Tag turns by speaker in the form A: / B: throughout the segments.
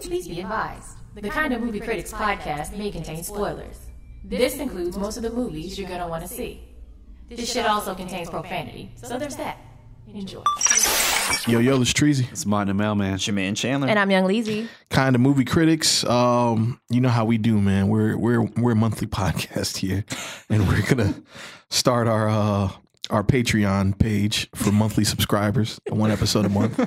A: Please be advised the kind of movie critics podcast may contain spoilers. This includes most of the movies you're going to want to see. This shit also contains profanity, so there's that. Enjoy.
B: Yo, yo, it's Treasy.
C: It's Martin the Mailman.
D: It's your man Chandler.
E: And I'm Young Leezy.
B: Kind of movie critics. Um, you know how we do, man. We're we're we're a monthly podcast here, and we're gonna start our uh our Patreon page for monthly subscribers, one episode a month.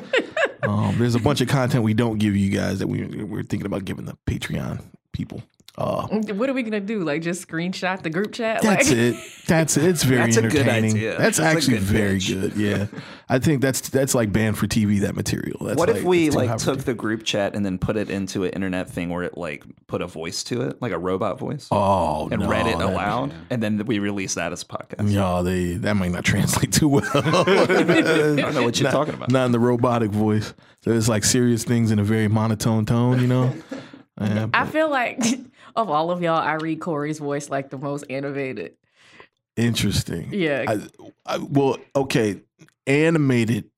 B: Um, there's a bunch of content we don't give you guys that we we're thinking about giving the Patreon people. Uh,
E: What are we gonna do? Like just screenshot the group chat?
B: That's
E: like,
B: it. That's it. It's very
D: That's a good
B: entertaining.
D: idea.
B: That's,
D: That's a
B: actually
D: good
B: very
D: pitch.
B: good. Yeah, I think that's that's like banned for TV. That material. That's
D: what if we
B: it's too high
D: like
B: for
D: took the group chat and then put it into an internet thing where it like put a voice to it, like a robot voice,
B: Oh,
D: and
B: no,
D: read it
B: that-
D: aloud, and then we release that as a podcast?
B: No, they that might not translate too well. I
D: don't know what you're talking about.
B: Not in the robotic voice. So it's like serious things in a very monotone tone, you know. Yeah,
E: I feel like of all of y'all, I read Corey's voice like the most animated.
B: interesting.
E: Yeah.
B: I, I, well, okay, animated.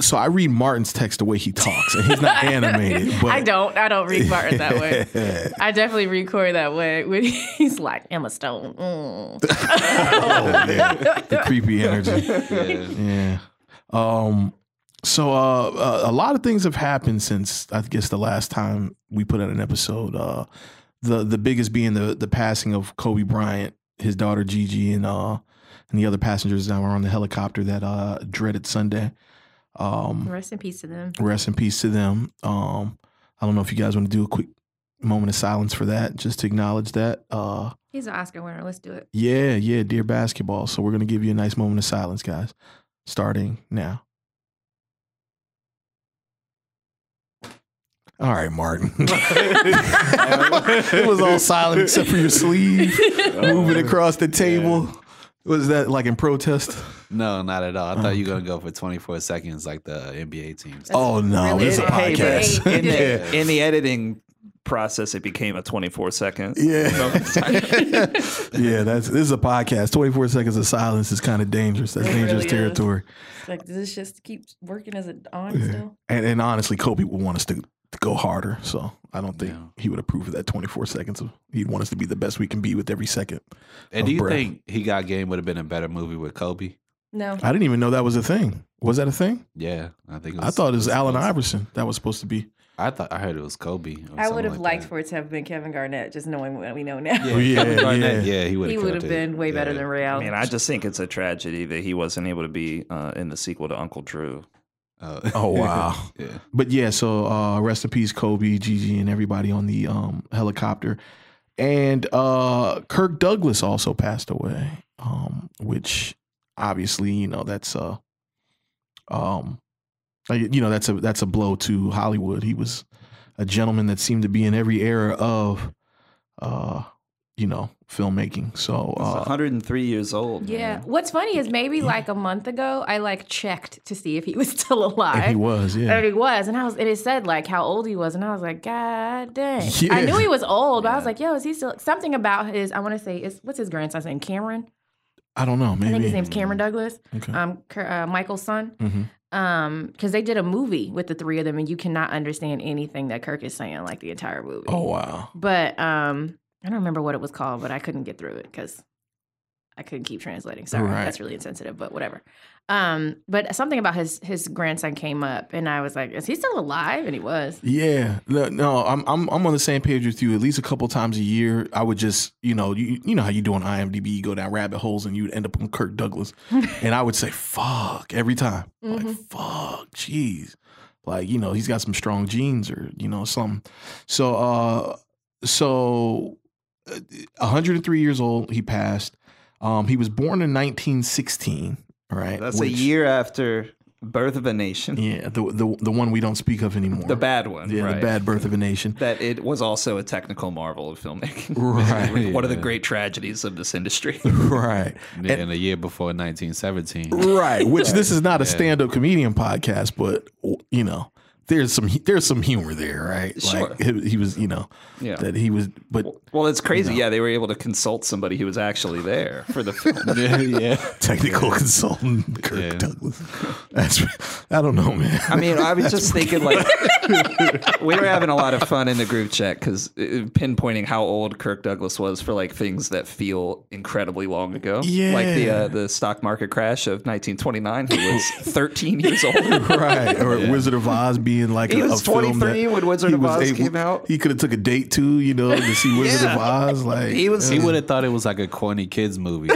B: So I read Martin's text the way he talks, and he's not animated. But
E: I don't. I don't read Martin that way. I definitely read Corey that way when he's like Emma Stone. mm.
B: oh, man. The creepy energy. Yeah. Um. So uh, uh, a lot of things have happened since I guess the last time we put out an episode. Uh, the the biggest being the the passing of Kobe Bryant, his daughter Gigi, and uh and the other passengers that were on the helicopter that uh dreaded Sunday. Um,
E: Rest in peace to them.
B: rest in peace to them. Um, I don't know if you guys want to do a quick moment of silence for that, just to acknowledge that. Uh,
E: He's an Oscar winner. Let's do it.
B: yeah, yeah, dear basketball. So we're gonna give you a nice moment of silence, guys. Starting now. All right, Martin. it was all silent except for your sleeve moving
E: Oh,
B: across the table. Was that like in protest?
C: No, not at all. I thought you were gonna go for 24 seconds like the NBA teams.
B: oh no,
E: really
B: it's a
E: Hey, but-
B: podcast.
D: in,
B: Yeah.
D: the, in the editing process, it became a 24 second.
B: Yeah. yeah, that's this is a podcast. 24 seconds of silence is kind of dangerous. That's
E: It
B: dangerous
E: really is.
B: territory.
E: Like, does this just keep working as it on still?
B: And, and honestly, Kobe would want us to, to go harder. So I don't think he would approve of that 24 seconds. Of, he'd want us to be the best we can be with every second.
C: and do
B: of
C: you
B: breath.
C: think He Got Game would have been a better movie with Kobe?
E: No.
B: I didn't even know that was a thing. Was that a thing?
C: Yeah, I think. It
B: I thought it was Allen
C: I,
B: Iverson that was supposed to be.
C: thought I heard it was Kobe. or
E: I
C: something
E: would have
C: like
E: liked
C: that.
E: for it to have been Kevin Garnett, just knowing what we know now.
B: Oh, yeah,
C: Kevin Garnett,
B: yeah.
C: yeah. he would.
E: He would have been way better than Ray
D: I
E: Allen.
D: mean, I just think it's a tragedy that he wasn't able to be uh, in the sequel to Uncle Drew.
B: Oh, wow.
C: yeah.
B: But yeah, so uh, rest in peace, Kobe, Gigi, and everybody on the um, helicopter. And uh, Kirk Douglas also passed away, um, which obviously, you know, that's uh, um, like, you know, that's a that's a blow to Hollywood. He was a gentleman that seemed to be in every era of, uh, you know, filmmaking. So
D: He's
B: uh,
D: 103 years old.
E: Yeah.
D: man.
E: What's funny is maybe like a month ago, I like checked to see if he was still
B: and
E: alive.
B: he was,
E: And
B: yeah.
E: he was, and I was, and it said like how old he was, and I was like, God dang!
B: Yeah.
E: I knew he was old, but I was like, Yo, is he still something about his? I want to say, is what's his grandson's name? Cameron.
B: I don't know,
E: I think his
B: maybe.
E: name's Cameron Douglas.
B: Okay.
E: Um, Cur- uh, Michael's son.
B: Mhm.
E: Um, because they did a movie with the three of them, and you cannot understand anything that Kirk is saying like the entire movie.
B: Oh wow.
E: But um, I don't remember what it was called, but I couldn't get through it because I couldn't keep translating. Sorry,
B: Right.
E: that's really insensitive, but whatever. Um, but something about his his grandson came up, and I was like, "Is he still alive?" And he was.
B: Yeah, no, no, I'm I'm I'm on the same page with you. At least a couple times a year, I would just you know you you know how you do on IMDb, you go down rabbit holes and you'd end up on Kirk Douglas, and I would say fuck every time, like fuck, jeez, like you know he's got some strong genes or you know something. So uh, so, uh, 103 years old, he passed. Um, he was born in 1916. All right,
D: That's
B: which-
D: a year after Birth of a Nation,
B: Yeah, the the the one we don't speak of anymore.
D: the bad one.
B: yeah, the
D: right?
B: bad birth of a nation.
D: That it was also a technical marvel of filmmaking.
B: Right.
D: One of the great tragedies of this industry.
B: right.
C: Yeah, and the year before 1917.
B: Right. Which this is not a stand up comedian podcast, but, you know, there's some there's some humor there, right?
D: Sure.
B: Like he, he was, you know,
D: Yeah.
B: that he was, but
D: Well, it's crazy. Yeah, they were able to consult somebody who was actually there for the film.
C: yeah, yeah.
B: technical consultant Kirk
C: Yeah.
B: Douglas. That's I don't know, man.
D: I mean, I was just thinking like we were having a lot of fun in the group chat because pinpointing how old Kirk Douglas was for like things that feel incredibly long ago, like the
B: Yeah.
D: uh, the stock market crash of 1929. He was 13 years old.
B: right or Wizard of Oz being like
D: He
B: a,
D: was
B: a film that
D: 23 when Wizard
B: he
D: of
B: was
D: Oz came out.
B: He could have took a date too, you know, to see Wizard of Oz. Like
D: He was-
B: uh,
C: He would have thought it was like a corny kids movie.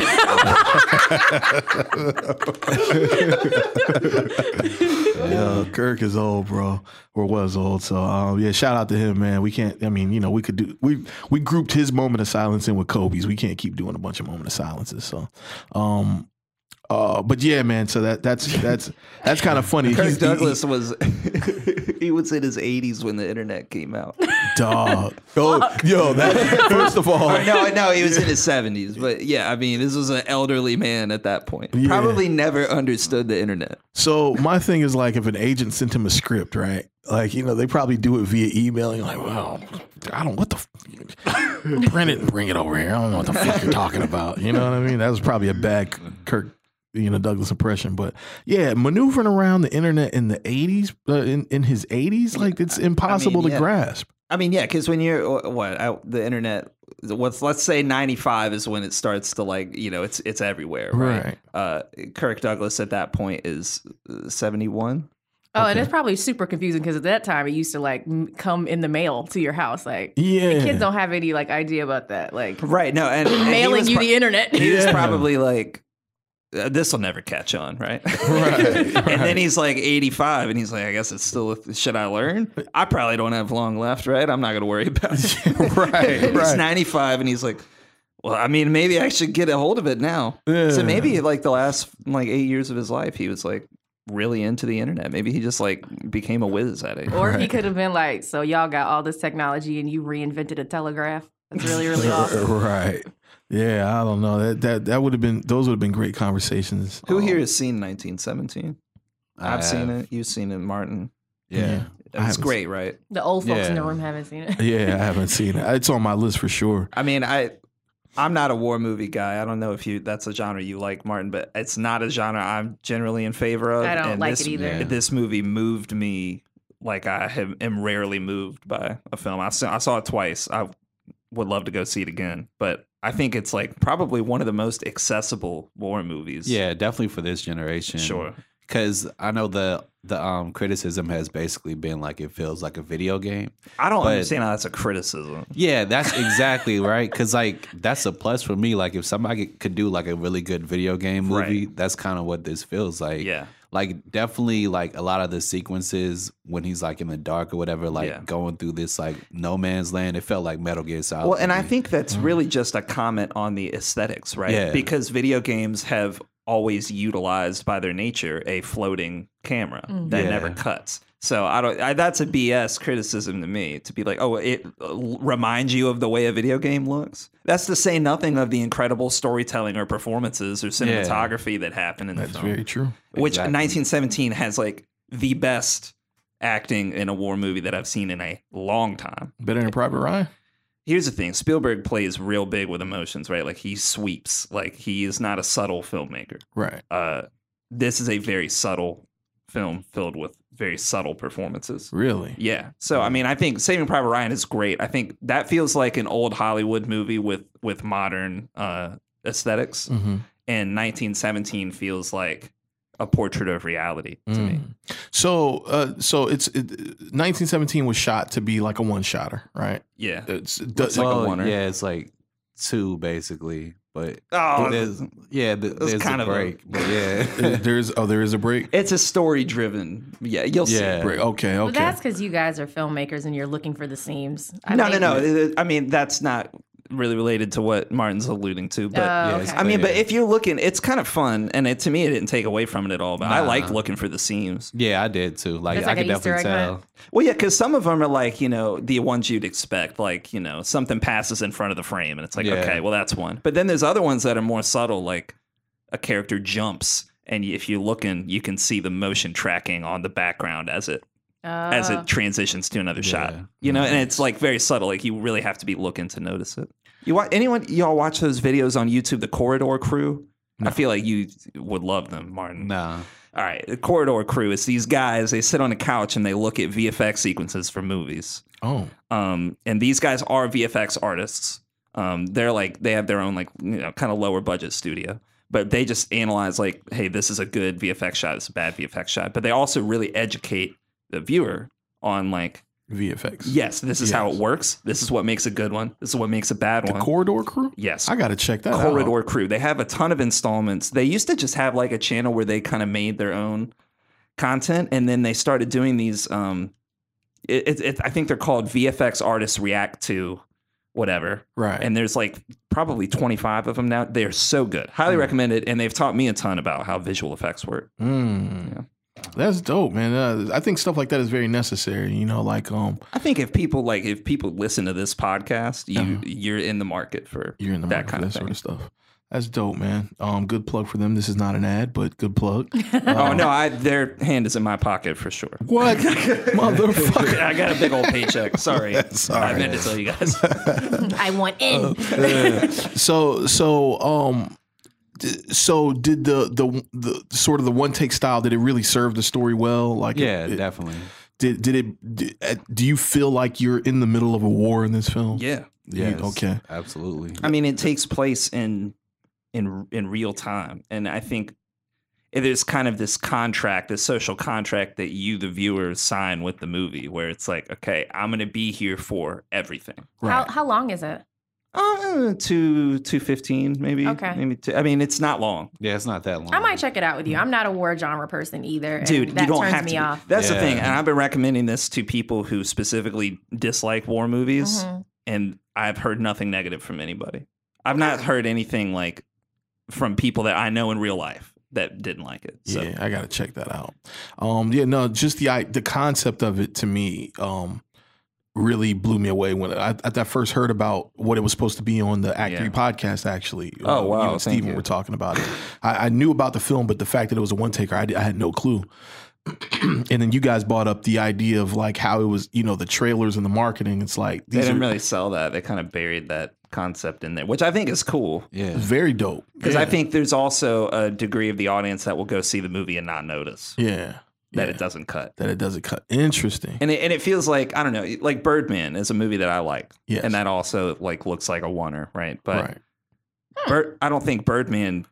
B: yeah, Kirk is old, bro, or was old. So um, yeah, shout out to him, man. We can't. I mean, you know, we could do. We we grouped his moment of silence in with Kobe's. We can't keep doing a bunch of moment of silences. So. um uh, but yeah, man. So that that's that's that's kind of funny.
D: Kirk
B: He's- he-
D: Douglas was he was in his 80s when the internet came out.
B: he, dog. Oh, yo, that, first of all,
D: No, no, he was in his 70s, but yeah, I mean, this was an elderly man at that point. Probably never understood the internet.
B: So my thing is like if an agent sent him a script, right? Like you know they probably do it via email. And you're like, well, I don't what the f- print it and bring it over here. I don't know what the fuck you're talking about. You know what I mean? That was probably a bad Kirk, you know Douglas impression. But yeah, maneuvering around the internet in the '80s, uh, in in his '80s, like it's impossible
D: yeah.
B: to grasp.
D: I mean, yeah, because when you're wh- what out, the internet, what's let's say ninety five is when it starts to like you know it's it's everywhere, right? Uh, Kirk Douglas at that point is uh, seventy one.
E: Oh, and it's probably super confusing because at that time it used to like m- come in the mail to your house. Like
B: Yeah,
E: kids don't have any like idea about that. Like
D: Right. No, and, and he
E: mailing
D: was
E: you
D: pro-
E: the internet.
D: he was
B: Yeah.
D: probably like. This will never catch on, right?
B: Right,
D: and then he's like 85, and he's like, "I guess it's still a th- should I learn? I probably don't have long left, right? I'm not going to worry about it."
B: right,
D: And He's
B: right.
D: 95, and he's like, "Well, I mean, maybe I should get a hold of it now."
B: Yeah.
D: So maybe like the last like eight years of his life, he was like really into the internet. Maybe he just like became a whiz at it.
E: Or he could have been like, so y'all got all this technology and you reinvented a telegraph. That's really, really awesome.
B: Uh, right. Yeah, I don't know. That that that would have been those would have been great conversations. Oh,
D: Who here has seen 1917?
C: I
D: I've seen
C: have.
D: it. You've seen it, Martin.
C: Yeah.
B: I
D: It's
B: haven't
D: great, right?
E: The old folks in the
C: Yeah.
E: room haven't seen it.
B: Yeah, I haven't seen it. It's on my list for sure.
D: I mean, I I'm not a war movie guy. I don't know if you that's a genre you like, Martin, but it's not a genre I'm generally in favor of.
E: I don't
D: and
E: like
D: this-
E: it either.
C: yeah.
D: This movie moved me like I have, am rarely moved by a film. I saw, I saw it twice. I would love to go see it again, but I think it's like probably one of the most accessible war movies.
C: Yeah, definitely for this generation.
D: sure.
C: Because I know the the um, criticism has basically been like it feels like a video game.
D: I don't
C: But-
D: understand how that's a criticism.
C: Yeah, that's exactly right. Because like that's a plus for me. Like if somebody could do like a really good video game movie, that's kind of what this feels like.
D: Yeah.
C: like definitely like a lot of the sequences when he's like in the dark or whatever, like
D: Yeah.
C: going through this like no man's land. It felt like Metal Gear Solid.
D: Well, and
C: to
D: I
C: me.
D: think that's really just a comment on the aesthetics, right?
C: Mm-hmm. Yeah.
D: Because video games have always utilized by their nature a floating camera that
C: Yeah.
D: never cuts. So I don't. I, that's a BS criticism to me to be like, oh, it uh, reminds you of the way a video game looks. That's to say nothing of the incredible storytelling or performances or cinematography that happened in the
B: That's
D: film
B: very true.
D: which
C: Exactly.
D: 1917 has like the best acting in a war movie that I've seen in a long time.
B: Better than Private Ryan.
D: Here's the thing: Spielberg plays real big with emotions, right? Like he sweeps. Like he is not a subtle filmmaker.
B: Right.
D: Uh, this is a very subtle film filled with very subtle performances.
B: Really?
D: Yeah. So I mean, I think Saving Private Ryan is great. I think that feels like an old Hollywood movie with with modern uh, aesthetics,
B: Mm-hmm.
D: and 1917 feels like a portrait of reality to me.
B: Mm. Mm-hmm. So, uh, so it's it, 1917 was shot to be like a one shotter, right?
D: Yeah.
B: It's, it
D: It's like a
C: Well,
D: oneer.
C: Yeah, it's like two basically, but
D: Oh,
C: there's, yeah, th-
D: was
C: there's
D: kind
C: kind
D: of
C: of
D: a-
C: break, but yeah.
B: there's oh, there is a break.
D: it's a story driven. Yeah, you'll
C: Yeah.
D: see.
B: Break. Okay.
E: But
B: Okay.
E: that's because you guys are filmmakers and you're looking for the seams. I
D: no,
E: think-
D: no, no. I mean, that's not really related to what Martin's alluding to, but.
E: Oh,
C: yeah,
E: okay.
C: it's
D: I mean, but
C: clear.
D: if you're looking, it's kind of fun, and it, to me, it didn't take away from it at all. But I
C: Nah.
D: liked looking for the seams.
C: yeah, I did too. Like,
E: It's
C: I
E: like
C: could
E: an Easter
C: definitely
E: egg hunt.
C: tell.
D: Well, yeah, because some of them are like you know the ones you'd expect, like you know something passes in front of the frame, and it's like
C: Yeah.
D: okay, well that's one. But then there's other ones that are more subtle, like a character jumps, and if you're looking, you can see the motion tracking on the background as it
E: Oh.
D: as it transitions to another shot. You know, and it's like very subtle. Like you really have to be looking to notice it. You want anyone y'all watch those videos on YouTube, the Corridor Crew? I feel like you would love them, Martin.
C: Nah.
D: All right, the Corridor Crew. It's these guys. They sit on a couch and they look at VFX sequences for movies.
B: Oh,
D: Um, and these guys are VFX artists. Um, they're like they have their own like you know kind of lower budget studio, but they just analyze like, hey, this is a good VFX shot, this is a bad VFX shot. But they also really educate the viewer on like,
B: VFX.
D: yes, this is how it
B: Yes.
D: works. This is what makes a good one. This is what makes a bad
B: The
D: one.
B: Corridor Crew.
D: yes,
B: I gotta check that out.
D: Uh-huh. Corridor Crew. They have a ton of installments. They used to just have like a channel where they kind of made their own content, and then they started doing these. Um, it, it, it, I think they're called VFX artists react to whatever.
B: Right.
D: And there's like probably 25 of them now. They're so good. Highly recommended. And they've taught me a ton about how visual effects work.
B: Mm. That's dope, man. Uh, I think stuff like that is very necessary. You know, like um,
D: I think if people like if people listen to this podcast, you you're in the market for
B: you're in the
D: that
B: market
D: kind
B: for
D: of
B: that
D: thing.
B: sort of stuff. That's dope, man. Um, good plug for them. This is not an ad, but good plug. Uh,
D: Oh no, I their hand is in my pocket for sure.
B: what motherfucker?
D: I got a big old paycheck. Sorry.
B: Sorry.
D: I meant to tell you guys.
E: I want in.
B: Oh. So so um, d- so did the the the sort of the one take style? Did it really serve the story well? Like, it-
C: Yeah,
B: it-
C: definitely.
B: did did it? Did, uh, do you feel like you're in the middle of a war in this film?
D: yeah.
B: You-
C: Yes,
B: okay.
C: Absolutely.
D: I mean, it takes place in in in real time, and I think there's kind of this contract, this social contract that you, the viewer, sign with the movie, where it's like, okay, I'm gonna be here for everything.
E: How how long is it?
D: Uh, two two fifteen, maybe.
E: Okay.
D: Maybe two, I mean, it's not long.
C: Yeah, it's not that long.
E: I might check it out with you. I'm not a war genre person either. and
D: Dude,
E: that
D: you don't
E: turns
D: have
E: me
D: to. be.
E: off.
D: That's the
C: Yeah.
D: thing, and I've been recommending this to people who specifically dislike war movies,
E: Mhm.
D: and I've heard nothing negative from anybody. I've not heard anything like from people that I know in real life that didn't like it. So
B: Yeah, I gotta check that out. Um, yeah, no, just the I, the concept of it to me um, really blew me away when I, I first heard about what it was supposed to be on the Act
D: Yeah.
B: Three podcast. Actually,
D: Oh,
B: Uh,
D: wow,
B: you
D: thank
B: and Steven
D: you.
B: were talking about it. I, I knew about the film, but the fact that it was a one taker, I, di- I had no clue. and then you guys brought up the idea of like how it was, you know, the trailers and the marketing. It's like
D: they
B: these
D: didn't
B: are
D: really sell that. They kind of buried that concept in there, which I think is cool.
C: Yeah.
B: very dope
D: Because I
B: Yeah.
D: think there's also a degree of the audience that will go see the movie and not notice
B: yeah,
D: that
B: yeah,
D: it doesn't cut.
B: that it doesn't cut. Interesting.
D: And it, and it feels like I don't know, like Birdman is a movie that I like,
B: Yes.
D: and that also like looks like a oneer, right? But
B: right.
D: Bir- I don't think Birdman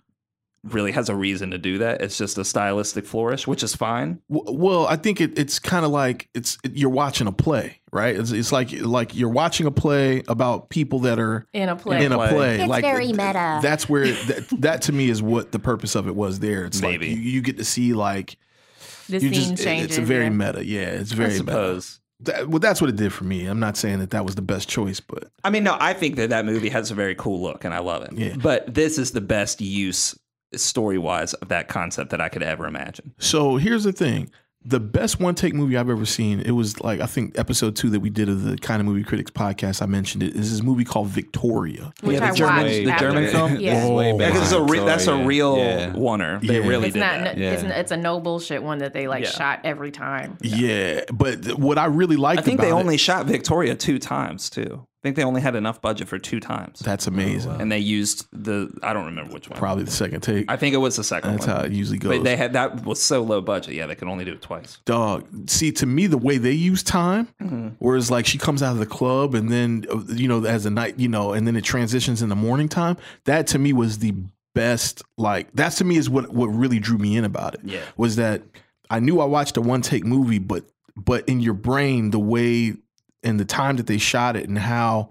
D: really has a reason to do that. It's just a stylistic flourish, which is fine.
B: W- Well, I think it, it's kind of like it's it, you're watching a play, right? It's, it's like like you're watching a play about people that are
E: in a play.
B: in a
D: Play.
B: play.
F: It's
B: like
F: very
B: th-
F: meta.
B: That's where that, that to me is what the purpose of it was. There, it's
D: Maybe.
B: like you, you get to see like
E: the
B: you
E: scene
B: just it-
E: changes.
B: it's a very
E: yeah.
B: meta. Yeah, it's very
D: I
B: meta.
D: suppose.
B: That, well, that's what it did for me. I'm not saying that that was the best choice, but
D: I mean, no, I think that that movie has a very cool look, and I love it.
B: Yeah.
D: But this is the best use story wise of that concept that I could ever imagine.
B: So here's the thing. The best one take movie I've ever seen, it was like I think episode two that we did of the kind of movie critics podcast. I mentioned it. Is this movie called Victoria?
E: Which
D: Yeah,
E: I
D: the German-
E: watched.
D: the
E: after.
D: German film?
E: Yeah.
B: Whoa.
C: Way back.
D: Because it's a re-
C: Sorry,
D: that's a
C: yeah.
D: real
C: Yeah.
D: oneer. They
B: Yeah.
D: really
E: It's
D: did
E: not.
D: that.
E: no- It's,
C: Yeah.
E: n- it's a no bullshit one that they like
D: Yeah.
E: shot every time.
B: Yeah, but th- what I really liked
D: I think they
B: about it-
D: only shot Victoria two times too. I think they only had enough budget for two times,
B: that's amazing.
D: and they used the I don't remember which one.
B: Probably the second take.
D: I think it was the second
B: that's
D: one.
B: how it usually goes.
D: But they had that was so low budget. Yeah, they could only do it twice.
B: Dog. See, to me, the way they use time,
D: Mm-hmm.
B: whereas like she comes out of the club and then uh, you know as the night, you know, and then it transitions in the morning time. That to me was the best. Like that to me is what what really drew me in about it.
D: Yeah.
B: was that I knew I watched a one take movie, but but in your brain, the way and the time that they shot it and how.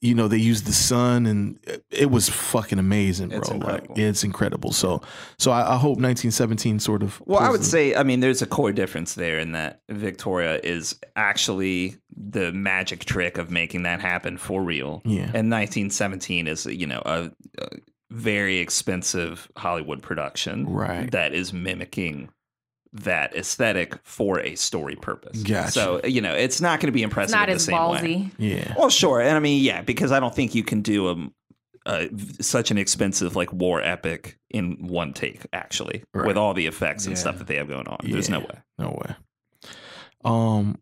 B: You know they used the sun, and it- it was fucking amazing, bro.
D: It's
B: like
D: incredible.
B: it's incredible. So, so I, I hope 1917 sort of.
D: Well, I
B: pulls
D: would
B: the-
D: say, I mean, there's a core difference there in that Victoria is actually the magic trick of making that happen for real.
B: Yeah.
D: And 1917 is, you know, a, a very expensive Hollywood production
B: Right.
D: that is mimicking that aesthetic for a story purpose.
B: Gotcha.
D: So, you know, it's not going to be
E: It's
D: impressive
E: not
D: in the
E: as
D: same way.
E: ballsy.
B: yeah,
D: Well, sure, and I mean, yeah, because I don't think you can do a, a such an expensive like war epic in one take. Actually,
B: Right.
D: with all the effects and
C: Yeah.
D: stuff that they have going on, there's
B: Yeah.
D: no way.
B: No way. Um,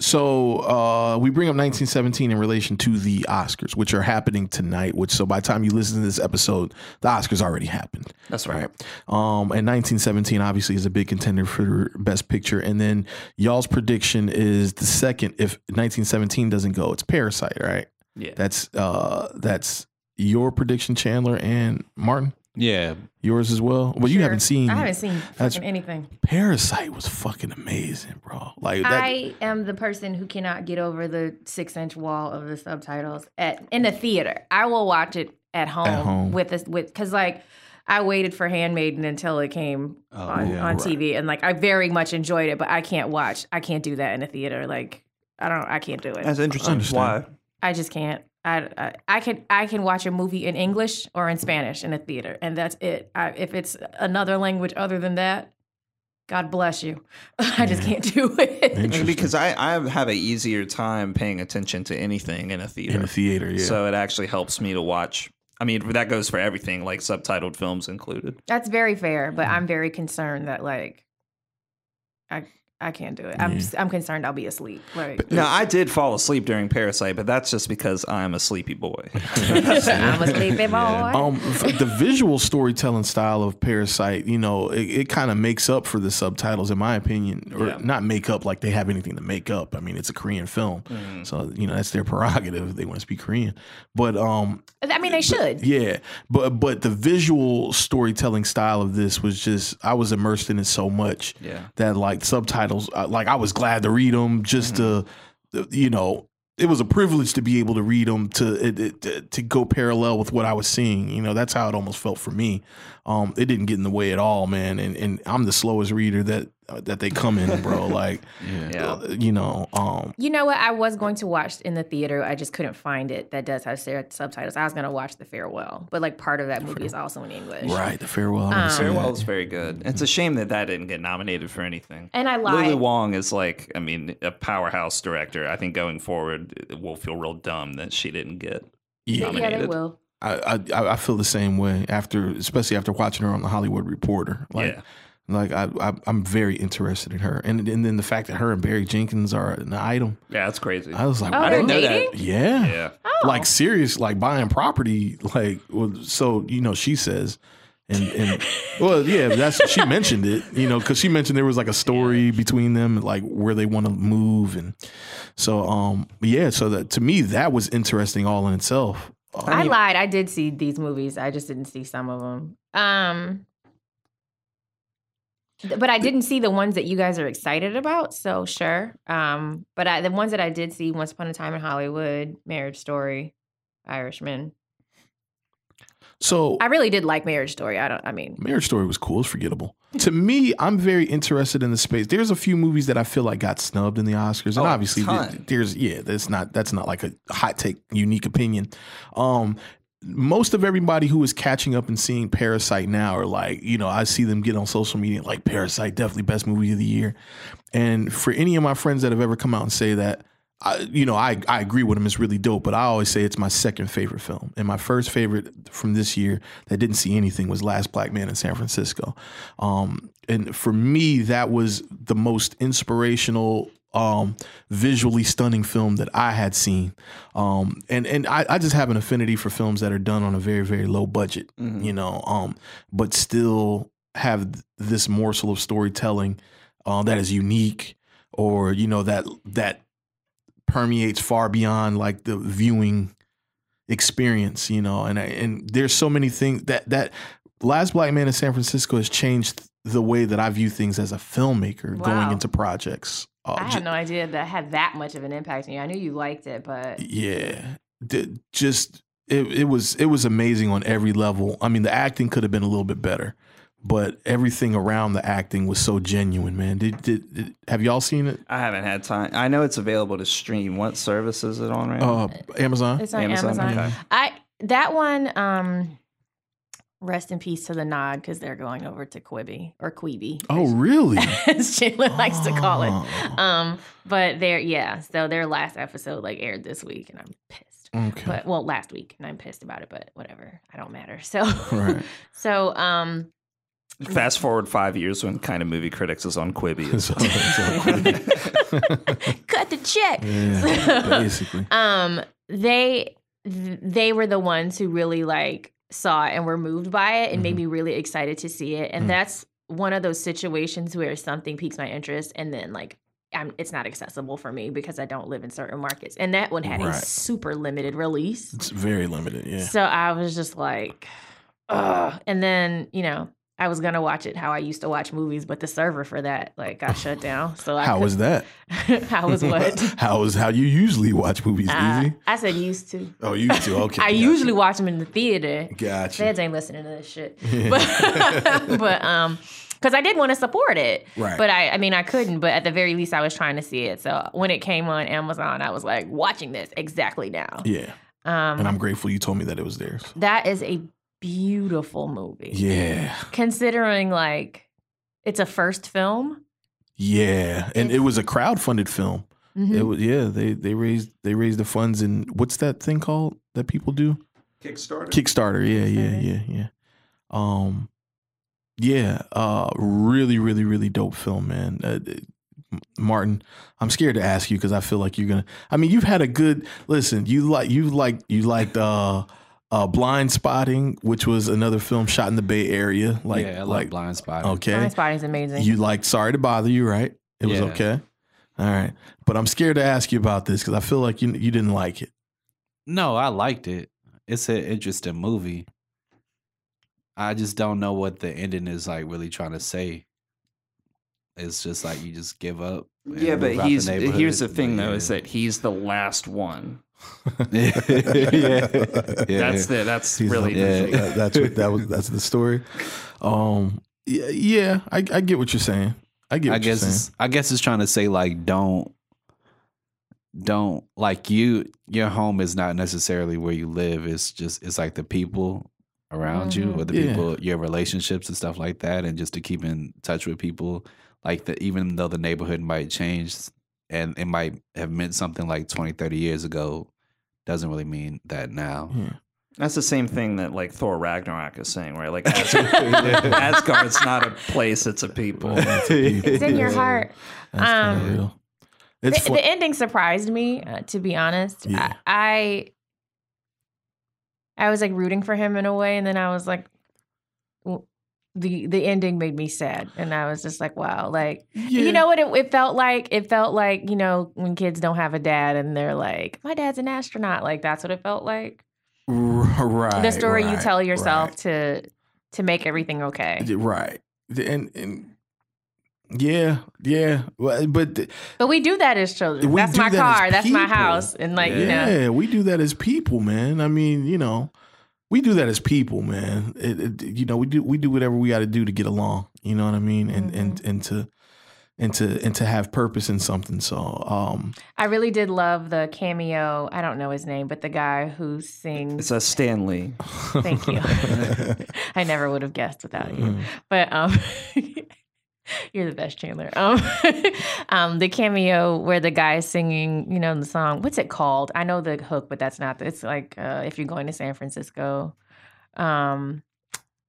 B: so uh, we bring up 1917 in relation to the Oscars, which are happening tonight. Which so by the time you listen to this episode, the Oscars already happened.
D: That's right.
B: Um, and 1917 obviously is a big contender for Best Picture. And then y'all's prediction is the second. If 1917 doesn't go, it's Parasite, right?
D: Yeah.
B: That's uh, that's your prediction, Chandler and Martin.
C: Yeah,
B: Yours as well. Well, you
E: Sure.
B: haven't seen.
E: I haven't seen
B: Mm-hmm. That's-
E: fucking anything.
B: Parasite was fucking amazing, bro. Like that.
E: I am the person who cannot get over the six inch wall of the subtitles at in the theater. I will watch it at home,
B: home.
E: with this with because like I waited for Handmaiden until it came on,
C: yeah, right.
E: on TV and like I very much enjoyed it, but I can't watch. I can't do that in a theater. Like I don't. I can't do it.
D: That's interesting.
B: understand.
D: Why?
E: I just can't. I, I I can I can watch a movie in English or in Spanish in a theater, and that's it. I, if it's another language other than that, God bless you. I just can't do it.
D: I mean,
B: Interesting.
D: because I, I have an easier time paying attention to anything in a theater.
B: in the theater, yeah.
D: So it actually helps me to watch. I mean, that goes for everything, like subtitled films included.
E: That's very fair, but
D: Mm-hmm.
E: I'm very concerned that like I I can't do it. I'm s I'm concerned I'll be asleep. Like
D: Now, I did fall asleep during Parasite, but that's just because I'm a sleepy boy.
E: I'm asleep, boy.
B: um, f- the visual storytelling style of Parasite, you know, it, it kind of makes up for the subtitles, in my opinion, or
D: Yeah.
B: not make up like they have anything to make up. I mean, it's a Korean film, so you know that's their prerogative. if They want to speak Korean, but um,
E: I mean, they should.
B: yeah, but but the visual storytelling style of this was just I was immersed in it so much
D: Yeah.
B: that like subtitles uh, like I was glad to read them just
D: Mm-hmm.
B: to uh, you know it was a privilege to be able to read them to it, it, to- to go parallel with what I was seeing you know that's how it almost felt for me um it didn't get in the way at all man and and I'm the slowest reader that uh, that they come in bro like
D: Yeah.
B: uh, you know um
E: You know what? I was going to watch in the theater. I just couldn't find it. That does have ser- subtitles. I was going to watch The Farewell, but like part of that movie is also in English.
B: right the farewell I wanna say
D: Farewell
B: that.
D: is very good. It's a shame that that didn't get nominated for anything.
E: And I
D: Lily
E: lied.
D: Wong is like, I mean, a powerhouse director. I think going forward, it will feel real dumb that she didn't get.
B: yeah
E: yeah, they
D: nominated.
E: will.
B: I, I I feel the same way after, especially after watching her on the Hollywood Reporter. Like,
D: Yeah.
B: like I, I I'm very interested in her, and and then the fact that her and Barry Jenkins are an item,
D: Yeah, that's crazy.
B: I was like,
E: Oh,
B: wow.
E: they're
D: didn't know that.
E: dating?
B: yeah,
D: yeah.
B: like serious, like buying property, like well, so you know she says. And, and well, yeah, that's she mentioned it, you know, because she mentioned there was like a story between them, like where they want to move, and so um, yeah, so that to me that was interesting all in itself.
E: I, lied. I did see these movies. I just didn't see some of them. Um, th- but I didn't see the ones that you guys are excited about. So sure. Um, but I, the ones that I did see, Once Upon a Time in Hollywood, Marriage Story, Irishman.
B: So
E: I really did like Marriage Story. I don't. I mean,
B: Marriage Story was cool. It's forgettable. to me, I'm very interested in the space. There's a few movies that I feel like got snubbed in the Oscars, and
D: Oh, a
B: obviously, th-
D: ton.
B: there's yeah, that's not that's not like a hot take, unique opinion. Um, most of everybody who is catching up and seeing Parasite now are like, you know, I see them get on social media like Parasite, definitely best movie of the year. And for any of my friends that have ever come out and say that, I, you know, I, I agree with him. It's really dope, but I always say it's my second favorite film. And my first favorite from this year that didn't see anything was Last Black Man in San Francisco. Um, and for me, that was the most inspirational, um, visually stunning film that I had seen. Um, and and I, I just have an affinity for films that are done on a very, very low budget, you know, um, but still have th- this morsel of storytelling uh, that is unique or, you know, that that permeates far beyond like the viewing experience, you know. And I- and there's so many things that that Last Black Man in San Francisco has changed the way that I view things as a filmmaker going
E: Wow.
B: into projects. Uh,
E: I
B: ju-
E: had no idea that had that much of an impact on you. I knew you liked it, but
B: yeah, D- just it it was it was amazing on every level. I mean, the acting could have been a little bit better. But everything around the acting was so genuine, man. Did, did, did have y'all seen it?
D: I haven't had time. I know it's available to stream. What service is it on right now?
B: Uh, Amazon.
E: it's on Amazon.
D: Okay.
E: I that one. Um, rest in peace to the nod because they're going over to Quibi or Quibi.
B: oh, really?
E: as Chandler likes to call
B: Oh.
E: it. Um, but they're yeah, so their last episode like aired this week, and I'm pissed.
B: Okay.
E: Um, But well, last week, and I'm pissed about it. But whatever, I don't matter. So
B: Right.
E: so um,
D: Fast forward five years when kind of movie critics is on Quibi. It's
B: So, so,
E: Cut the check.
B: yeah, basically.
E: um they th- they were the ones who really like saw it and were moved by it and
B: Mm-hmm.
E: made me really excited to see it
B: Mm.
E: and that's one of those situations where something piques my interest and then like I'm, it's not accessible for me because I don't live in certain markets. And that one had a
B: Right.
E: super limited release.
B: It's very limited. Yeah.
E: So I was just like, ugh. And then, you know, I was going to watch it how I used to watch movies, but the server for that, like, got shut down. So I
B: How was that?
E: could- how was what?
B: How is how you usually watch movies?
E: Uh,
B: Easy.
E: I said used to.
B: Oh, you too. Okay.
E: I
B: gotcha.
E: usually watch them in the theater.
B: Gotcha.
E: Feds ain't listening to this shit. But, but um, because I did want to support it.
B: Right.
E: But I, I mean, I couldn't. But at the very least, I was trying to see it. So when it came on Amazon, I was like watching this exactly now.
B: Yeah. and
E: Um,
B: I'm grateful you told me that it was theirs.
E: that is a beautiful movie.
B: Yeah.
E: Considering like it's a first film.
B: Yeah. And it was a crowd-funded film.
E: Mhm.
B: It
C: Mm-hmm.
B: was yeah, they they raised they raised the funds and what's that thing called that people do?
D: Kickstarter.
B: Kickstarter. Yeah, yeah, yeah, yeah. Um, yeah. Uh, really, really, really dope film, man. Uh, M- Martin, I'm scared to ask you because I feel like you're gonna. I mean, you've had a good listen. You like you like you liked uh, uh, Blind Spotting, which was another film shot in the Bay Area. Like
C: yeah, I like
B: like
C: Blind Spot.
B: okay,
E: Blind Spotting is amazing.
B: you liked Sorry to Bother You, right? It was
C: Yeah.
B: okay. All right, but I'm scared to ask you about this because I feel like you you didn't like it.
C: No, I liked it. It's an interesting movie. I just don't know what the ending is like really trying to say. It's just like you just give up. and
D: Yeah, but
C: move out
D: he's
C: neighborhood.
D: here's the
C: But
D: thing though
C: yeah.
D: is that he's the last one.
C: yeah. yeah.
D: That's the that's
B: He's
D: really
B: the-
C: Yeah.
B: that- that's what that was. That's the story. Um, yeah, yeah I, I get what you're saying. I get. What
C: I guess
B: You're
C: it's,
B: saying.
C: I guess it's trying to say like don't don't like you your home is not necessarily where you live. It's just it's like the people around you
E: Mhm.
C: or the
B: Yeah.
C: people your relationships and stuff like that and just to keep in touch with people like that even though the neighborhood might change and it might have meant something like 20 30 years ago doesn't really mean that now.
D: That's the same thing that like Thor Ragnarok is saying, right? Like As- Asgard's not a place; it's a people.
E: it's in your
B: Yeah.
E: heart.
B: That's kinda
E: Um,
B: real. It's
E: the,
B: fu-
E: the ending surprised me, uh, to be honest.
B: Yeah.
E: I, I I was like rooting for him in a way, and then I was like, w- the the ending made me sad, and I was just like, wow, like
B: yeah.
E: you know what it, it felt like? It felt like you know when kids don't have a dad, and they're like, my dad's an astronaut. Like that's what it felt like.
B: R- right?
E: the story you
B: right,
E: tell yourself
B: right.
E: to to make everything okay.
B: Yeah, right? And and yeah, yeah. Well, but th-
E: But we do that as children.
B: We
E: that's
B: do
E: my
B: that as
E: car. That's my
B: people.
E: house. And like you
B: yeah,
E: know,
B: we do that as people, man. I mean, you know, we do that as people, man. It, it, you know, we do we do whatever we got to do to get along. You know what I mean? And and
E: Mm-hmm.
B: and to and to and to have purpose in something. So, um,
E: I really did love the cameo. I don't know his name, but the guy who sings.
D: It's a Stanley.
E: Thank you. I never would have guessed without
B: Mm-hmm.
E: you. But um, you're the best, Chandler. Um, um, the cameo where the guy is singing, you know, the song. What's it called? I know the hook, but that's not. It's like uh, if you're going to San Francisco. Um,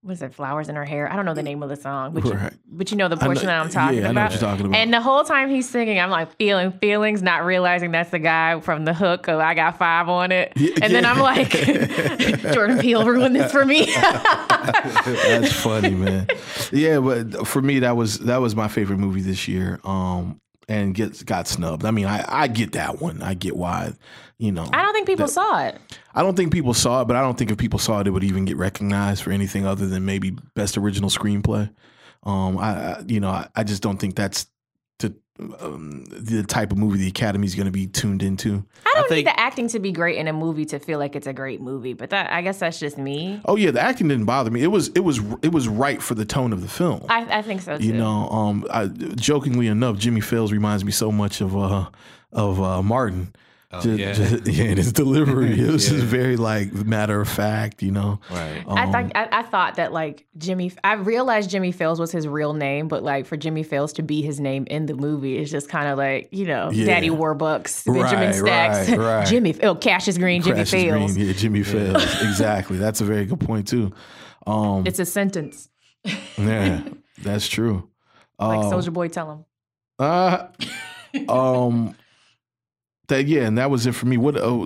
E: what is it? Flowers in her hair. I don't know the name of the song, but you,
B: Right.
E: but you know the
B: I know-
E: portion that I'm talking
B: yeah, I know
E: about.
B: what you're talking about.
E: And the whole time he's singing, I'm like feeling feelings, not realizing that's the guy from the hook of I Got Five on it. and then I'm like, Jordan Peele ruined this for me.
B: That's funny, man. Yeah, but for me, that was that was my favorite movie this year. Um, and gets got snubbed. I mean, I I get that one. I get why. You know,
E: I don't think people saw it.
B: I don't think people saw it, but I don't think if people saw it, it would even get recognized for anything other than maybe best original screenplay. Um, I, I you know, I, I just don't think that's the um, the type of movie the Academy's going to be tuned into.
E: I don't
C: think-
E: need the acting to be great in a movie to feel like it's a great movie, but that I guess that's just me.
B: Oh yeah, the acting didn't bother me. It was it was it was right for the tone of the film.
E: I, I think so too.
B: You know, um, I, jokingly enough, Jimmy Fails reminds me so much of uh, of uh, Martin. Ju-
C: Oh, yeah.
B: ju- yeah, and his delivery. It was just very like matter of fact, you know.
C: Right.
B: Um,
E: I think I, I thought that like Jimmy. I realized Jimmy Fails was his real name, but like for Jimmy Fails to be his name in the movie is just kind of like you know
B: Yeah.
E: Daddy Warbucks, Benjamin
B: Right,
E: Stacks,
B: right, right.
E: Jimmy. Oh, Cassius Green, Jimmy
B: Crash is
E: Fails.
B: green. Yeah, Jimmy Fails. exactly. That's a very good point too.
E: It's a sentence.
B: Um, Yeah, that's true.
E: Like
B: Um,
E: Soldier Boy, tell him.
B: Uh, um, that yeah, and that was it for me. What oh,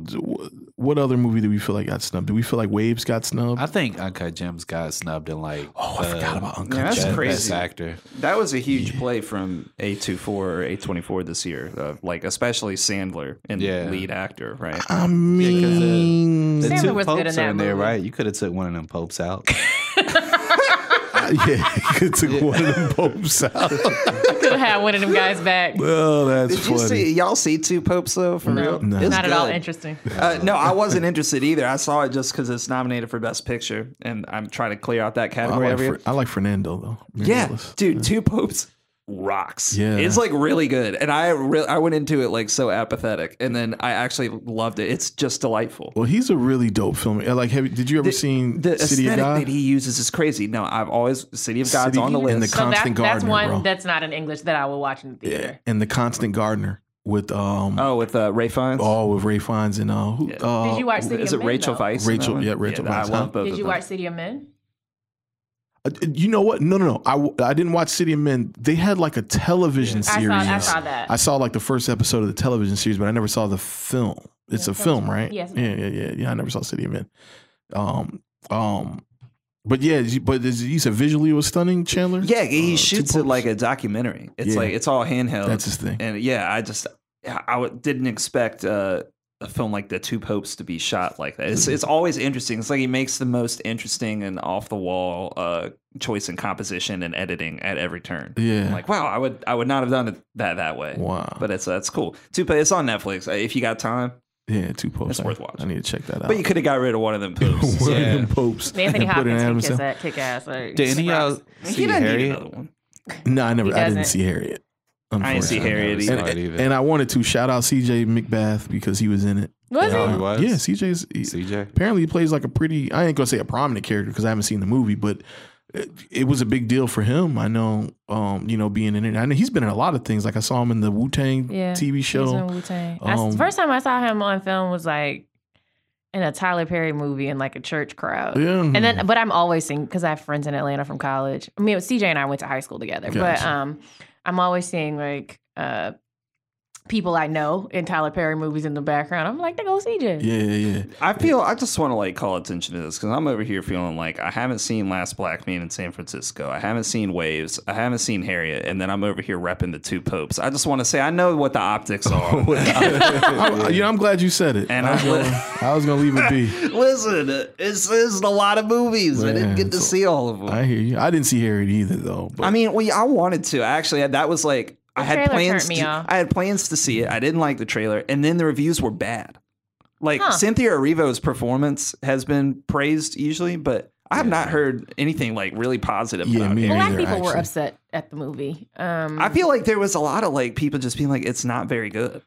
B: what other movie do we feel like got snubbed? Do we feel like Waves got snubbed?
C: I think Uncut Gems got snubbed in like.
B: oh, I
C: the
B: forgot about Uncut.
D: yeah, that's
C: best-
B: Gems.
D: crazy.
C: Best actor.
D: That was a huge play from A24 or A24 this year, uh, like especially Sandler and
C: Yeah.
D: lead actor, right?
B: I
C: Yeah, 'cause, uh,
B: mean,
C: The
E: Sandler
C: two
E: was good in
C: popes
E: that
C: are in there,
E: movie.
C: right? You could have took one of them popes out.
B: yeah, it took one of them popes out.
E: Could have had one of them guys back.
B: Well, Oh, that's
D: Did you
B: funny.
D: see y'all see two popes though for real?
B: No.
D: It's
E: Not at all
D: good.
E: interesting.
D: Uh, no, I wasn't interested either. I saw it just because it's nominated for Best Picture, and I'm trying to clear out that
B: I
D: category
B: like,
D: every
B: Fer- I like Fernando though.
D: Yeah,
B: Mirrorless.
D: dude, Two Popes rocks.
B: Yeah.
D: it's like really good, and I re- I went into it like so apathetic, and then I actually loved it. It's just delightful.
B: Well, he's a really dope film. Uh, Like, have you- did you ever seen
D: The
B: City of
D: aesthetic
B: God?
D: that he uses is crazy. No, I've always City of God's
B: City
D: on the
B: and
D: list.
B: the Constant
E: so that, that's
B: Gardener,
E: one
B: bro.
E: that's not in English that I will watch in the
B: yeah,
E: theater.
B: and the Constant Gardener with um oh,
D: oh, with uh, Ray Fiennes.
B: with Ray Fiennes and uh, who,
D: Yeah.
B: uh
E: Did you watch City
D: is
E: of
D: it
E: Men?
D: Rachel
E: though?
D: Weisz? in
B: Rachel-
D: that one?
B: yeah, Rachel
D: I
B: Weisz,
D: love
B: huh?
D: both
E: Did
D: of
E: you
D: them.
E: watch City of Men?
B: Uh, You know what? No, no, no. I, w- I didn't watch City of Men. They had like a television
E: I
B: series.
E: saw, I saw that.
B: I saw, like the first episode of the television series, but I never saw the film. It's a film, right?
E: Yes.
B: Yeah, yeah, yeah, yeah. I never saw City of Men. Um, um, but yeah, you- but is, you said visually it was stunning, Chandler.
D: Yeah, he
B: Uh,
D: shoots
B: Two
D: it like a documentary. It's
B: Yeah.
D: like it's all handheld.
B: That's his thing.
D: and yeah, I just I I w- didn't expect uh, a film like The Two Popes to be shot like that. It's it's always interesting. It's like he makes the most interesting and off the wall uh, choice in composition and editing at every turn.
B: Yeah.
D: I'm like wow, I would I would not have done it that that way.
B: wow.
D: But it's that's cool. Two Popes. It's on Netflix uh, if you got time.
B: yeah, two popes.
D: It's
B: I-
D: worth
B: I
D: watching.
B: need to check that out.
D: But you could have got rid of one of them popes.
B: One of
D: yeah.
B: them popes.
E: Anthony
B: and put it in
E: Hopkins
B: Adam's-
E: can kiss that kick ass. Like,
C: Did any of y'all
E: rocks.
D: He
C: see
D: doesn't need
C: Harriet?
D: another one.
B: No, I never.
E: He
B: I didn't
E: doesn't.
B: see Harriet.
D: I didn't see
B: unfortunately.
D: Harriet
C: Never
D: either.
C: saw it
B: And, and I wanted to shout out CJ McBath because he was in it.
E: Was
C: Oh,
E: it?
C: he
B: Uh,
C: was?
B: Yeah, CJ's. he-
C: CJ.
B: apparently he plays like a pretty. I ain't gonna say a prominent character because I haven't seen the movie, but it, it was a big deal for him. I know, um, you know, being in it. I know he's been in a lot of things. Like I saw him in the Wu Tang
E: Yeah,
B: TV
E: He's in
B: show.
E: Wu-Tang. I s-
B: Um,
E: first time I saw him on film was like in a Tyler Perry movie in like a church crowd.
B: Yeah,
E: And then, but I'm always seeing because I have friends in Atlanta from college. I mean, CJ and I went to high school together, but
B: Gotcha.
E: um, I'm always seeing like uh, people I know in Tyler Perry movies in the background. I'm like, they go CJ.
B: yeah, yeah, yeah.
D: I feel I just want to like call attention to this because I'm over here feeling like I haven't seen Last Black Man in San Francisco. I haven't seen Waves. I haven't seen Harriet, and then I'm over here repping the two popes. I just want to say I know what the optics are.
B: I, you know, I'm glad you said it.
D: And
B: I was,
D: I-
B: gonna, I was gonna leave it be.
D: Listen, it's, it's a lot of movies. I
B: Man,
D: didn't get to
B: it's a-
D: see all of them. I,
B: I hear you. I didn't see Harriet either though. But
D: mean, we I wanted to actually. That was like I
E: The
D: had
E: trailer
D: plans.
E: turned me
D: to-
E: off.
D: I had plans to see it. I didn't like the trailer, and then the reviews were bad. Like
E: Huh.
D: Cynthia Erivo's performance has been praised usually, but. I have not heard anything like really positive.
B: Yeah,
D: about
B: me
D: it.
B: either.
E: Black
B: Neither,
E: people were
B: actually.
E: upset at the movie. Um,
D: I feel like there was a lot of like people just being like, it's not very good.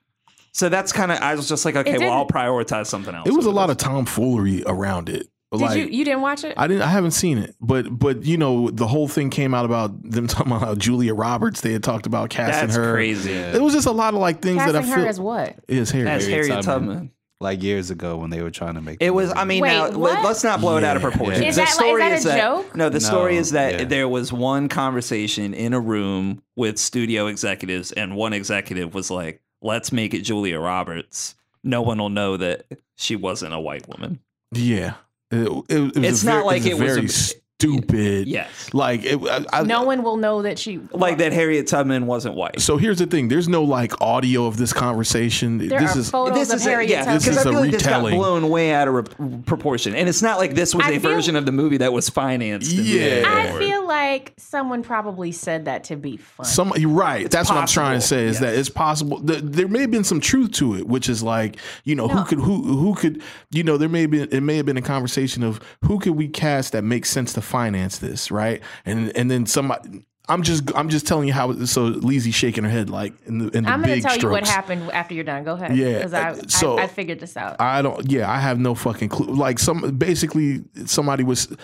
D: So that's kind of I was just like, okay, well,
E: didn't-
D: I'll prioritize something else.
B: it was a lot of tomfoolery around it.
E: did
B: like,
E: you you didn't watch it?
B: I didn't. I haven't seen it, but but you know the whole thing came out about them talking about how Julia Roberts. They had talked about casting
D: That's
B: her.
D: crazy.
C: Yeah.
B: It was just a lot of like things
E: Casting
B: that I feel
E: her as what?
B: is Harriet.
D: That's
C: Harriet
D: Harriet Tubman.
C: Tubman. Like years ago when they were trying to make
D: It
C: the
D: was.
C: movie.
D: I mean,
E: Wait,
D: now
E: what?
D: let, us not blow it out of
C: Yeah.
D: proportion.
C: Is
D: the
E: that like-
D: story
E: is that a
D: that
E: joke?
D: no. The
C: No,
D: story is that
C: yeah.
D: there was one conversation in a room with studio executives, and one executive was like, "Let's make it Julia Roberts. No one will know that she wasn't a white woman."
B: Yeah, it, it, it was
D: It's
B: a
D: not
B: very,
D: like
B: it
D: it
B: was
D: was
B: a very
D: a-
B: stupid.
D: Yes,
B: like it, I, I,
E: No one will know that she
D: like that. Harriet Tubman wasn't white.
B: So here's the thing: there's no like audio of this conversation.
E: There
B: this
E: are
B: is
E: photos
D: this
E: of
D: is
E: Harriet
D: a, yeah,
E: Tubman.
B: This
D: because
B: is
D: I
B: a
D: feel like this got
B: retelling.
D: blown way out of re- proportion, and it's not like this was
E: I
D: a
E: feel-
D: version of the movie that was financed. and
B: Yeah.
D: moved
B: I
E: I
D: forward.
E: feel like someone probably said that to be funny.
B: some. You're right. That's what I'm trying to
D: possible.
B: say is that it's possible. Th- there may have been some truth to it, which is like you know who could who who could you know there may have been it may have been a conversation of who could we cast that makes sense to finance this, right? And and then somebody. I'm just I'm just telling you how. So Lizzie shaking her head like in the in the
E: I'm going
B: big
E: to tell you what
B: strokes.
E: happened after you're done. Go ahead.
B: Yeah,
E: because I,
B: uh, so-
E: I, I figured this out.
B: I don't. Yeah, I have no fucking clue. Like some, basically, somebody was.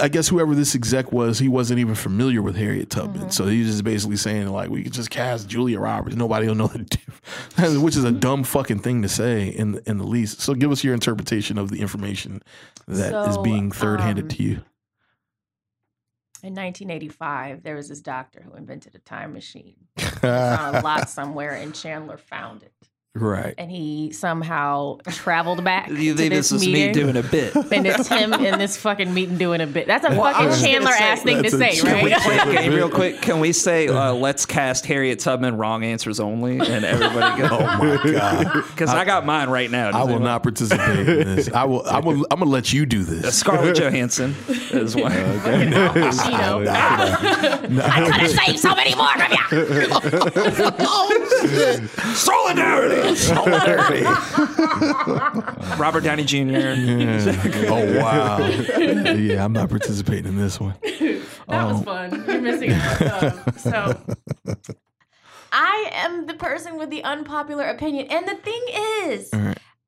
B: I guess whoever this exec was, he wasn't even familiar with Harriet Tubman,
E: Mm-hmm.
B: so he's just basically saying like, we could just cast Julia Roberts. Nobody will know the difference, which is a dumb fucking thing to say in in the least. So give us your interpretation of the information that is
E: So,
B: being third handed
E: um,
B: to you.
E: In 1985, there was this doctor who invented a time machine. found a lot somewhere, and Chandler found it.
B: right.
E: And he somehow traveled back.
D: You
E: to
D: think
E: this,
D: this is me
E: meeting.
D: doing a bit?
E: And it's him in this fucking meeting doing a bit. That's a
D: I
E: fucking
D: was gonna
E: Chandler
D: say,
E: ass thing to
B: that's a
E: say,
B: Chandler-
E: right?
D: Okay, real quick, can we say uh, let's cast Harriet Tubman wrong answers only, and everybody go?
B: Oh my god.
D: Because I got mine right now.
B: I
D: Does
B: will
D: anyone-
B: not participate in this. I will. I will. I'm gonna let you do this.
D: Scarlett Johansson is one.
E: Pacino. I'm gonna save so many more of you.
D: Solidarity. Solidarity. Robert Downey Jr.
B: oh wow. yeah, I'm not participating in this one.
E: That was fun. You're missing out. Um, so I am the person with the unpopular opinion. And the thing is,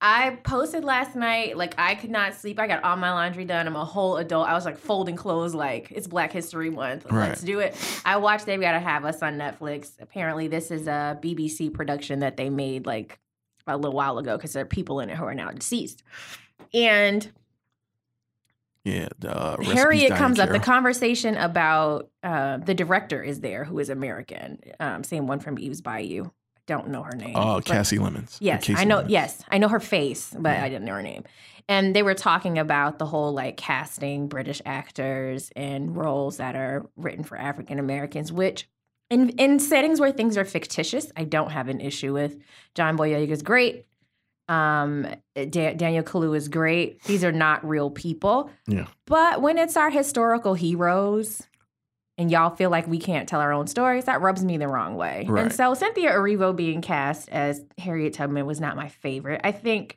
E: I posted last night, like I could not sleep. I got all my laundry done. I'm a whole adult. I was like folding clothes like it's Black History Month. Let's
B: Right.
E: do it. I watched They've Gotta Have Us on Netflix. Apparently this is a BBC production that they made like a little while ago because there are people in it who are now deceased. And
B: Yeah. Uh, rest in peace,
E: Harriet
B: Diane
E: comes up. The
B: Carroll.
E: conversation about uh, the director is there, who is American, um, same one from Eve's Bayou. I don't know her name.
B: Oh,
E: but-
B: Cassie Lemons. Or
E: Yes,
B: Casey
E: I know.
B: Lemons.
E: Yes, I know her face, but I didn't know her name. And they were talking about the whole like casting British actors in roles that are written for African Americans, which in in settings where things are fictitious, I don't have an issue with. John Boyega is great. Um, da- Daniel Kalu is great. These are not real people.
B: Yeah.
E: But when it's our historical heroes, and y'all feel like we can't tell our own stories, that rubs me the wrong way.
B: Right.
E: And so Cynthia Erivo being cast as Harriet Tubman was not my favorite. I think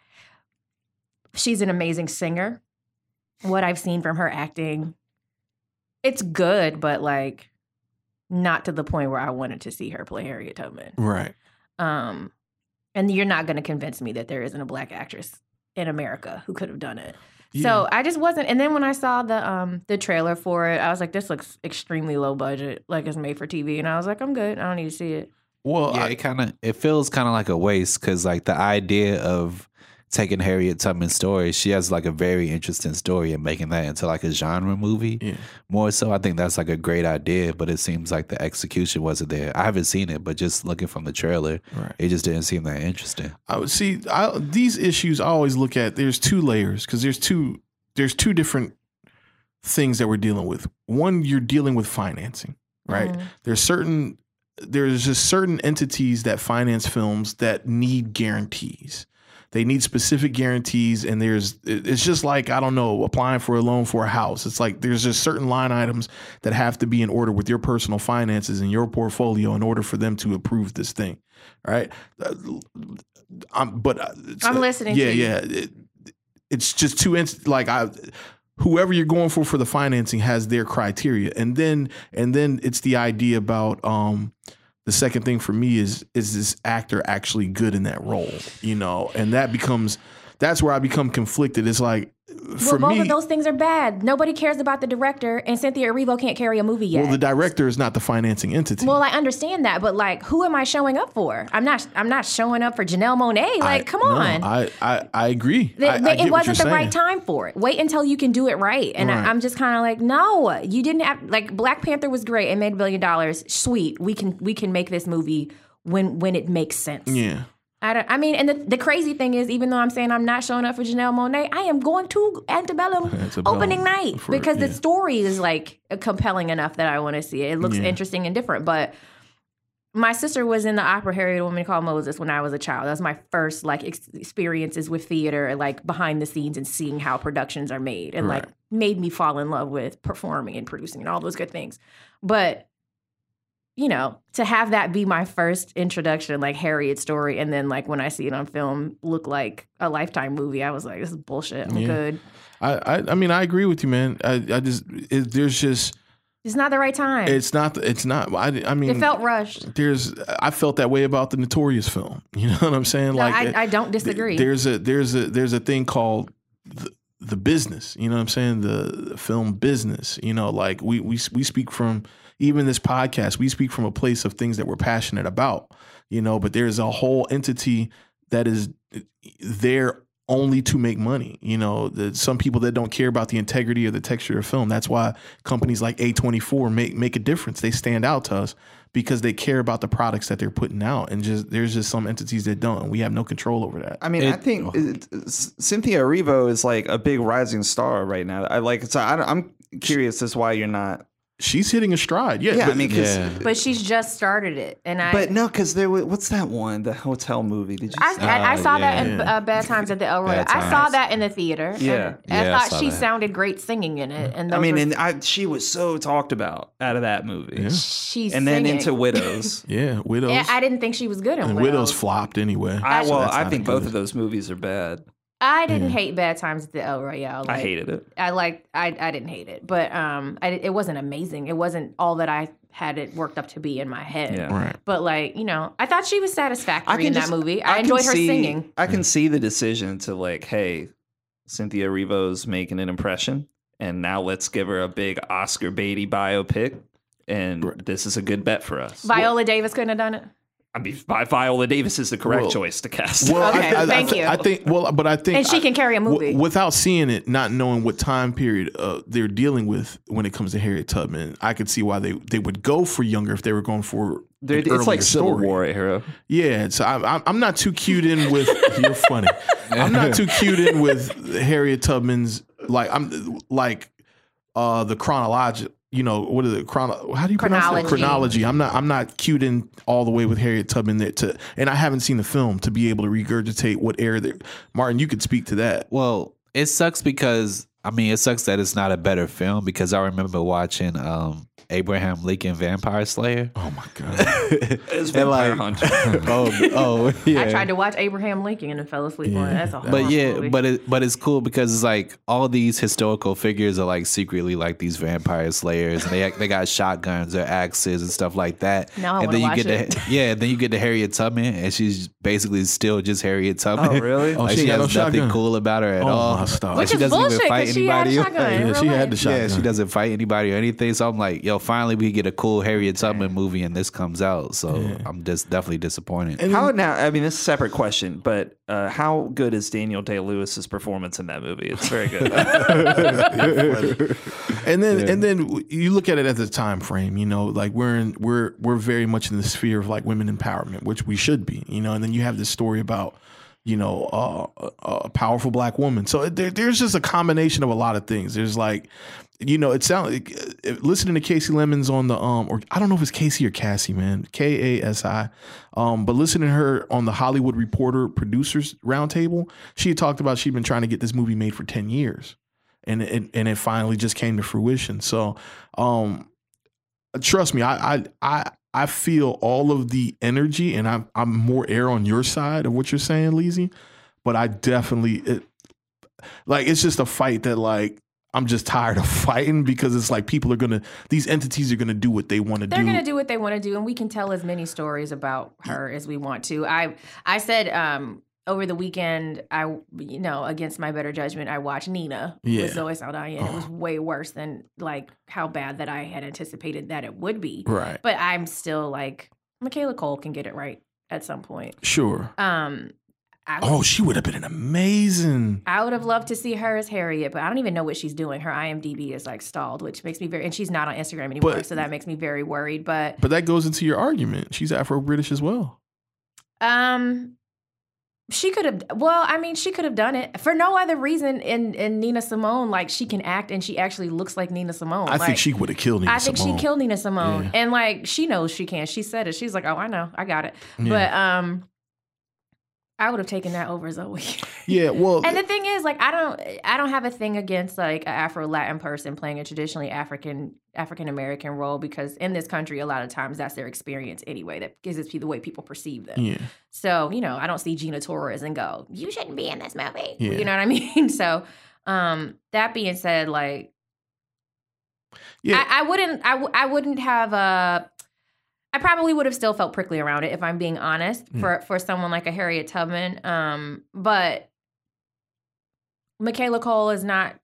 E: she's an amazing singer. What I've seen from her acting, it's good, but like not to the point where I wanted to see her play Harriet Tubman.
B: Right.
E: Um, and you're not going to convince me that there isn't a black actress in America who could have done it. So I just wasn't. And then when I saw the um the trailer for it, I was like, this looks extremely low budget, like it's made for TV. And I was like, I'm good. I don't need to see it.
B: Well,
C: yeah,
B: I-
C: it kind of it feels kind of like a waste because like the idea of taking Harriet Tubman's story, she has like a very interesting story and making that into like a genre movie.
B: Yeah.
C: More so, I think that's like a great idea, but it seems like the execution wasn't there. I haven't seen it, but just looking from the trailer,
B: Right.
C: it just didn't seem that interesting.
B: I would see I, these issues. I always look at there's two layers because there's two there's two different things that we're dealing with. One, you're dealing with financing, right?
E: Mm-hmm.
B: There's certain there's just certain entities that finance films that need guarantees. They need specific guarantees, and there's it- it's just like I don't know applying for a loan for a house. It's like there's just certain line items that have to be in order with your personal finances and your portfolio in order for them to approve this thing, right? Uh, I'm, but uh, it's,
E: I'm
B: uh,
E: listening
B: Yeah,
E: to you.
B: yeah. It, it's just too inst- like I, whoever you're going for for the financing has their criteria, and then and then it's the idea about um. The second thing for me is is this actor actually good in that role, you know, and that becomes that's where I become conflicted. It's like for
E: Well, both
B: me,
E: of those things are bad. Nobody cares about the director, and Cynthia Erivo can't carry a movie yet.
B: well, the director is not the financing entity.
E: Well, I understand that, but like, who am I showing up for? I'm not. I'm not showing up for Janelle Monet. Like,
B: I-
E: come
B: no,
E: on.
B: I I, I agree.
E: Th-
B: I- I
E: th-
B: get what
E: it wasn't the
B: you're saying.
E: right time for it. Wait until you can do it right. And
B: Right.
E: I, I'm just kind of like, no, you didn't have like Black Panther was great. It made a billion dollars. Sweet, we can we can make this movie when when it makes sense.
B: Yeah,
E: I don't. I mean, and the, the crazy thing is, even though I'm saying I'm not showing up for Janelle Monet, I am going to Antebellum,
B: Antebellum
E: opening night
B: for-
E: because
B: yeah.
E: the story is like compelling enough that I want to see it. It looks
B: Yeah.
E: interesting and different, but. My sister was in the opera Harriet a Woman Called Moses when I was a child. That was my first like ex- experiences with theater, like behind the scenes and seeing how productions are made, and like
B: Right.
E: made me fall in love with performing and producing and all those good things. But you know, to have that be my first introduction, like Harriet's story, and then like when I see it on film, look like a lifetime movie, I was like, this is bullshit. I'm
B: Yeah.
E: good.
B: I, I I mean I agree with you, man. I I just it, there's just
E: It's not the right time.
B: it's not it's not. I I mean
E: it felt rushed.
B: there's I felt that way about the Notorious film. You know what I'm saying?
E: No,
B: it-
E: I, I don't
B: th-
E: disagree.
B: There's a there's a there's a thing called the, the business. You know what I'm saying? The, the film business. You know, like we we we speak from even this podcast. We speak from a place of things that we're passionate about. You know, but there's a whole entity that is eh, there only to make money. You know, the, some people that don't care about the integrity or the texture of film. That's why companies like A24 make make a difference. They stand out to us because they care about the products that they're putting out. And just there's just some entities that don't. And we have no control over that.
D: I mean, I think it, S- Cynthia Erivo is like a big rising star right now. I like so I, am curious as why you're not.
B: She's hitting a stride. Yeah,
D: Yeah, I
B: but-
D: mean, 'cause-
C: Yeah.
E: But she's just started it, and I.
D: but no, because there was what's that one? The hotel movie? Did you?
E: I,
D: see?
E: I, I
C: Oh,
E: saw that
C: yeah.
E: in uh, Bad Times at the El Royale.
C: Bad
E: I saw
C: Times.
E: that in the theater. and
D: Yeah.
E: I
C: Yeah, I
E: thought
C: saw
E: she
C: that.
E: sounded great singing in it. And
D: I mean,
E: those
D: and
E: were-
D: I, she was so talked about out of that movie,
B: Yeah.
E: she's
D: and then
E: singing.
D: into Widows.
B: yeah, widows.
E: And I didn't think she was good in
B: and
E: Widows.
B: widows flopped anyway.
D: I
B: so
D: well,
B: that's
D: I
B: not
D: think
B: good.
D: both of those movies are bad.
E: I didn't hate Bad Times at the El Royale.
D: I
E: Like,
D: hated it.
E: I like I I didn't hate it, but um, I, it wasn't amazing. It wasn't all that I had it worked up to be in my head.
D: Yeah.
B: Right.
E: But like you know, I thought she was satisfactory in
D: just-
E: that movie. I,
D: can
E: enjoyed her
D: see-
E: singing.
D: I can see the decision to like, hey, Cynthia Erivo's making an impression, and now let's give her a big Oscar Beatty biopic, and this is a good bet for us.
E: Viola Davis couldn't have done it.
D: I mean, Vi- Viola Davis is the correct
B: Well-
D: choice to cast.
B: Well, I-
E: Okay,
B: I, I,
E: thank
B: th-
E: you.
B: I think. Well, but I think
E: And she
B: I-
E: can carry a
B: w-
E: movie.
B: without seeing it, not knowing what time period uh, they're dealing with when it comes to Harriet Tubman. I could see why they they would go for younger if they were going for an
D: There- it's
B: earlier
D: like Civil
B: story.
D: War era.
B: Yeah, so I'm I'm- I'm not too cued in with you're funny. I'm not too cued in with Harriet Tubman's like I'm like uh the chronology. You know what is it? Chrono? How do you pronounce
E: Chronology.
B: it? Chronology. I'm not I'm not cued in all the way with Harriet Tubman that to, and I haven't seen the film to be able to regurgitate what era. That, Martin, you could speak to that.
C: Well, it sucks because I mean it sucks that it's not a better film because I remember watching um Abraham Lincoln Vampire Slayer.
B: Oh my god!
D: It's
C: And,
D: Vampire
C: like-
D: Hunter.
C: oh, oh yeah.
E: I tried to watch Abraham Lincoln and fell asleep on it. That's a
C: but
E: horrible
C: yeah,
E: movie.
C: but it, but it's cool because it's like all these historical figures are like secretly like these vampire slayers, and they they got shotguns or axes and stuff like that.
E: Now I
C: and
E: wanna
C: then you
E: watch
C: get
E: it.
C: to yeah, and then you get to Harriet Tubman, and she's basically still just Harriet Tubman.
D: Oh, really?
B: Oh,
C: like
B: she
C: she,
B: ain't got
C: has
B: no
C: nothing
B: shotgun.
C: cool about her at
B: Oh,
C: all.
B: my stuff.
C: Like,
E: Which
C: she
E: is
C: doesn't
E: bullshit
C: even fight
E: 'cause she had a
C: anybody.
E: shotgun in
B: yeah,
E: real
B: she had the
E: life.
B: shotgun.
C: Yeah, she doesn't fight anybody or anything. So I'm like, yo, finally we get a cool Harriet Tubman movie, and this comes out. So I'm just definitely disappointed.
D: How
B: Mm-hmm.
D: now? I mean, this is a separate question, but uh, how good is Daniel Day Lewis's performance in that movie? It's very good.
B: and then and then w- you look at it at the time frame you know like we're in we're we're very much in the sphere of like women empowerment which we should be you know and then you have this story about you know uh, a, a powerful black woman so there, there's just a combination of a lot of things there's like you know it sounds like, uh, listening to casey lemons on the um or i don't know if it's casey or cassie man k-a-s-i um but listening to her on the hollywood reporter producers roundtable she had talked about she'd been trying to get this movie made for 10 years and it, and it finally just came to fruition. So, um, trust me, I I I, I feel all of the energy, and I'm I'm more air on your side of what you're saying, Leezy. But I definitely it, like it's just a fight that like I'm just tired of fighting because it's like people are gonna these entities are gonna do what they want to
E: They're
B: do.
E: gonna do what they want to do, and we can tell as many stories about her as we want to. I I said um, over the weekend, I you know against my better judgment, I watched Nina
B: Yeah.
E: with Zoe Saldana, and it
C: Oh.
E: was way worse than like how bad that I had anticipated that it would be.
B: right?
E: But I'm still like Michaela Cole can get it right at some point.
B: Sure.
E: Um, I
B: Oh, she would have been an amazing.
E: I would have loved to see her as Harriet, but I don't even know what she's doing. Her IMDb is like stalled, which makes me very, and she's not on Instagram anymore,
B: But-
E: so that makes me very worried. But
B: But that goes into your argument. She's Afro British as well.
E: um, she could have. Well, I mean, she could have done it for no other reason. In in Nina Simone, like she can act, and she actually looks like Nina Simone.
B: I
E: Like,
B: think she would have killed. Nina
E: Oh, I think
B: Simone.
E: she killed Nina Simone,
B: Yeah.
E: and like she knows she can. She said it. She's like, "Oh, I know, I got it."
B: Yeah.
E: But um, I would have taken that over Zoe.
B: Yeah. Well,
E: And the thing is, like, I don't, I don't have a thing against like an Afro Latin person playing a traditionally African African American role because in this country, a lot of times that's their experience anyway. That gives us the way people perceive them.
B: yeah.
E: So you know, I don't see Gina Torres and go, "You shouldn't be in this movie."
B: Yeah.
E: You know what I mean? So, um, that being said, like,
B: Yeah.
E: I, I wouldn't, I, w- I wouldn't have a. I probably would have still felt prickly around it if I'm being honest
B: Mm.
E: for for someone like a Harriet Tubman. Um, but Michaela Cole is not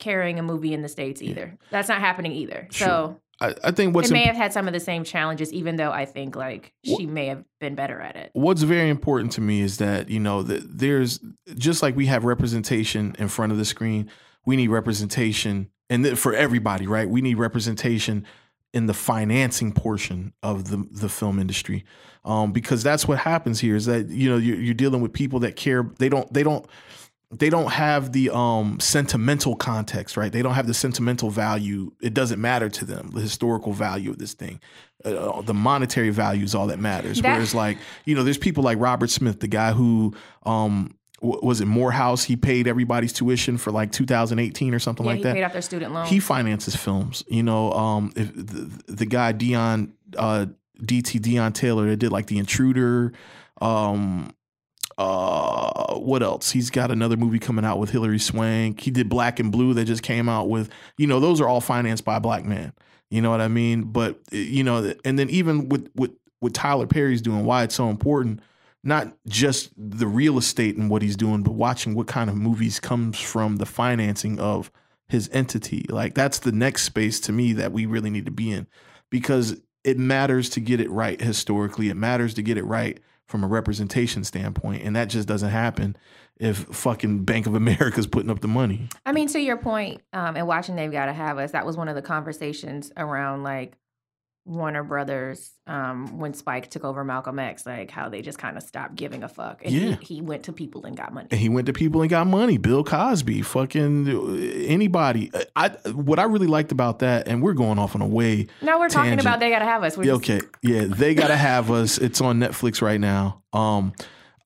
E: carrying a movie in the states either. That's not happening either.
B: Sure.
E: So
B: I, I think what's
E: it may
B: imp-
E: have had some of the same challenges, even though I think like she may have been better at it.
B: what's very important to me is that you know that there's just like we have representation in front of the screen we need representation and th- for everybody right we need representation in the financing portion of the the film industry um, because that's what happens here is that you know you're, you're dealing with people that care they don't they don't they don't have the um, sentimental context, right? They don't have the sentimental value. It doesn't matter to them the historical value of this thing. Uh, the monetary value is all that matters.
E: That-
B: Whereas, like you know, there's people like Robert Smith, the guy who um, w- was it Morehouse. He paid everybody's tuition for like 2018 or something
E: yeah,
B: like
E: he
B: that
E: paid off their student loan.
B: he finances films. You know, um, if the, the guy Dion uh, DT Dion Taylor that did like The Intruder. Um, uh, what else? He's got another movie coming out with Hilary Swank. He did Black and Blue that just came out with. You know, those are all financed by black men. You know what I mean? But eh, you know, and then even with with what Tyler Perry's doing, why it's so important. Not just the real estate and what he's doing, but watching what kind of movies comes from the financing of his entity. Like that's the next space to me that we really need to be in because it matters to get it right historically. It matters to get it right from a representation standpoint. And that just doesn't happen if fucking Bank of America's putting up the money.
E: I mean, to your point, um, in watching They've Got to Have Us, that was one of the conversations around like Warner Brothers um, when Spike took over Malcolm X, like how they just kind of stopped giving a fuck. And
B: Yeah.
E: he, he went to people and got money.
B: And he went to people and got money. Bill Cosby, fucking anybody. I what I really liked about that, and we're going off on a way.
E: Now we're talking
B: Tangent.
E: about They Got to Have Us. We're
B: Yeah,
E: just-
B: okay. Yeah, they gotta have us. It's on Netflix right now. Um,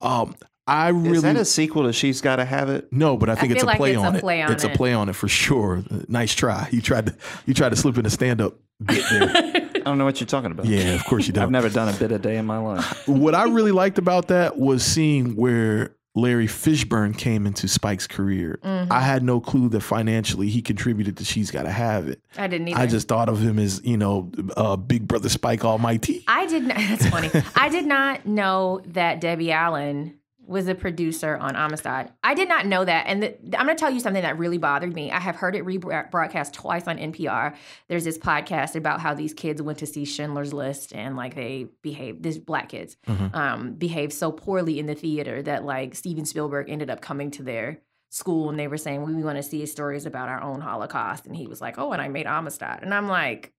B: um, I really
D: Is that a sequel to She's Gotta Have It?
B: No, but I think
E: feel
B: it's a
E: like
B: play
E: it's a
B: on it.
E: play on
B: it's a
E: it.
B: play on it for sure. Nice try. You tried to you tried to slip in a stand up bit there.
D: I don't know what you're talking about.
B: yeah, of course you
D: I've
B: don't.
D: never done a bit a day in my life.
B: what I really liked about that was seeing where Larry Fishburne came into Spike's career.
E: Mm-hmm.
B: I had no clue that financially he contributed to She's Gotta Have It.
E: I didn't either.
B: I just thought of him as, you know, uh, Big Brother Spike Almighty.
E: I did not. That's funny. I did not know that Debbie Allen was a producer on Amistad. I did not know that. And th- I'm going to tell you something that really bothered me. I have heard it rebroadcast twice on NPR. There's this podcast about how these kids went to see Schindler's List and like they behaved, these black kids um, behaved so poorly in the theater that like Steven Spielberg ended up coming to their school and they were saying, we, want to see stories about our own Holocaust. And he was like, oh, and I made Amistad. And I'm like,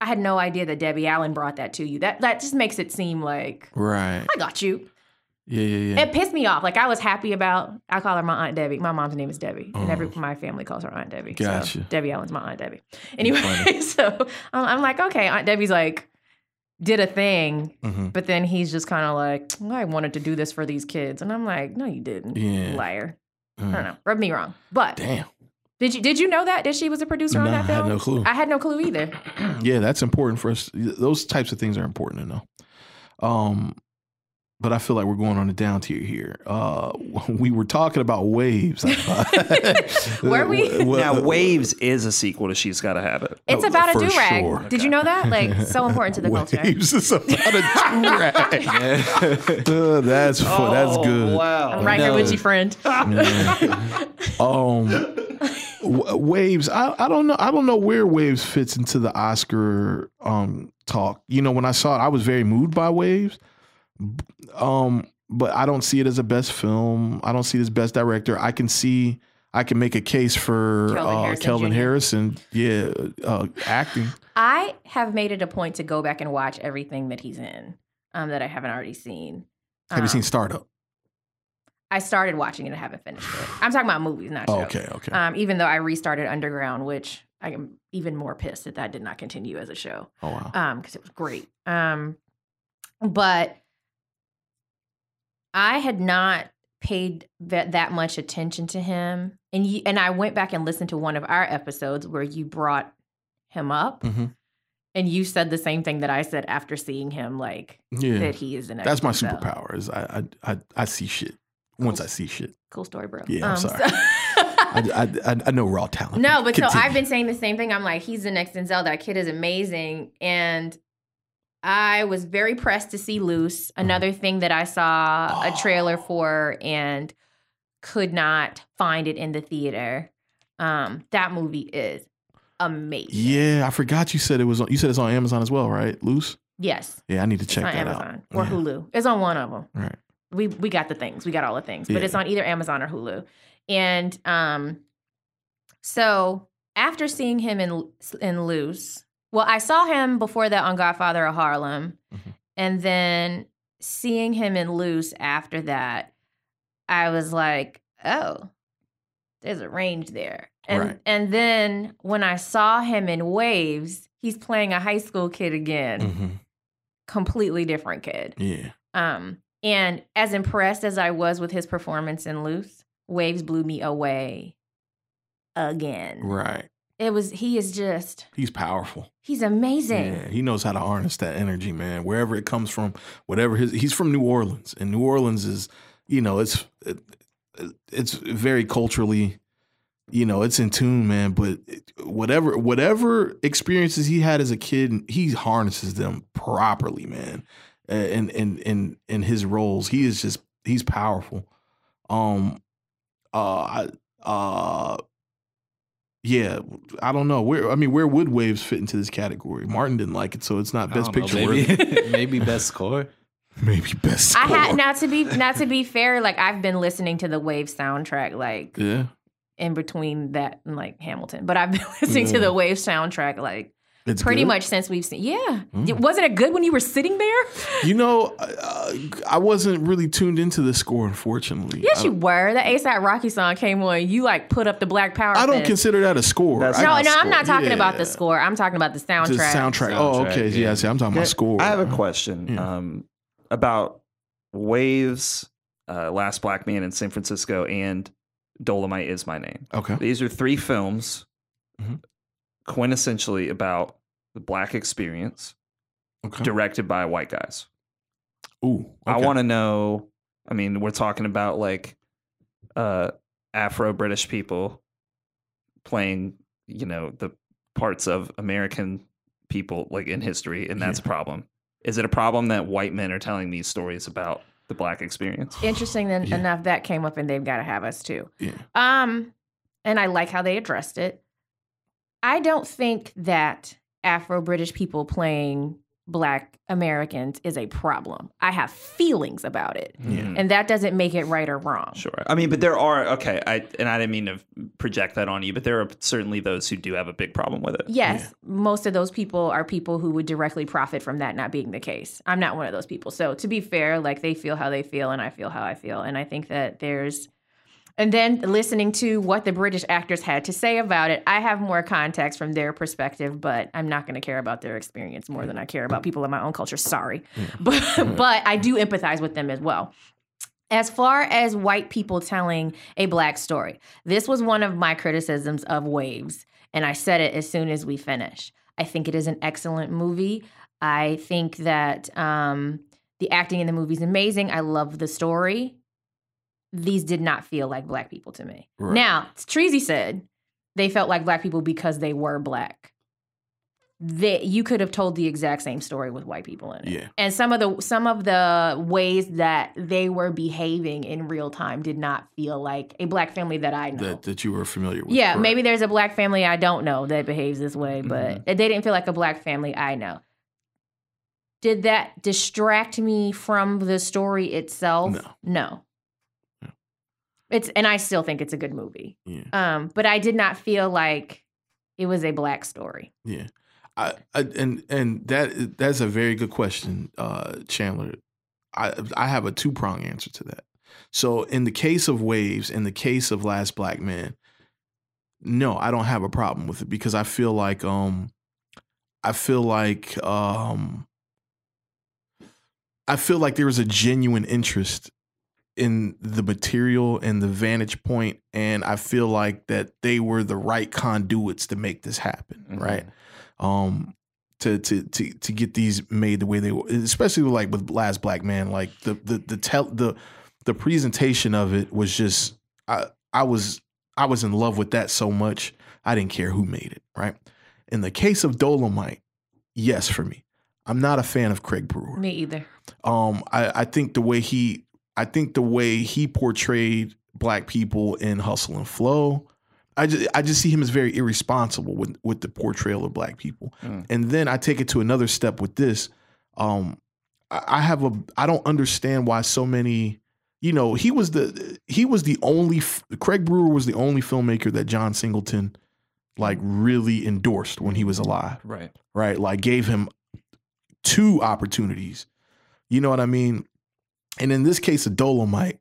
E: I had no idea that Debbie Allen brought that to you. That that just makes it seem like
B: Right.
E: I got you.
B: Yeah, yeah, yeah.
E: It pissed me off. Like I was happy about. I call her my aunt Debbie. My mom's name is Debbie, and every my family calls her Aunt Debbie. So
B: Oh. Gotcha.
E: Debbie Allen's my aunt Debbie. Anyway, so um, I'm like, okay, Aunt Debbie's like did a thing,
B: Mhm.
E: but then he's just kind of like, "Well, I wanted to do this for these kids, and I'm like, no, you didn't,
B: Yeah.
E: liar. I
B: Mm.
E: don't know, rub me wrong. But
B: Damn.
E: did you did you know that that she was a producer on
B: Nah, I
E: that Ah. film?
B: had no clue.
E: I had no clue either.
B: yeah, that's important for us. Those types of things are important to know. Um, but I feel like we're going on a down tier here. Uh, we were talking about waves. I thought.
E: Were we?
D: now, Waves is a sequel to She's Gotta Have It.
E: It's
B: Oh,
E: about a
B: for
E: do rag.
B: sure.
E: Did you know that? Like so important to the culture.
B: Waves is about a do-rag. Uh, that's fu- that's good.
E: I'm right here with you, friend.
B: Um, w- waves. I, I don't know. I don't know where waves fits into the Oscar um talk. You know, when I saw it, I was very moved by waves. B- Um, but I don't see it as a best film. I don't see it as best director. I can see. I can make a case for
E: Kelvin
B: uh,
E: Harrison
B: Kelvin
E: Jr..
B: Harrison. Yeah, uh, acting.
E: I have made it a point to go back and watch everything that he's in um, that I haven't already seen.
B: Have
E: Um,
B: you seen Startup?
E: I started watching it and haven't finished it. I'm talking about movies, not
B: Oh,
E: shows.
B: okay, okay.
E: Um, even though I restarted Underground, which I am even more pissed that that did not continue as a show.
B: oh wow.
E: um because it was great um but i had not paid that, that much attention to him and you and i went back and listened to one of our episodes where you brought him up
B: Mhm.
E: and you said the same thing that i said after seeing him like
B: Yeah,
E: that he is an
B: that's my
E: expert, so.
B: superpower. Is I I I, I see shit. Once I see shit,
E: cool story bro Um,
B: Yeah, I'm sorry.
E: so-
B: I, I, I- I know raw talent.
E: No, but so
B: Continue.
E: I've been saying the same thing. I'm like, he's the next Denzel. That kid is amazing. And I was very pressed to see Loose,
B: Mm-hmm.
E: another thing that I saw a trailer for and could not find it in the theater. Um, that movie is amazing.
B: Yeah, I forgot you said it was. On, you said it's on Amazon as well, right? Loose.
E: Yes,
B: Yeah, I need to check
E: it's on
B: that
E: Amazon
B: out.
E: or
B: yeah.
E: Hulu. It's on one of them.
B: Right.
E: We we got the things. We got all the things, but
B: Yeah.
E: it's on either Amazon or Hulu. And um, so after seeing him in in Loose, well, I saw him before that on Godfather of Harlem,
B: Mhm.
E: and then seeing him in Loose after that, I was like, oh, there's a range there. And
B: Right.
E: and then when I saw him in Waves, he's playing a high school kid again,
B: hmm
E: completely different kid.
B: Mm-hmm. Yeah.
E: Um, and as impressed as I was with his performance in Loose, Waves blew me away again.
B: Right.
E: It was he is just
B: He's powerful.
E: he's amazing.
B: Yeah, he knows how to harness that energy, man. Wherever it comes from, whatever his he's from New Orleans, and New Orleans is, you know, it's it, it's very culturally, you know, it's in tune, man. But it- whatever whatever experiences he had as a kid, he harnesses them properly, man. Uh, In in in in his roles, he is just he's powerful. Um, uh, I- uh, yeah, I don't know where. I mean, where would Waves fit into this category? Martin didn't like it, so it's not
C: I
B: best
C: don't
B: picture
C: know,
B: worthy.
C: maybe, maybe best score.
B: Maybe best.
E: I had
B: score.
E: now to be now to be fair, like I've been listening to the Waves soundtrack like
B: Yeah,
E: in between that and like Hamilton, but I've been listening to
B: Yeah.
E: the Waves soundtrack like
B: it's
E: pretty
B: good.
E: much since we've seen. Yeah,
B: Mm.
E: It- wasn't it good when you were sitting there?
B: You know, uh, I wasn't really tuned into the score, unfortunately.
E: Yes,
B: I,
E: you were. The ASAP Rocky song came on. You like put up the Black Power.
B: I don't
E: fist.
B: consider that a score.
D: That's
B: I,
E: No,
D: not
E: no, I'm not
B: score.
E: talking about
B: Yeah.
E: the score. I'm talking about the
B: the
E: soundtrack.
B: soundtrack. Oh,
C: Soundtrack,
B: okay. Yeah,
C: yeah.
B: I see. I'm talking about score.
D: I have a question
B: Yeah.
D: um, about Waves, uh, Last Black Man in San Francisco, and Dolomite is My Name.
B: Okay.
D: These are three films
B: Mhm.
D: quintessentially about the black experience,
B: Okay.
D: directed by white guys.
B: Ooh.
D: I want to know. I mean, we're talking about like uh, Afro British people playing, you know, the parts of American people like in history, and that's a problem. Is it a problem that white men are telling these stories about the black experience?
E: Interesting then,
B: Yeah.
E: enough that came up, and they've got to have us too.
B: Yeah.
E: Um, and I like how they addressed it. I don't think that Afro British people playing Black Americans is a problem. I have feelings about it,
B: Yeah.
D: Mhm.
E: and that doesn't make it right or wrong.
D: Sure. I mean, but there are okay. I and I didn't mean to project that on you, but there are certainly those who do have a big problem with it.
E: Yes, most of those people are people who would directly profit from that not being the case. I'm not one of those people. So to be fair, like they feel how they feel and I feel how I feel. And I think that there's and then listening to what the British actors had to say about it, I have more context from their perspective, but I'm not going to care about their experience more than I care about people in my own culture. Sorry. But but I do empathize with them as well. As far as white people telling a black story, this was one of my criticisms of Waves, and I said it as soon as we finished. I think it is an excellent movie. I think that um, the acting in the movie is amazing. I love the story. These did not feel like black people to me.
B: Right.
E: Now, Treasy said they felt like black people because they were black. That you could have told the exact same story with white people in it
B: Yeah.
E: and some of the some of the ways that they were behaving in real time did not feel like a black family that I know.
B: That that you were familiar with.
E: yeah,
B: Correct. Mm-hmm.
E: maybe there's a black family I don't know that behaves this way, but they didn't feel like a black family I know. Did that distract me from the story itself?
B: No.
E: No.
B: No.
E: It's and I still think it's a good movie.
B: Yeah.
E: Um, but I did not feel like it was a black story.
B: Yeah. I, I and and that that's a very good question, uh, Chandler. I I have a two prong answer to that. So in the case of Waves, in the case of Last Black Man, no, I don't have a problem with it because I feel like um, I feel like um, I feel like there was a genuine interest in the material and the vantage point, and I feel like that they were the right conduits to make this happen,
D: Mhm.
B: right? um to to to to get these made the way they were especially with, like with last black man like the the the tell the the presentation of it was just i i was i was in love with that so much i didn't care who made it right in the case of dolomite yes for me i'm not a fan of craig brewer
E: Me either.
B: um i i think the way he i think the way he portrayed black people in hustle and flow I just, I just see him as very irresponsible with, with the portrayal of black people.
D: Mm.
B: And then I take it to another step with this. Um, I I have a I don't understand why so many. You know, he was the he was the only f- Craig Brewer was the only filmmaker that John Singleton like really endorsed when he was alive
D: Right.
B: right? Like gave him two opportunities. You know what I mean? And in this case of Dolomite,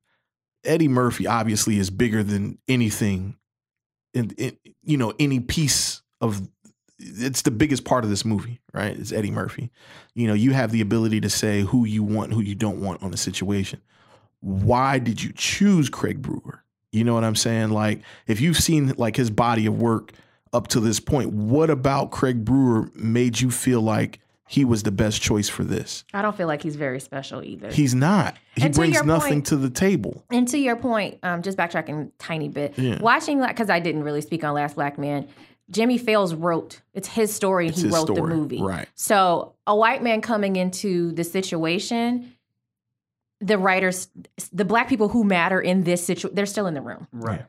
B: Eddie Murphy obviously is bigger than anything in, in you know any piece of it's the biggest part of this movie, right? It's Eddie Murphy. You know, you have the ability to say who you want, who you don't want on a situation. Why did you choose Craig Brewer? You know what I'm saying? Like if you've seen like his body of work up to this point, what about Craig Brewer made you feel like he was the best choice for this?
E: I don't feel like he's very special either.
B: He's not. He
E: And to
B: brings
E: your
B: nothing
E: point-
B: to the table.
E: and to your point, um, just backtracking a tiny bit,
B: Yeah.
E: watching like because I didn't really speak on Last Black Man. Jimmy Fails wrote it's his story. and
B: It's
E: he
B: his
E: wrote the
B: story,
E: movie,
B: right.
E: So a white man coming into the situation, the writers, the black people who matter in this situation, they're still in the room,
D: Right.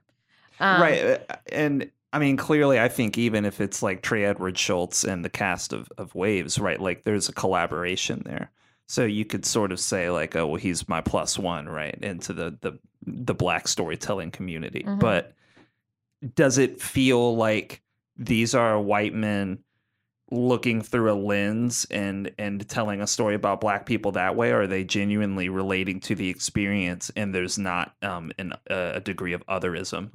E: um,
D: right. uh, And I mean, clearly, I think even if it's like Trey Edward Schultz and the cast of, of Waves, right? Like there's a collaboration there. So you could sort of say like, oh, well, he's my plus one, right, into the the the black storytelling community.
E: Mhm.
D: But does it feel like these are white men looking through a lens and and telling a story about black people that way or are they genuinely relating to the experience and there's not um an, a degree of otherism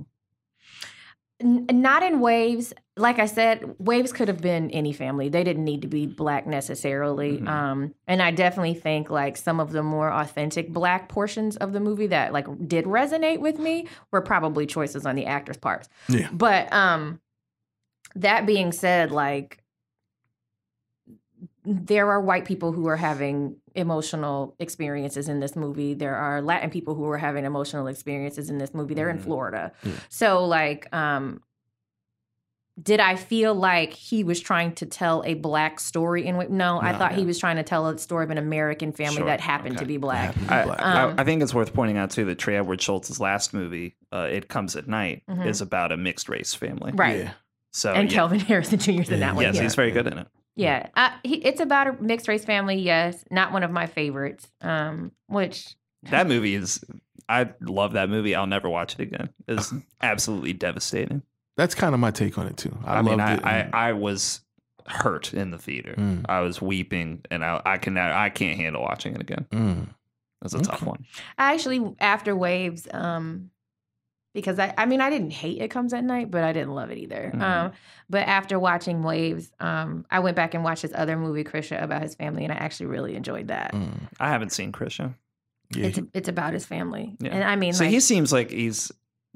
E: N- not in waves. Like I said, waves could have been any family. They didn't need to be black necessarily.
D: Mhm.
E: Um, and I definitely think like some of the more authentic black portions of the movie that like did resonate with me were probably choices on the actors' parts.
B: Yeah.
E: But um, that being said, like there are white people who are having emotional experiences in this movie. There are Latin people who are having emotional experiences in this movie. They're in
D: Mhm.
E: Florida.
B: Yeah.
E: So like um did I feel like he was trying to tell a black story in Wa- no, I
B: No,
E: thought he
B: yeah.
E: was trying to tell a story of an American family
D: Sure,
E: that happened to
D: okay.
E: be black.
B: Happy to be
D: I,
B: black.
E: Um,
D: I, I think it's worth pointing out too that Trey Edward Schultz's last movie, uh, "It Comes at Night,"
E: Mhm.
D: is about a mixed race family.
E: Right.
B: Yeah.
D: So
E: And
D: yeah,
E: Kelvin Harrison Jr. is in
B: Yeah.
E: that one.
D: yes,
E: yeah.
D: he's very good in it.
E: Yeah, uh, he, it's about a mixed race family. Yes, not one of my favorites. Um, which
D: That movie is. I love that movie. I'll never watch it again. It's absolutely devastating.
B: That's kind of my take on it too. I,
D: I, mean,
B: loved
D: I,
B: it.
D: I I was hurt in the theater.
B: Mm.
D: I was weeping, and I I can I can't handle watching it again.
B: Mm.
D: That's a tough
B: Okay.
D: one.
E: I actually after waves, um, because I I mean I didn't hate it comes at night, but I didn't love it either.
D: Mhm.
E: Um, but after watching waves, um, I went back and watched his other movie, Krisha, about his family, and I actually really enjoyed that.
B: Mm.
D: I haven't seen Krisha,
B: Yeah.
E: It's it's about his family,
D: Yeah.
E: and I mean,
D: so
E: like,
D: he seems like he's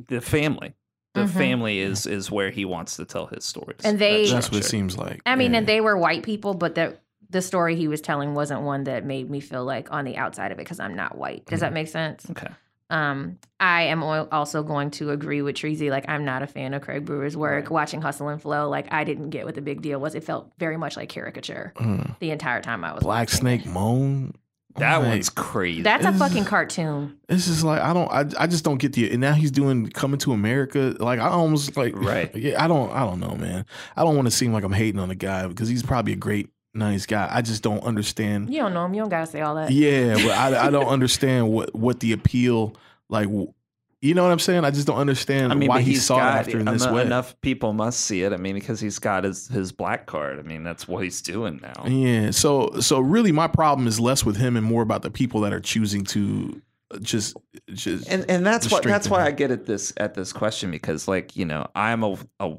D: the family. The
E: Mhm.
D: family is is where he wants to tell his stories.
E: And they-
D: That's
B: That's what it
D: structured.
B: seems like.
E: I mean,
B: Yeah.
E: and they were white people, but that the story he was telling wasn't one that made me feel like on the outside of it because I'm not white.
B: Mm.
E: Does that make sense?
D: Okay.
E: Um, I am al- also going to agree with Treasy. Like, I'm not a fan of Craig Brewer's work.
D: Right.
E: Watching Hustle and Flow, like, I didn't get what the big deal was. It felt very much like caricature
B: Mm.
E: the entire time I was
B: Black
E: watching
B: Snake
E: it.
B: Moan.
D: That
B: Like,
D: one's crazy.
E: That's a
B: Is-
E: fucking cartoon.
B: It's just like I don't. I, I just don't get the. And now he's doing coming to America. Like I almost like
D: Right.
B: Yeah, I don't. I don't know, man. I don't want to seem like I'm hating on the guy because he's probably a great, nice guy. I just don't understand.
E: You don't know him. You don't gotta say all that.
B: Yeah, but I, I don't understand what what the appeal like. w- You know what I'm saying? I just don't understand why
D: but
B: he
D: he's
B: saw it
D: got-
B: after in this
D: eno-
B: way.
D: Enough people must see it. I mean, because he's got his, his black card. I mean, that's what he's doing now.
B: Yeah. So so really, my problem is less with him and more about the people that are choosing to uh, just just
D: And and that's
B: The
D: why
B: strength
D: that's
B: of
D: why
B: him.
D: I get at this at this question because like you know I'm a, a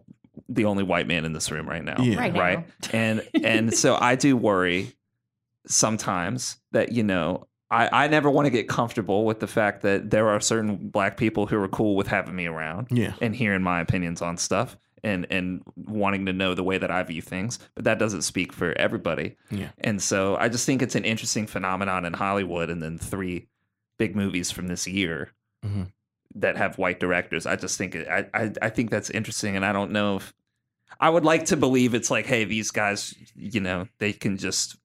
D: the only white man in this room right now.
B: Yeah.
E: Right now.
D: right? And and so I do worry sometimes that you know I I never want to get comfortable with the fact that there are certain black people who are cool with having me around
B: yeah.
D: and hearing my opinions on stuff and and wanting to know the way that I view things, but that doesn't speak for everybody.
B: Yeah.
D: And so I just think it's an interesting phenomenon in Hollywood and then three big movies from this year
B: Mhm.
D: that have white directors. I just think it, I, I I think that's interesting and I don't know if I would like to believe it's like hey these guys, you know, they can just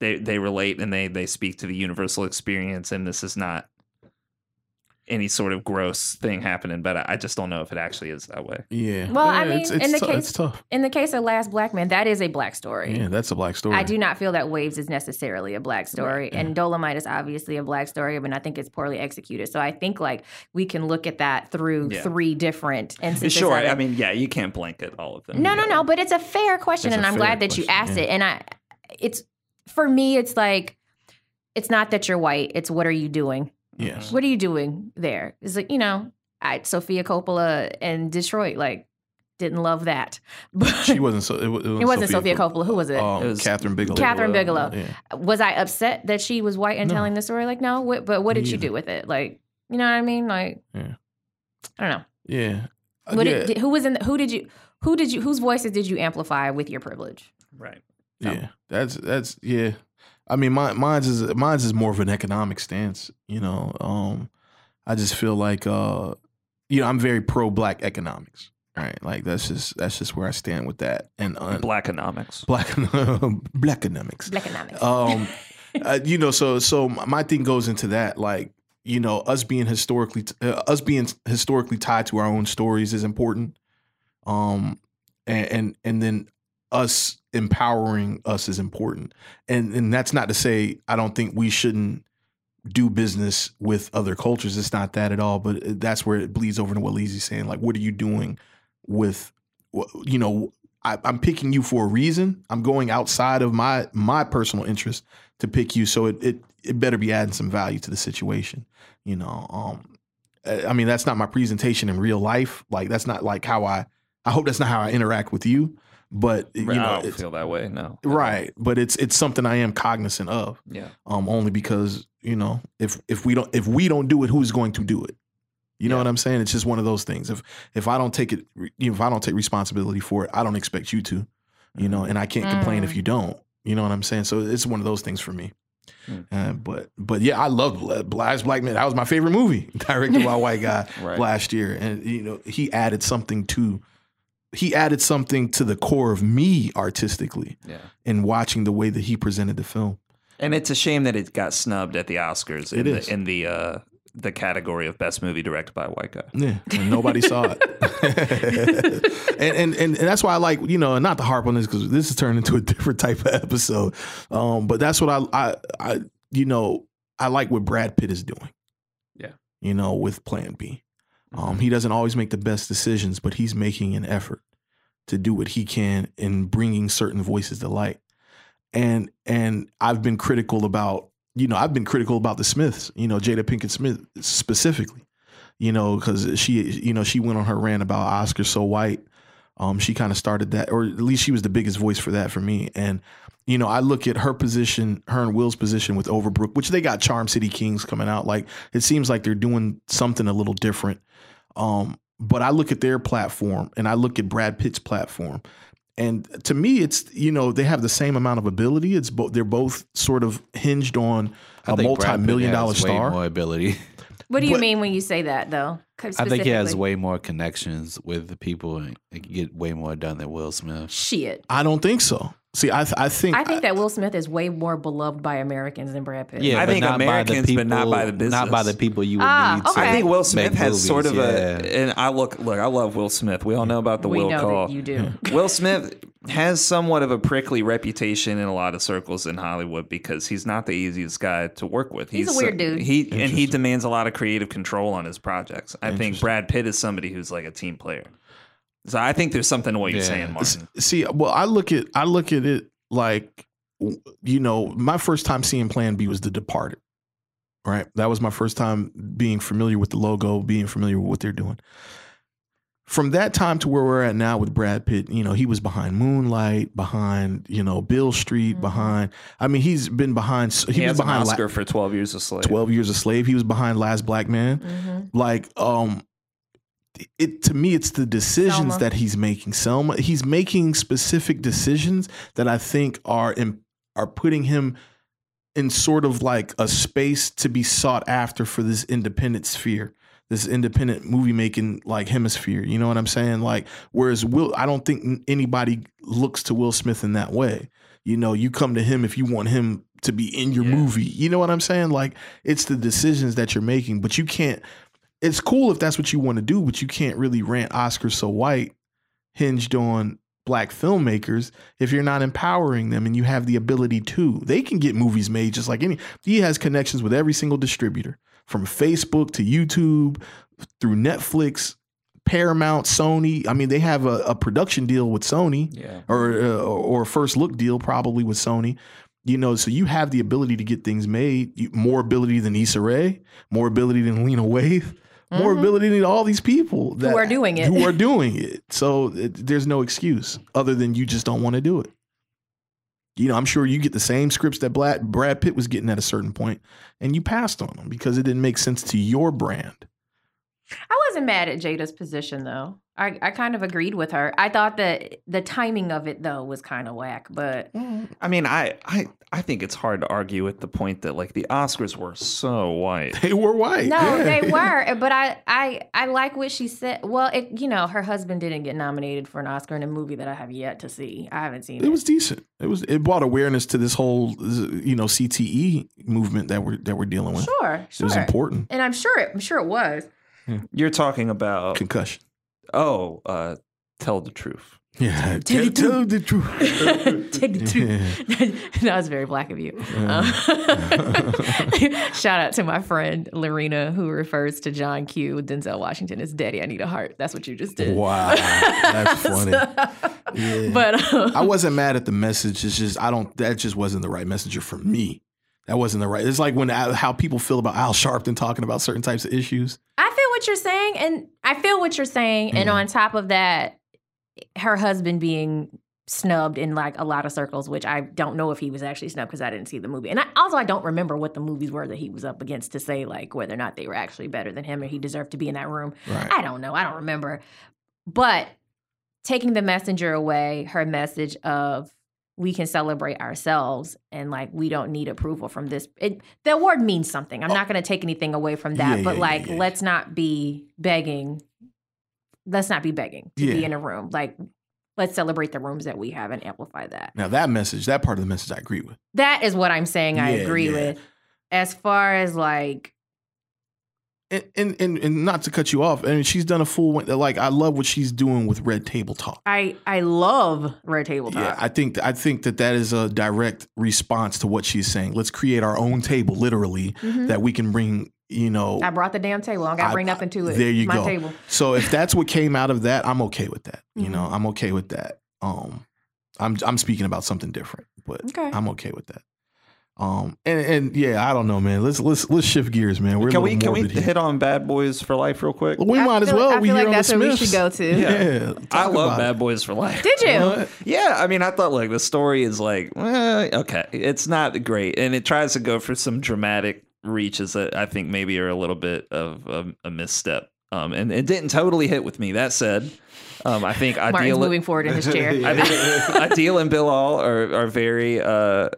D: they they relate and they they speak to the universal experience and this is not any sort of gross thing happening, but I, I just don't know if it actually is that way.
B: Yeah.
E: Well, I
B: Yeah,
E: mean,
B: it's, it's
E: in the
B: tou-
E: case-
B: it's tough.
E: In the case of Last Black Man, that is a black story.
B: Yeah, that's a black story.
E: I do not feel that Waves is necessarily a black story. And Dolomite is obviously a black story, but I think it's poorly executed. So I think like we can look at that through
D: Yeah.
E: three different instances.
D: sure,
E: of it.
D: I mean, yeah, you can't blanket all of them.
E: No, no, no. But it's a fair question,
B: It's a
E: and I'm
B: fair
E: glad that you
B: question,
E: asked
B: yeah.
E: it. And I, it's for me, it's like, it's not that you're white. It's what are you doing?
B: Yes.
E: What are you doing there? It's like you know, I Sophia Coppola and Detroit like didn't love that, but
B: She wasn't. So, it, wa- it wasn't,
E: it wasn't Sophia, Coppola. Who was it?
B: Um,
D: It was
B: Catherine Bigelow.
E: Catherine Bigelow.
B: Yeah.
E: was I upset that she was white and
B: No.
E: telling the story? Like, no, what, but what
B: Me
E: did you
B: either.
E: do with it? Like, you know what I mean? Like,
B: Yeah.
E: I don't know.
B: Yeah. Uh,
E: What
B: yeah.
E: did, who was in? The, who did you? Who did you? Whose voices did you amplify with your privilege?
D: Right.
E: oh.
B: Yeah, that's that's yeah. I mean, my, mine's is mine's is more of an economic stance. You know, um, I just feel like uh, you know I'm very pro black economics. Right, like that's just that's just where I stand with that and uh,
D: Blackonomics.
B: black black economics.
E: Black economics.
B: Um, uh, you know, so so my thing goes into that, like you know, us being historically uh, us being historically tied to our own stories is important. Um, and and, and then us empowering us is important, and and that's not to say I don't think we shouldn't do business with other cultures. It's not that at all, but uh, that's where it bleeds over into what Leezy's saying. Like, what are you doing with, wh- you know, I, I'm picking you for a reason. I'm going outside of my my personal interest to pick you, so it it, it better be adding some value to the situation. You know, um, I I mean that's not my presentation in real life. Like that's not like how I. I hope that's not how I interact with you, but you
D: Right, I
B: know,
D: don't
B: it's,
D: feel that way. No.
B: right. But it's it's something I am cognizant of.
D: Yeah.
B: Um, only because you know if if we don't if we don't do it, who's going to do it? You know what I'm saying? It's just one of those things. If if I don't take it, you know, if I don't take responsibility for it, I don't expect you to. You know, and I can't complain if you don't. You know what I'm saying? So it's one of those things for me.
D: Mm.
B: Uh, but but yeah, I loved Bla- Blast Black Man. That was my favorite movie, directed by a white guy
D: Right.
B: last year, and you know he added something to he added something to the core of me artistically
D: Yeah.
B: in watching the way that he presented the film.
D: And it's a shame that it got snubbed at the Oscars
B: It
D: in
B: is.
D: the in the uh the category of best movie directed by a white guy.
B: Yeah, and nobody saw it. and, and and and that's why I like you know not to harp on this because this is turned into a different type of episode. Um, but that's what I I I you know I like what Brad Pitt is doing.
D: Yeah.
B: you know with Plan B, um, he doesn't always make the best decisions, but he's making an effort to do what he can in bringing certain voices to light. And and I've been critical about you know I've been critical about the Smiths, you know Jada Pinkett Smith specifically you know, because she, you know, she went on her rant about Oscar so white. Um, she kind of started that, or at least she was the biggest voice for that for me. And you know, I look at her position, her and Will's position with Overbrook, which they got Charm City Kings coming out. Like it seems like they're doing something a little different. Um, but I look at their platform and I look at Brad Pitt's platform. And to me, it's you know they have the same amount of ability. It's both they're both sort of hinged on
C: I
B: a
C: think Brad Pitt
B: multi-million
C: has
B: dollar
C: way
B: star.
C: more ability.
E: what do you
B: but-
E: mean when you say that though?
C: I think he has
E: Specifically.
C: way more connections with the people and he can get way more done than Will Smith.
E: Shit.
B: I don't think so. See, I th- I think
E: I think that Will Smith is way more beloved by Americans than Brad Pitt.
D: I
C: but
D: think
C: not by the
D: Americans, but not by the
C: Not by
D: business.
C: the people you would
E: Ah,
C: need to.
E: okay.
D: I think Will Smith
C: make
D: has
C: movies,
D: sort of
C: yeah.
D: a and I look look, I love Will Smith. We all know about the
E: we
D: Will
E: know
D: call.
E: that you do.
D: Will Smith has somewhat of a prickly reputation in a lot of circles in Hollywood because he's not the easiest guy to work with. uh,
E: He's a weird dude.
D: He and he demands a lot of creative control on his projects. I think Brad Pitt is somebody who's like a team player. So I think there's something to what you're
C: Yeah.
D: saying, Martin.
B: see well i look at i look at it like w- you know my first time seeing plan b was the departed right that was my first time being familiar with the logo being familiar with what they're doing from that time to where we're at now with Brad Pitt, you know, he was behind Moonlight, behind, you know, Bill Street, behind I mean, he's been behind s- he,
D: Mm-hmm. He,
B: was
D: has an
B: behind La-
D: Oscar for 12 Years a Slave.
B: 12 Years a Slave, he was behind Last Black Man
E: hmm
B: like um it to me it's the decisions
E: Selma.
B: that he's making Selma he's making specific decisions that I think are in, are putting him in sort of like a space to be sought after for this independent sphere this independent movie making like hemisphere you know what I'm saying like whereas Will I don't think anybody looks to Will Smith in that way you know you come to him if you want him to be in your
D: Yeah.
B: movie you know what I'm saying like it's the decisions that you're making but you can't it's cool if that's what you want to do, but you can't really rant Oscars so white hinged on black filmmakers if you're not empowering them and you have the ability to. They can get movies made just like any. He has connections with every single distributor from Facebook to YouTube through Netflix, Paramount, Sony. I mean, they have a, a production deal with Sony
D: Yeah.
B: or uh, or a first look deal probably with Sony. You know, so you have the ability to get things made. You, more ability than Issa Rae, more ability than Lena Waithe, more ability than all these people that
E: Mm-hmm. are doing it.
B: Who are doing it? So it, there's no excuse other than you just don't want to do it. You know, I'm sure you get the same scripts that Brad, Brad Pitt was getting at a certain point, and you passed on them because it didn't make sense to your brand.
E: I wasn't mad at Jada's position though. I, I kind of agreed with her. I thought that the timing of it though was kind of whack, but
D: I mean, I, I I think it's hard to argue with the point that like the Oscars were so white.
B: They were white.
E: no,
B: Yeah.
E: they were. But I, I I like what she said. Well, it you know her husband didn't get nominated for an Oscar in a movie that I have yet to see. I haven't seen it.
B: It was decent. It was it brought awareness to this whole you know CTE movement that we're that we're dealing with.
E: sure,
B: It
E: sure.
B: was important.
E: And I'm sure it. I'm sure it was.
D: You're talking about
B: Concussion.
D: oh, uh, tell the truth.
B: Yeah.
E: Tell the
B: the truth.
E: Take the truth. that was very black of you. Um, shout out to my friend Lorena, who refers to John Q. Denzel Washington as "Daddy, I need a heart." That's what you just did.
B: Wow, that's funny. Yeah.
E: But um,
B: I wasn't mad at the message. It's just I don't. That just wasn't the right messenger for me. That wasn't the right. It's like when Al- how people feel about Al Sharpton talking about certain types of issues.
E: I feel what you're saying, and I feel what you're saying. And on top of that, her husband being snubbed in like a lot of circles, which I don't know if he was actually snubbed because I didn't see the movie. And I, also, I don't remember what the movies were that he was up against to say like whether or not they were actually better than him or he deserved to be in that room.
B: Right.
E: I don't know. I don't remember. But taking the messenger away, her message of we can celebrate ourselves and like we don't need approval from this. It, the award means something. I'm not going to take anything away from that,
B: Oh. Yeah,
E: but
B: yeah,
E: like
B: yeah, yeah.
E: let's not be begging. Let's not be begging to be
B: Yeah.
E: in a room. Like let's celebrate the rooms that we have and amplify that.
B: Now that message, that part of the message, I agree with.
E: That is what I'm saying I
B: Yeah,
E: agree
B: yeah.
E: with. As far as like
B: And, and and and not to cut you off. I mean, she's done a full win- like I love what she's doing with Red Table Talk.
E: I I love Red Table Talk.
B: Yeah, I think I think that that is a direct response to what she's saying. Let's create our own table, literally,
E: Mhm.
B: that we can bring. You know,
E: I brought the damn table. I got to
B: I-
E: bring nothing to it.
B: there you
E: My
B: go.
E: table.
B: so if that's what came out of that, I'm okay with that. You
E: Mhm.
B: know, I'm okay with that. Um, I'm I'm speaking about something different, but
E: Okay.
B: I'm okay with that. Um, and and yeah, I don't know, man. Let's let's let's shift gears, man. We're
D: Can
B: a
D: we
B: little
D: can we
B: morbid here.
D: hit on Bad Boys for Life real quick?
B: We
E: I
B: might as
E: feel-
B: well.
E: I
B: we here
E: feel like
B: on
E: that's
B: the
E: what we
B: Smiths.
E: should go to.
B: Yeah,
D: I
B: talk
D: love
B: about
D: Bad
B: it.
D: Boys for Life.
E: Did you?
B: What?
D: Uh, Yeah, I mean, I thought like the story is like eh, okay, it's not great, and it tries to go for some dramatic reaches that I think maybe are a little bit of a, a misstep. Um, and it didn't totally hit with me. That said, um, I think
E: Martin's
D: ideal.
E: moving forward in his chair.
D: I think Ideal and Bill All are are very uh,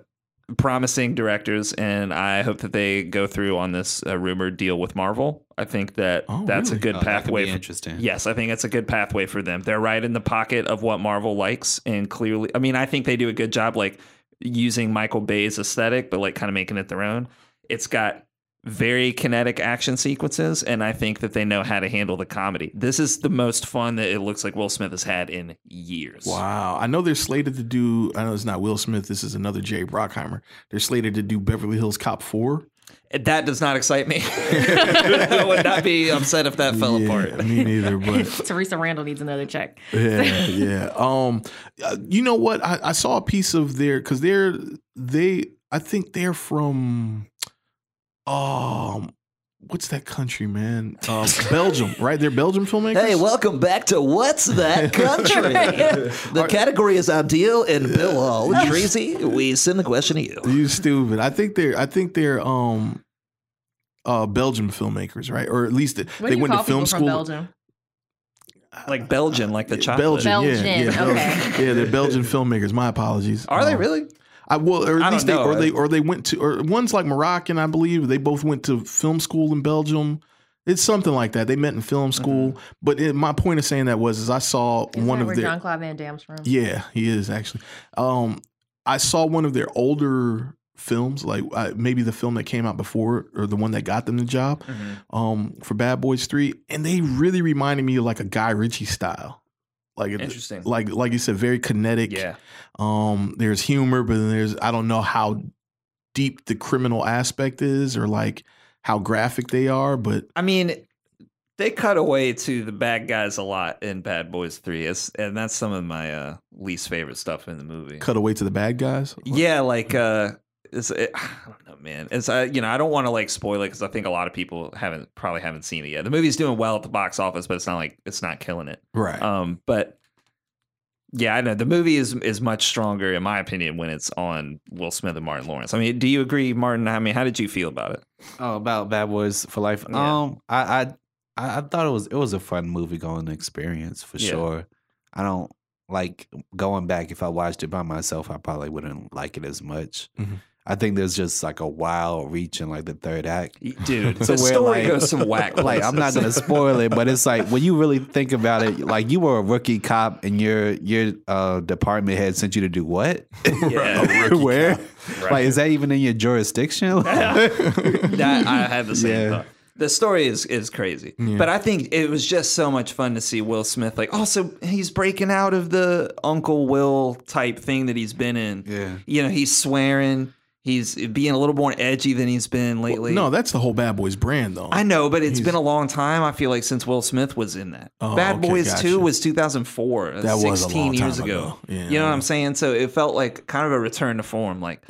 D: promising directors, and I hope that they go through on this uh, rumored deal with Marvel. I think that
B: Oh,
D: that's a
B: really?
C: Oh,
D: good
C: that could
D: pathway.
C: be
D: for-
C: interesting.
D: Yes, I think that's a good pathway for them. They're right in the pocket of what Marvel likes, and clearly, I mean, I think they do a good job, like using Michael Bay's aesthetic, but like kind of making it their own. It's got very kinetic action sequences, and I think that they know how to handle the comedy. This is the most fun that it looks like Will Smith has had in years.
B: Wow. I know they're slated to do, I know it's not Will Smith, this is another Jay Brockheimer. They're slated to do Beverly Hills Cop 4.
D: That does not excite me. I would not be upset if that fell
B: Yeah,
D: apart.
B: Me neither, but
E: Teresa Randall needs another check.
B: yeah, yeah. Um, uh, you know what? I, I saw a piece of their because they're they. I think they're from, um, what's that country, man? Um, Belgium, right? They're Belgium filmmakers.
D: welcome back to What's That Country? the category is Ideal and Bill Hall. Tracy, we send the question to you.
B: You stupid. I think they're. I think they're. Um. Uh, Belgium filmmakers, right? Or at least they,
E: What
B: they
E: do you
B: went
E: call
B: to film
E: people
B: school.
E: from Belgium?
D: Like Belgian, like the chocolate.
B: Belgian,
E: Belgian,
B: yeah, yeah,
E: okay.
B: yeah, they're Belgian filmmakers. My apologies.
D: Are they
B: Um,
D: really?
B: I well, or
D: I
B: at
D: don't
B: least they,
D: know.
B: or they, or they went to, or one's like Moroccan, I believe. They both went to film school in Belgium. It's something like that. They met in film
D: Mm-hmm.
B: school. But it, my point of saying that was, is I saw one of
E: where
B: their,
E: John Claude Van Damme's from?
B: yeah, he is actually. Um, I saw one of their older films, like I, maybe the film that came out before or the one that got them the job
D: Mm-hmm.
B: um, for Bad Boys Three, and they really reminded me of like a Guy Ritchie style. Like it-
D: Interesting.
B: Like like you said, very kinetic.
D: Yeah.
B: Um, there's humor, but then there's I don't know how deep the criminal aspect is or like how graphic they are, but
D: I mean, they cut away to the bad guys a lot in Bad Boys Three, it's, and that's some of my uh, least favorite stuff in the movie.
B: cut away to the bad guys.
D: Yeah, like uh, it's it, I don't know, man. It's uh, you know I don't want to like spoil it because I think a lot of people haven't probably haven't seen it yet. The movie's doing well at the box office, but it's not like it's not killing it.
B: Right.
D: Um, but yeah, I know the movie is is much stronger in my opinion when it's on Will Smith and Martin Lawrence. I mean, do you agree, Martin? I mean, how did you feel about it?
C: Oh, about Bad Boys for Life.
D: Yeah.
C: Um, I, I I I thought it was it was a fun movie going experience for
D: Yeah.
C: sure. I don't like going back. If I watched it by myself, I probably wouldn't like it as much.
D: Mm-hmm.
B: Mhm.
C: I think there's just like a wild reach in like the third act.
D: Dude,
C: So
D: the
C: we're
D: story
C: like-
D: goes some whack.
C: Like I'm not gonna
D: places.
C: spoil it, but it's like when you really think about it, like you were a rookie cop and your your uh, department head sent you to do what?
D: Yeah.
C: Where?
D: Right.
C: Like is that even in your jurisdiction?
D: That- I had the same
C: Yeah.
D: thought. The story is is crazy,
B: Yeah.
D: but I think it was just so much fun to see Will Smith. Like, also he's breaking out of the Uncle Will type thing that he's been in.
C: yeah.
D: You know, he's swearing. He's being a little more edgy than he's been lately.
B: No, that's the whole Bad Boys brand though.
D: I know, but it's
B: He's-
D: been a long time. I feel like since Will Smith was in that.
B: Oh,
D: Bad
B: okay,
D: Boys
B: gotcha.
D: Two was 2004. That's
B: That was a
D: 16
B: long
D: years
B: time
D: ago.
B: ago. Yeah.
D: You know what I'm saying? So it felt like kind of a return to form. Like,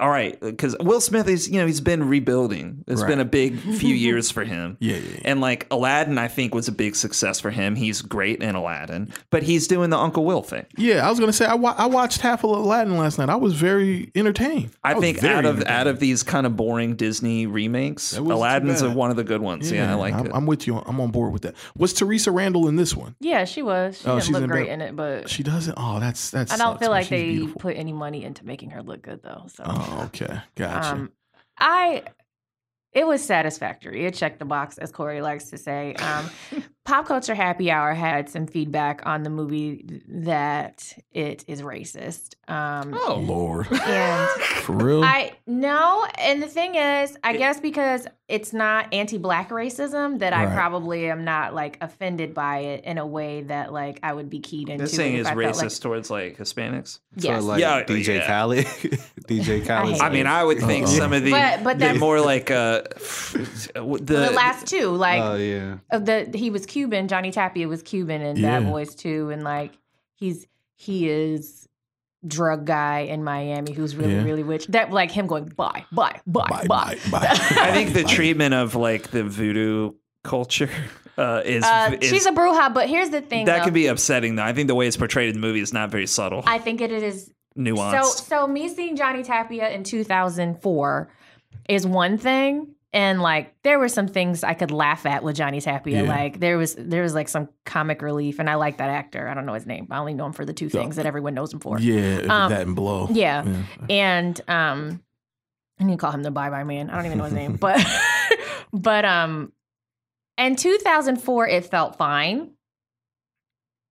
D: all right, because Will Smith is you know he's been rebuilding. It's
B: Right.
D: been a big few years for him.
B: Yeah, yeah, yeah.
D: And like Aladdin, I think was a big success for him. He's great in Aladdin, but he's doing the Uncle Will thing.
B: Yeah, I was gonna say I, wa- I watched half of Aladdin last night. I was very entertained.
D: I,
B: was
D: think
B: Oh, very
D: out of
B: entertained.
D: out of these kind of boring Disney remakes,
B: That wasn't too
D: Aladdin's
B: bad.
D: one of the good ones. Yeah, I like
B: I'm,
D: it.
B: I'm with you. on- I'm on board with that. Was Teresa Randall in this one?
E: Yeah, she was. She
B: Oh, she's
E: didn't
B: in
E: look great
B: Bel-
E: in it, but
B: She doesn't. Oh, that's that's.
E: I don't feel like they put any money into making her look good though. So
B: Oh, okay, gotcha.
E: um, I it was satisfactory. It checked the box, as Corey likes to say. Um, Pop culture happy hour had some feedback on the movie that it is racist. Um,
D: oh,
B: Lord,
E: and
B: for real?
E: I no, and the thing is, I guess because it's not anti-black racism that I
B: Right.
E: probably am not like offended by it in a way that like I would be keyed into.
D: this thing
E: if
D: is
E: I felt like-
D: racist towards like Hispanics.
E: yes,
C: So like
D: Yeah,
C: DJ
D: yeah.
C: Khaled, DJ Khaled.
D: I mean, I would think
C: Uh-oh.
D: some of the,
E: But- but
D: the
E: that's-
D: more like uh, the,
E: the last two, like
C: oh yeah.
E: of the he was Cuban. Johnny Tapia was Cuban in
B: Yeah.
E: Bad Boys too, and like he's he is drug guy in Miami who's really
B: Yeah.
E: really rich. That like him going bye bye bye
B: Bye,
E: bye.
B: bye, bye.
D: I think the
B: Bye.
D: treatment of like the voodoo culture uh, is,
E: Uh,
D: is-
E: she's a bruja, but here's the thing.
D: that
E: though.
D: could be upsetting though. I think the way it's portrayed in the movie is not very subtle,
E: I think it is
D: nuanced.
E: So, so me seeing Johnny Tapia in 2004 is one thing, and like there were some things I could laugh at with Johnny Tapia.
B: Yeah.
E: Like there was there was like some comic relief, and I like that actor. I don't know his name. I only know him for the two things that everyone knows him for.
B: yeah,
E: um,
B: that and blow.
E: yeah. And um, I need to call him the Bye Bye Man. I don't even know his name, but but um, in 2004 it felt fine.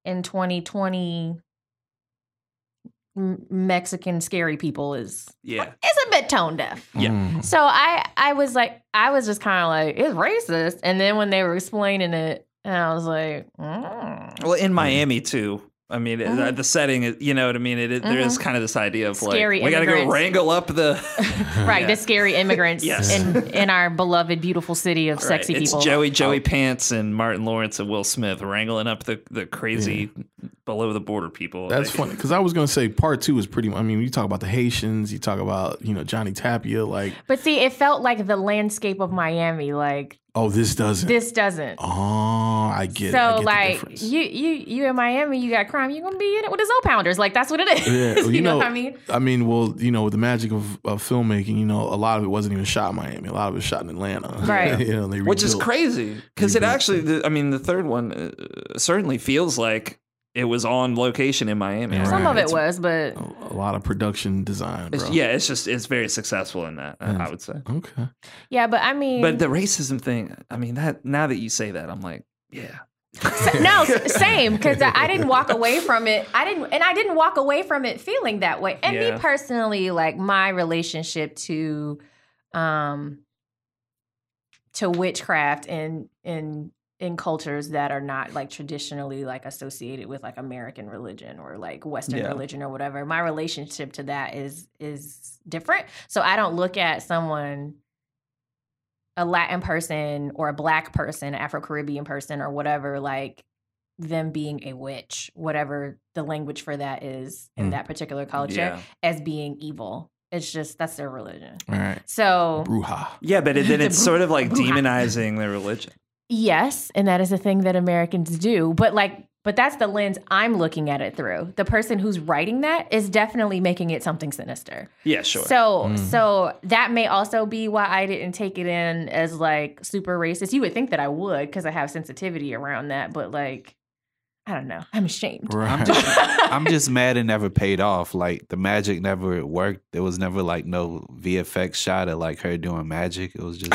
E: In 2020. M- Mexican scary people is
D: yeah,
E: it's a bit tone deaf.
D: yeah.
B: Mm.
E: So I I was like I was just kind of like it's racist, and then when they were explaining it, and I was like, mm.
D: Well, in Miami too. I mean, it-
E: Mhm.
D: the setting is, you know what I mean? It, it- there is kind of this idea of like,
E: Mm-hmm. Scary
D: we got to go
E: immigrants.
D: wrangle up the.
E: right,
D: Yeah.
E: the scary immigrants
D: Yes.
E: in in our beloved beautiful city of sexy
D: Right. It's
E: people.
D: Joey, Joey Pants, and Martin Lawrence and Will Smith wrangling up the, the crazy below the border people.
B: That's
D: They-
B: funny because I was gonna say part two is pretty. I mean, you talk about the Haitians, you talk about you know Johnny Tapia, like
E: But see, it felt like the landscape of Miami. Like
B: oh this doesn't.
E: this doesn't.
B: oh, I get. it. I
E: so
B: get the
E: like
B: difference.
E: you you you in Miami, you got crime. You gonna be in it with the Zoe Pounders. Like that's what it is.
B: Yeah, well,
E: you, know, what I mean?
B: I mean, well, you know, with the magic of, of filmmaking, you know, a lot of it wasn't even shot in Miami. A lot of it was shot in Atlanta,
E: Right.
B: you know, they
D: which is
B: rebuilt.
D: crazy because it actually the, i mean the third one uh, certainly feels like it was on location in miami
B: Yeah.
E: Some of it
B: It's-
E: was, but
B: A lot of production design, bro.
D: It's- yeah it's just it's very successful in that I- i would say
B: Okay.
E: yeah. But I mean,
D: but the racism thing i mean that now that you say that i'm like yeah
E: no, s- same because I, I didn't walk away from it. I didn't, and I didn't walk away from it feeling that way. And
D: Yeah.
E: me personally, like my relationship to, um, to witchcraft and in in cultures that are not like traditionally like associated with like American religion or like Western
D: Yeah.
E: religion or whatever. My relationship to that is is different. So I don't look at someone a Latin person or a black person, Afro Caribbean person or whatever, like them being a witch, whatever the language for that is in
B: Mm.
E: that particular culture,
D: Yeah.
E: as being evil. It's just that's their religion.
B: All right.
E: So
B: Bruja.
D: Yeah, but it, then
E: The
D: it's
E: bru-
D: sort of like
E: bruja.
D: demonizing their religion.
E: yes, and that is a thing that Americans do, but like but that's the lens I'm looking at it through. The person who's writing that is definitely making it something sinister.
D: Yeah, sure.
E: So
B: Mm.
E: so that may also be why I didn't take it in as like super racist. You would think that I would because I have sensitivity around that, but like I don't know. I'm ashamed.
C: I'm
B: Right.
C: just, I'm just mad it never paid off. Like the magic never worked. There was never like no VFX shot at like her doing magic. It was just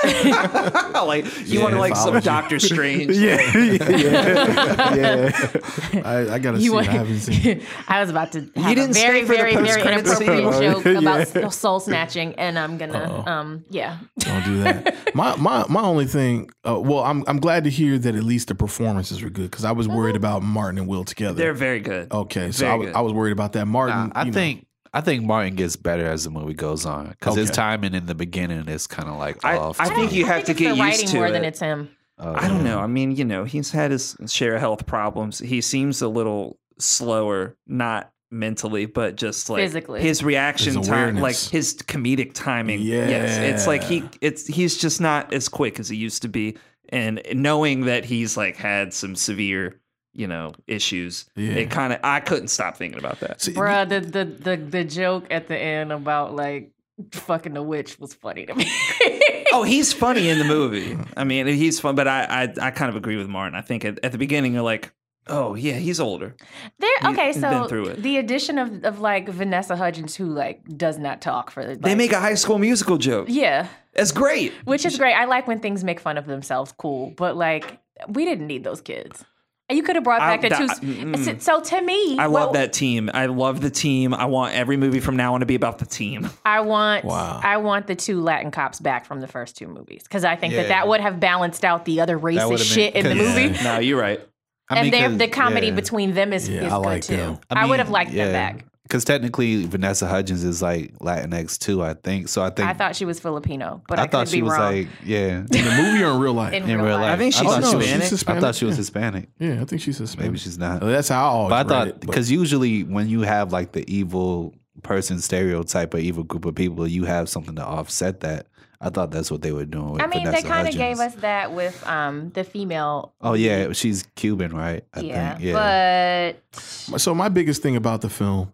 D: like you want to
C: Yeah,
D: like some
C: mythology.
D: Doctor Strange.
C: yeah,
B: yeah. yeah. I, I gotta see.
E: You
B: it.
E: want-
B: I haven't seen. it.
E: I was about to have
D: didn't
E: a very,
D: stay for the
E: very, very
D: post-credit
E: inappropriate
B: scene.
E: joke
B: Yeah.
E: about s- soul snatching, and I'm gonna,
B: Uh-oh.
E: um, yeah,
B: Don't do that. My my my only thing. Uh, well, I'm I'm glad to hear that at least the performances were good because I was worried about Martin and Will together.
D: Mm-hmm. They're very good.
B: okay, so
D: very
B: I was,
D: good.
B: I was worried about that. Martin.
C: Nah, I
B: you know,
C: think I think Martin gets better as the movie goes on because his
B: Okay.
C: timing in the beginning is kind of like
D: I-
C: off.
D: I
C: too.
D: think you have
E: I
D: to
E: think
D: get
E: it's the
D: used
E: writing
D: to
E: more
D: it.
E: than it's him.
C: Uh,
D: I don't know. I mean, you know, he's had his share of health problems. He seems a little slower, not mentally, but just like
E: Physically.
D: his reaction
B: His
D: time, like
B: awareness.
D: his comedic timing. Yes, it's like he it's he's just not as quick as he used to be, and knowing that he's like had some severe, you know, issues.
B: Yeah.
D: It kind of I couldn't stop thinking about that.
B: see,
E: Bruh, the, the the the joke at the end about like fucking the witch was funny to me.
D: Oh, he's funny in the movie. I mean, he's fun, but I I, I kind of agree with Martin. I think at, at the beginning you're like, oh yeah, he's older.
E: there,
D: You-
E: okay,
D: you've been through
E: so
D: it.
E: the addition of of like Vanessa Hudgens, who like does not talk for like,
D: They make a High School Musical joke.
E: yeah,
D: That's great.
E: which is great. I like when things make fun of themselves, cool, but like we didn't need those kids. And You could have brought
D: I-
E: back the
D: that-
E: two.
D: mm.
E: so- So to me,
D: I
E: what-
D: love that team. I love the team. I want every movie from now on to be about the team.
E: I want
B: Wow.
E: I want the two Latin cops back from the first two movies because I think that
C: Yeah.
E: that would have balanced out the other
C: would've been-
E: racist shit in the
C: Yeah.
E: movie.
D: no, you're right.
C: I mean,
E: and their
C: 'cause-
E: the comedy
C: yeah.
E: between them is,
B: Yeah,
E: is
B: I
E: good
B: like
E: too.
B: them.
E: I, would have liked them back.
C: because technically Vanessa Hudgens is like Latinx too. I think so. I think
E: I thought she was Filipino, but I,
C: I thought
E: could
C: she
E: be
C: was
E: wrong.
C: like yeah.
B: in the movie or in real life?
E: in,
C: In real life,
D: I think she's
C: thought she was-
D: Hispanic.
C: I thought she was Hispanic.
B: Yeah, I think she's Hispanic.
C: Maybe she's not.
B: Well, that's how I always.
C: But I
B: read
C: thought
B: it, but-
C: because usually when you have like the evil person stereotype or evil group of people, you have something to offset that. I thought that's what they were doing. With
E: I mean, they
C: Vanessa
E: kind of gave
C: Hudgens.
E: us that with um the female.
C: Oh yeah, she's Cuban, right? I
E: yeah,
C: think. Yeah.
E: but
B: My- So my biggest thing about the film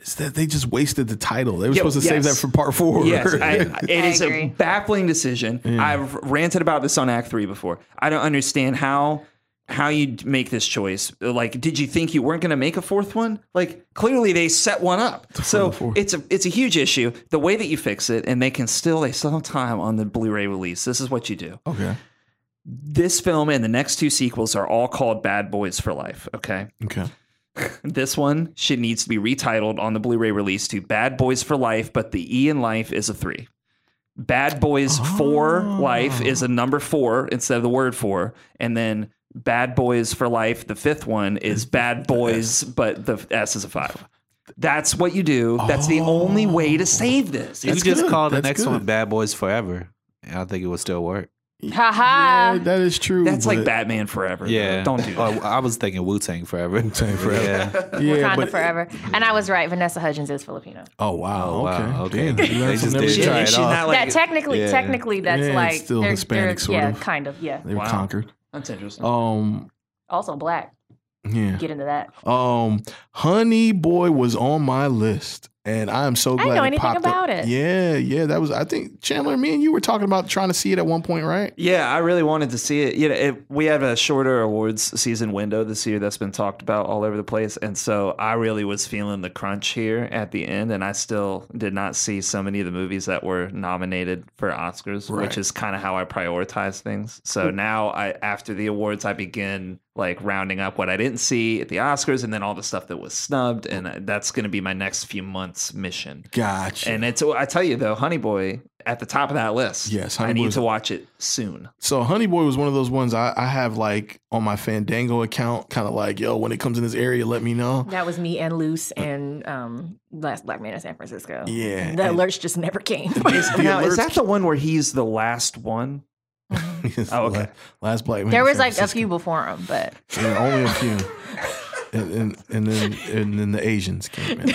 B: is that they just wasted the title. They were
D: Yeah,
B: supposed to save that
D: yes.
B: for part four.
D: Yes, I, it
E: I
D: is a
E: agree.
D: baffling decision. I've ranted about this on Act Three before. I don't understand how how you make this choice. Like, did you think you weren't going to make a fourth one? Like, clearly they set one up.
B: the
D: So
B: fourth.
D: it's a it's a huge issue. The way that you fix it, and they can still they still have time on the Blu-ray release. This is what you do.
B: okay.
D: This film and the next two sequels are all called Bad Boys for Life. Okay.
B: Okay.
D: This one should needs to be retitled on the Blu-ray release to Bad Boys for Life, but the E in life is a three. Bad Boys for
C: Ah.
D: Life is a number four instead of the word four, and then Bad Boys for Life, the fifth one is Bad Boys, but the S is a five. That's what you do. That's the only way to save this.
C: Oh. you
B: That's
C: just
B: good.
C: call the
B: That's
C: next
B: good.
C: one "Bad Boys Forever," and I think it would still work.
E: haha.
B: Yeah, that is true.
D: Ah. That's like
B: but-
D: Batman Forever. don't do that.
C: Oh, I was thinking Wu Tang Forever. Wu
B: Tang Forever.
C: Yeah.
B: Yeah,
E: Wakanda forever, and I was right. Vanessa Hudgens is Filipino.
B: Oh wow.
C: Oh, wow,
B: Okay.
C: okay.
B: Damn, you learn
C: They
B: from
C: just
B: every
C: did
D: She-
C: it.
B: child.
C: Try
D: she's
C: off.
D: not
E: that
D: like
E: technically,
C: yeah.
E: technically, that's
B: Yeah, it's
E: like
B: still
E: they're-
B: Hispanic,
E: they're-
B: sort
E: yeah,
B: of.
E: kind of, yeah.
B: They were
D: Wow.
B: conquered.
D: that's interesting.
B: Um.
E: Also black.
B: Yeah.
E: Get into that.
B: Um. Honey Boy was on my list. And I am so
E: didn't
B: glad
E: know
B: it
E: anything
B: popped up.
E: about it.
B: Yeah, yeah, that was. I think Chandler, me and you were talking about trying to see it at one point, right?
D: Yeah, I really wanted to see it. You know, it, we have a shorter awards season window this year that's been talked about all over the place, and so I really was feeling the crunch here at the end, and I still did not see so many of the movies that were nominated for Oscars,
B: Right. Hmm.
D: which is kind of how I prioritize things. So now, I after the awards, I begin like rounding up what I didn't see at the Oscars, and then all the stuff that was snubbed, and uh, that's going to be my next few months' mission.
B: Gotcha.
D: And it's I tell you though, Honey Boy at the top of that list.
B: Yes, Honey
D: I need
B: Boy's-
D: to watch it soon.
B: So Honey Boy was one of those ones I, I have like on my Fandango account, kind of like, yo, when it comes in this area, let me know.
E: That was me and Luce and um, last Black Man in San Francisco.
B: Yeah,
E: The
B: and-
E: alerts just never came.
B: The
D: now,
B: alerts-
D: is that the one where he's the last one?
B: Yes,
D: Oh, okay.
B: la- Last black man.
E: there
B: in
E: was
B: San
E: like a
B: Francisco.
E: few before him, but
B: Yeah, only a few. And, and and then and then the Asians came in.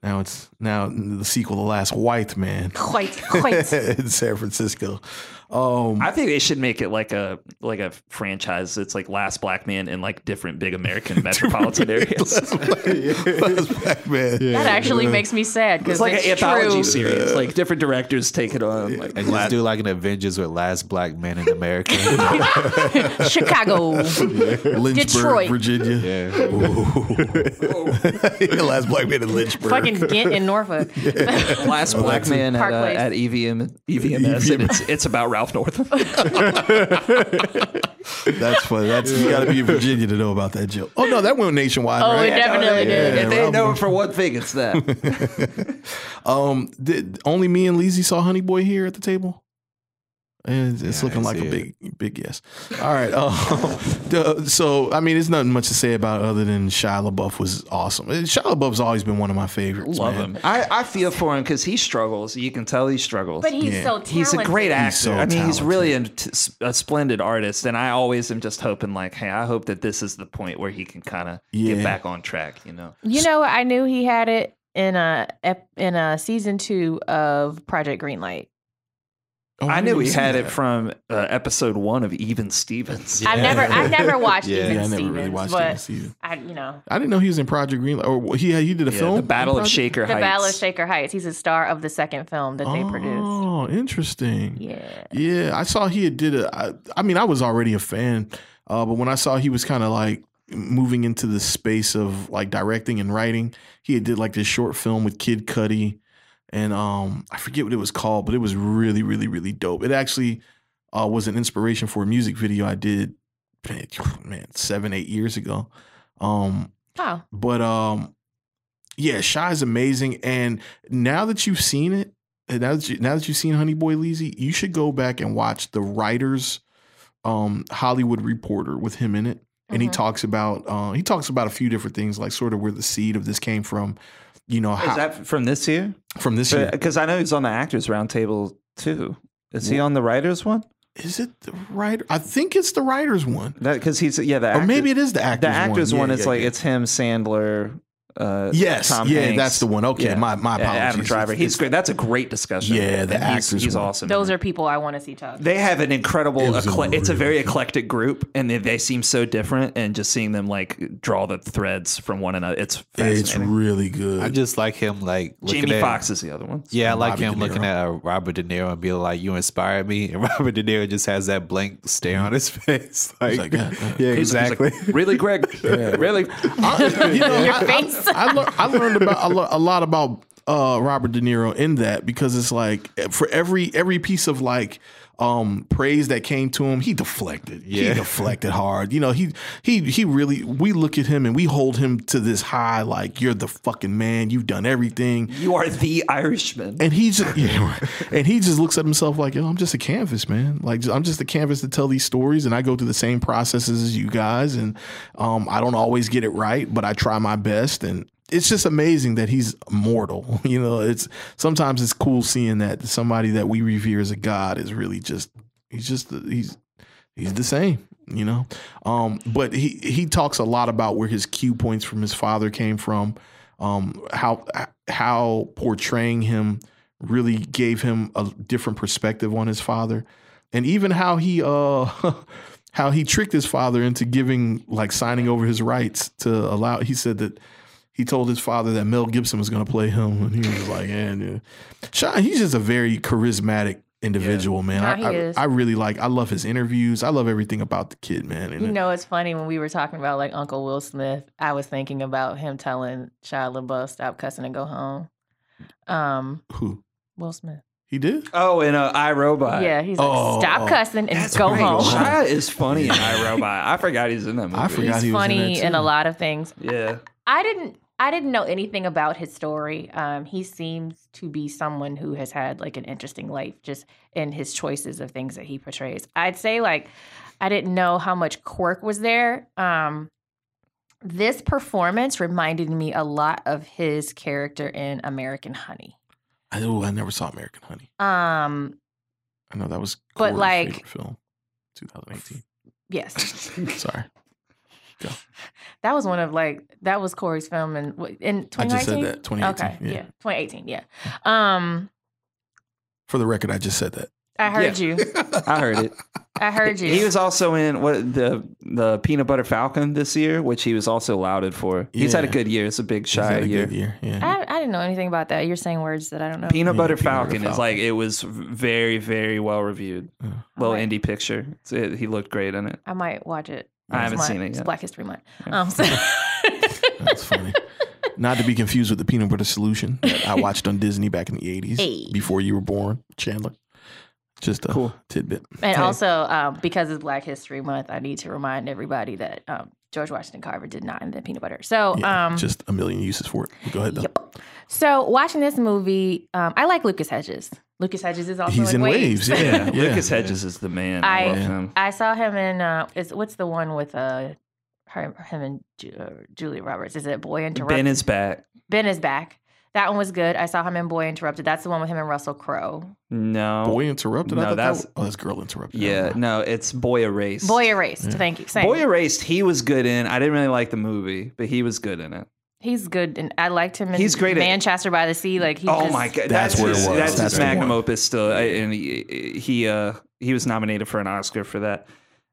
B: Now it's now the sequel, The Last White Man
E: quite, quite.
B: in San Francisco. Um,
D: I think they should make it like a like a franchise. It's like Last Black Man in like different big American metropolitan areas.
B: Last Black Man.
E: That actually makes me sad because
D: It's like an anthology
E: true.
D: series. Like different directors take it on. Like,
C: And just do like an Avengers with last black man in America.
E: Chicago.
B: Lynchburg,
E: Detroit.
B: Virginia.
C: yeah.
B: Last Black Man in Lynchburg.
E: Fucking Ghent in Norfolk.
D: Last Black Man at, uh,
E: Parkways.
D: at EVM, EVMS,
B: E
D: and it's it's about Ralph Northam.
E: Oh,
B: That's funny. That's you got to be in Virginia to know about that joke. Oh no, that went nationwide.
E: Oh,
B: right?
E: it definitely did.
B: Yeah,
D: if they
B: Ralph
D: know it for one thing, it's that.
B: Um, did, only me and Lizzie saw Honey Boy here at the table. And it's
C: Yeah, I
B: looking like a
C: see
B: big, big yes. All right. Um, the- so I mean, there's nothing much to say about it other than Shia LaBeouf was awesome. And Shia LaBeouf's always been one of my favorites.
D: Love
B: man.
D: him. I, I feel for him because he struggles. You can tell he struggles.
E: But he's
B: Yeah.
E: so talented.
D: He's a great actor.
B: so
D: I mean, he's
B: talented.
D: really a, t- a splendid artist, and I always am just hoping, like, hey, I hope that this is the point where he can kind of
B: Yeah.
D: get back on track. You know,
E: You know, I knew he had it in a ep- in a season two of Project Greenlight.
B: Oh,
D: I knew
B: didn't
D: he
B: see
D: had
B: that.
D: it from uh, episode one of Even Stevens.
E: I've never I've never watched
C: Yeah.
E: even
B: Yeah, I never
E: Stevens,
B: really watched it
E: but
B: this season.
E: I you know
B: I didn't know he was in Project Green. Or he he did a
D: Yeah,
B: film.
D: the Battle
B: in
D: of
B: Project-
D: Shaker
E: the
D: Heights.
E: Battle of Shaker Heights. He's a star of the second film that they produced.
B: Oh, interesting.
E: Yeah.
B: Yeah, I saw he had did a. I, I mean, I was already a fan, uh, but when I saw he was kind of like moving into the space of like directing and writing, he had did like this short film with Kid Cudi, and um, I forget what it was called, but it was really, really, really dope. It actually uh, was an inspiration for a music video I did, man, man, seven, eight years ago. Um,
E: Wow.
B: but um, yeah, Shy is amazing. And now that you've seen it, and now that you, now that you've seen Honey Boy Leezy, you should go back and watch the writers, um, Hollywood Reporter with him in it, and he
D: Mm-hmm.
E: Mhm.
B: talks about uh, he talks about a few different things, like sort of where the seed of this came from. You know, how,
D: Is that from this year?
B: from this year.
D: Because I know he's on the Actors Roundtable too. Is he on the Writers one?
B: Is it the writer? I think it's the writers one,
D: Because he's yeah, the
B: or
D: actor-
B: Oh, maybe it is the actors.
D: the actors
B: Yeah,
D: one.
B: yeah,
D: is like
B: yeah.
D: it's him, Sandler. Uh,
B: Yes,
D: Tom
B: yeah,
D: Hanks.
B: that's the one. Okay, my- my
D: Yeah, Adam
B: apologies.
D: Driver.
B: It's-
D: He's
B: it's-
D: great. That's a great discussion.
B: Yeah, the
D: And he's,
B: actors
D: he's
B: one.
D: awesome.
E: Those are people I want to see talk.
D: they have an incredible.
B: It was
D: ecle- it's a very
B: unreal.
D: eclectic group, and they, they seem so different. And just seeing them like draw the threads from one another, it's
B: It's
D: fascinating.
B: really good.
C: I just like him like looking
D: Jamie
C: at
D: Foxx is the other one.
C: Yeah, I like
B: Robert
C: him
B: De
C: looking
B: Niro.
C: at uh, Robert De Niro and being like, "You inspired me," and Robert De Niro just has that blank stare
B: Mm-hmm.
C: on his face. Like,
B: like,
C: yeah,
B: "God, God."
D: He's like-
C: exactly.
D: he's like, really, Greg? Really?
B: I, you know, I, I-
E: face.
B: I, lear- I learned about a, lo- a lot about uh, Robert De Niro in that because it's like for every every piece of like um praise that came to him he deflected he
C: Yeah.
B: deflected hard you know he he he really we look at him and we hold him to this high like you're the fucking man you've done everything
D: You are the Irishman.
B: and he just yeah, right. and he just looks at himself like, yo, I'm just a canvas, man. Like I'm just a canvas to tell these stories, and I go through the same processes as you guys, and um, I don't always get it right, but I try my best, and it's just amazing that he's mortal. You know, it's sometimes it's cool seeing that somebody that we revere as a god is really just he's just he's he's the same you know um but he he talks a lot about where his cue points from his father came from um how how portraying him really gave him a different perspective on his father and even how he uh how he tricked his father into giving like signing over his rights to allow he said that He told his father that Mel Gibson was going to play him, and he was like, "Yeah, dude." Sean, he's just a very charismatic individual, man.
G: No,
B: I,
G: he
B: I,
G: is.
B: I really like. I love his interviews. I love everything about the kid, man. And
E: You know, it's funny when we were talking about like Uncle Will Smith. I was thinking about him telling Shia LaBeouf stop cussing and go home. Um,
B: who
E: Will Smith.
B: he did?
D: Oh, in uh, iRobot.
E: yeah, he's
B: Oh,
E: like stop
B: oh.
E: cussing and
D: That's
E: go
D: great.
E: home.
D: Shia is funny in iRobot. I forgot he's in that movie.
B: I forgot
E: He's
B: he was in
E: funny
B: that
E: in, a
B: too.
E: lot of things.
D: Yeah.
E: I didn't. I didn't know anything about his story. Um, he seems to be someone who has had like an interesting life, just in his choices of things that he portrays. I'd say like I didn't know how much quirk was there. Um, this performance reminded me a lot of his character in American Honey.
B: I, ooh, I never saw American Honey.
E: Um,
B: I know that was Corey's
E: But, like-
B: favorite film, 2018.
E: yes,
B: Sorry,
E: that was one of like that was Corey's film in in 2019.
B: I just said that 2018.
E: Okay,
B: yeah.
E: yeah, 2018. Yeah. Um,
B: For the record, I just said that.
E: I heard you.
D: I heard it.
E: I heard you.
D: He was also in what the the Peanut Butter Falcon this year, which he was also lauded for. He's had a
B: Yeah.
D: good year. It's a big
B: He's had
D: shy
B: a
D: year.
B: good year. Yeah.
E: I, I didn't know anything about that. You're saying words that I don't know.
D: Peanut
B: Yeah,
D: Butter
B: Peanut Butter
D: Falcon is
B: Falcon.
D: like it was very very well reviewed.
B: Yeah.
D: Little
E: Alright.
D: indie picture. It's- it- he looked great in it.
E: I might watch it.
D: I
E: It's
D: haven't
E: Month.
D: seen it
E: It's
D: yet.
E: Black History Month. Um, so
B: That's funny. Not to be confused with the peanut butter solution that I watched on Disney back in the 80s
E: Hey.
B: before you were born, Chandler. Just a
D: Cool.
B: tidbit.
E: and also um, because it's Black History Month, I need to remind everybody that um, George Washington Carver did not invent peanut butter. So
B: Yeah,
E: um,
B: just a million uses for it. Go ahead, though.
E: yep. So watching this movie, um, I like Lucas Hedges. Lucas Hedges is also
B: He's in waves. Yeah.
D: Yeah,
B: yeah.
D: Lucas Hedges is the man. I,
E: I-
D: love him.
E: I saw him in uh, is what's the one with uh, her, him and Ju- uh, Julia Roberts? Is it Boy Interrupted?
D: Ben is back.
E: Ben is back. That one was good. I saw him in Boy Interrupted. That's the one with him and Russell Crowe.
D: No.
B: Boy interrupted.
D: No,
B: I thought that
D: that's-
B: was, oh, that's girl interrupted.
D: yeah, no, it's Boy Erased.
E: Boy Erased. Thank you. Same.
D: Mm. Boy Er Erased, he was good in. I didn't really like the movie, but he was good in it.
E: he's good, and I liked him. In
D: He's great at-
E: Manchester by the Sea. Like he's
D: oh
E: just-
D: my god,
B: That's
D: that's,
B: where it
D: his,
B: was.
D: That's,
B: That's
D: his
B: the
D: magnum
B: one.
D: opus still, I- and he he, uh, he was nominated for an Oscar for that.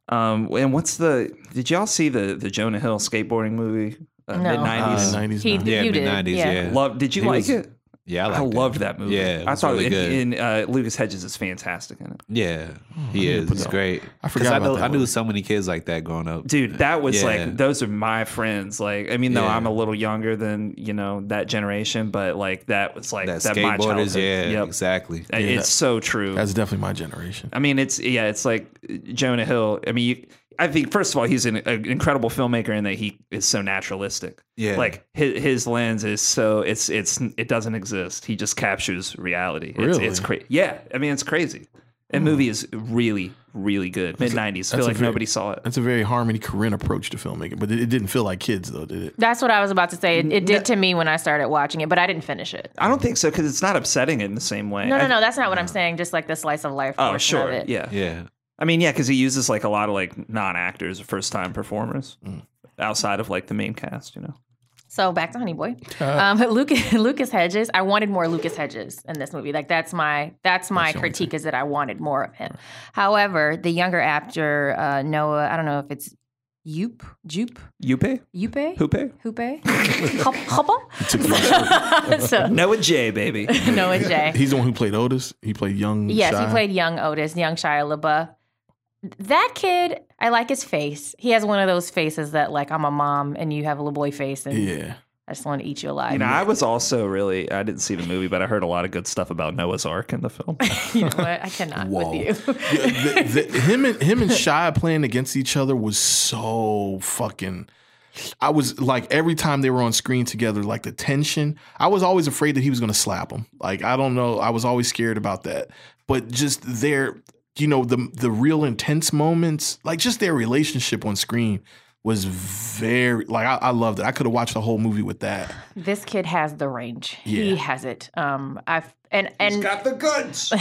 D: Um, and what's the? Did y'all see the the Jonah Hill skateboarding movie? Uh,
E: No.
D: Mid nineties.
C: Uh,
B: nineties.
E: He-
C: Yeah,
E: You
C: mid
E: did,
C: nineties.
E: yeah.
C: Yeah.
D: Love. Did you
C: He
D: like
C: was-
D: it?
C: yeah, I,
D: I,
C: liked it.
D: loved that movie.
C: Yeah, it
D: I
C: was
D: thought
C: really
D: and-
C: good.
D: and, uh, Lucas Hedges is fantastic in it.
C: Yeah,
B: Oh, I
C: he
B: need to
C: is.
B: put
C: It's
B: that-
C: great.
B: I
C: 'Cause
B: forgot
C: I,
B: about
C: know,
B: that
C: I knew
B: one.
C: so many kids like that growing up.
D: Dude, that was
C: Yeah.
D: like those are my friends. Like, I mean, though
C: Yeah.
D: I'm a little younger than you know that generation, but like that was like
C: that,
D: that, my
C: skateboarders.
D: childhood.
C: Yeah,
D: Yep.
C: exactly.
D: Uh,
B: Yeah,
D: it's so true.
B: That's definitely my generation.
D: I mean, it's yeah, it's like Jonah Hill. I mean, you, I think first of all, he's an, an incredible filmmaker in that he is so naturalistic.
C: Yeah.
D: like his, his lens is so it's it's it doesn't exist. He just captures reality. It's,
B: Really? Hmm.
D: it's crazy. Yeah, I mean, it's crazy. That movie is really really good. Mid nineties. I
B: that's
D: feel
B: a
D: like
B: very-
D: nobody saw it.
B: That's a very Harmony Korine approach to filmmaking, but it, it didn't feel like kids though, did it?
E: That's what I was about to say. It, it did to me when I started watching it, but I didn't finish it.
D: I don't think so because it's not upsetting in the same way.
E: No,
D: I-
E: no, no. That's not what I'm saying. Just like the slice of life.
D: Oh,
E: portion
D: sure.
E: Of it.
D: Yeah.
C: Yeah,
D: I mean, yeah, because he uses like a lot of like non actors, first time performers
B: Hmm.
D: outside of like the main cast, you know?
E: So back to Honey Boy. Um, Lucas Lucas Hedges. I wanted more Lucas Hedges in this movie. Like that's my that's my critique is that I wanted more of him. However, the younger actor uh, Noah. I don't know if it's Yoop Joop
D: Yupe?
E: Yupe
D: Hupe?
E: Hoope? Hop- Hoppa? so,
D: Noah J, baby.
E: Noah J.
B: He's the one who played Otis. He played young.
E: Yes,
B: Shy.
E: he played young Otis, young Shia LaBeouf. That kid, I like his face. He has one of those faces that, like, I'm a mom and you have a little boy face and
B: Yeah,
E: I just want to eat you alive.
D: You know, I was also really, I didn't see the movie, but I heard a lot of good stuff about Noah's Ark in the film.
E: You know what? I cannot
B: Whoa.
E: with you.
B: Yeah, the- the- him and him and Shia playing against each other was so fucking. I was like every time they were on screen together, like the tension. I was always afraid that he was going to slap him. Like I don't know, I was always scared about that. But just their, you know, the the real intense moments, like just their relationship on screen was very like I, I loved it. I could have watched the whole movie with that.
E: this kid has the range.
B: Yeah.
E: He has it. Um, I've and and
D: the goods.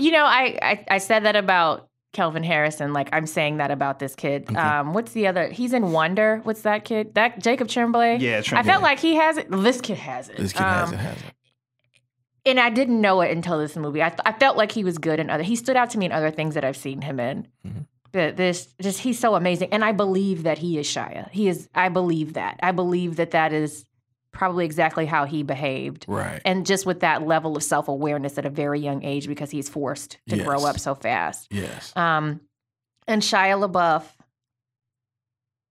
E: you know, I, I I said that about Kelvin Harrison. Like I'm saying that about this kid. Um, what's the other? He's in Wonder. What's that kid? That Jacob Tremblay.
D: Yeah,
E: I
D: Tremblay.
E: felt like he has it. This kid has it.
B: This kid has it,
E: Um,
B: has it.
E: And I didn't know it until this movie. I, th- I felt like he was good in other. He stood out to me in other things that I've seen him in. But this, just he's so amazing, and I believe that he is Shia. He is. I believe that. I believe that that is probably exactly how he behaved.
B: Right.
E: And just with that level of self awareness at a very young age because he's forced to grow
B: Yes.
E: up so fast.
B: yes.
E: Um, and Shia LaBeouf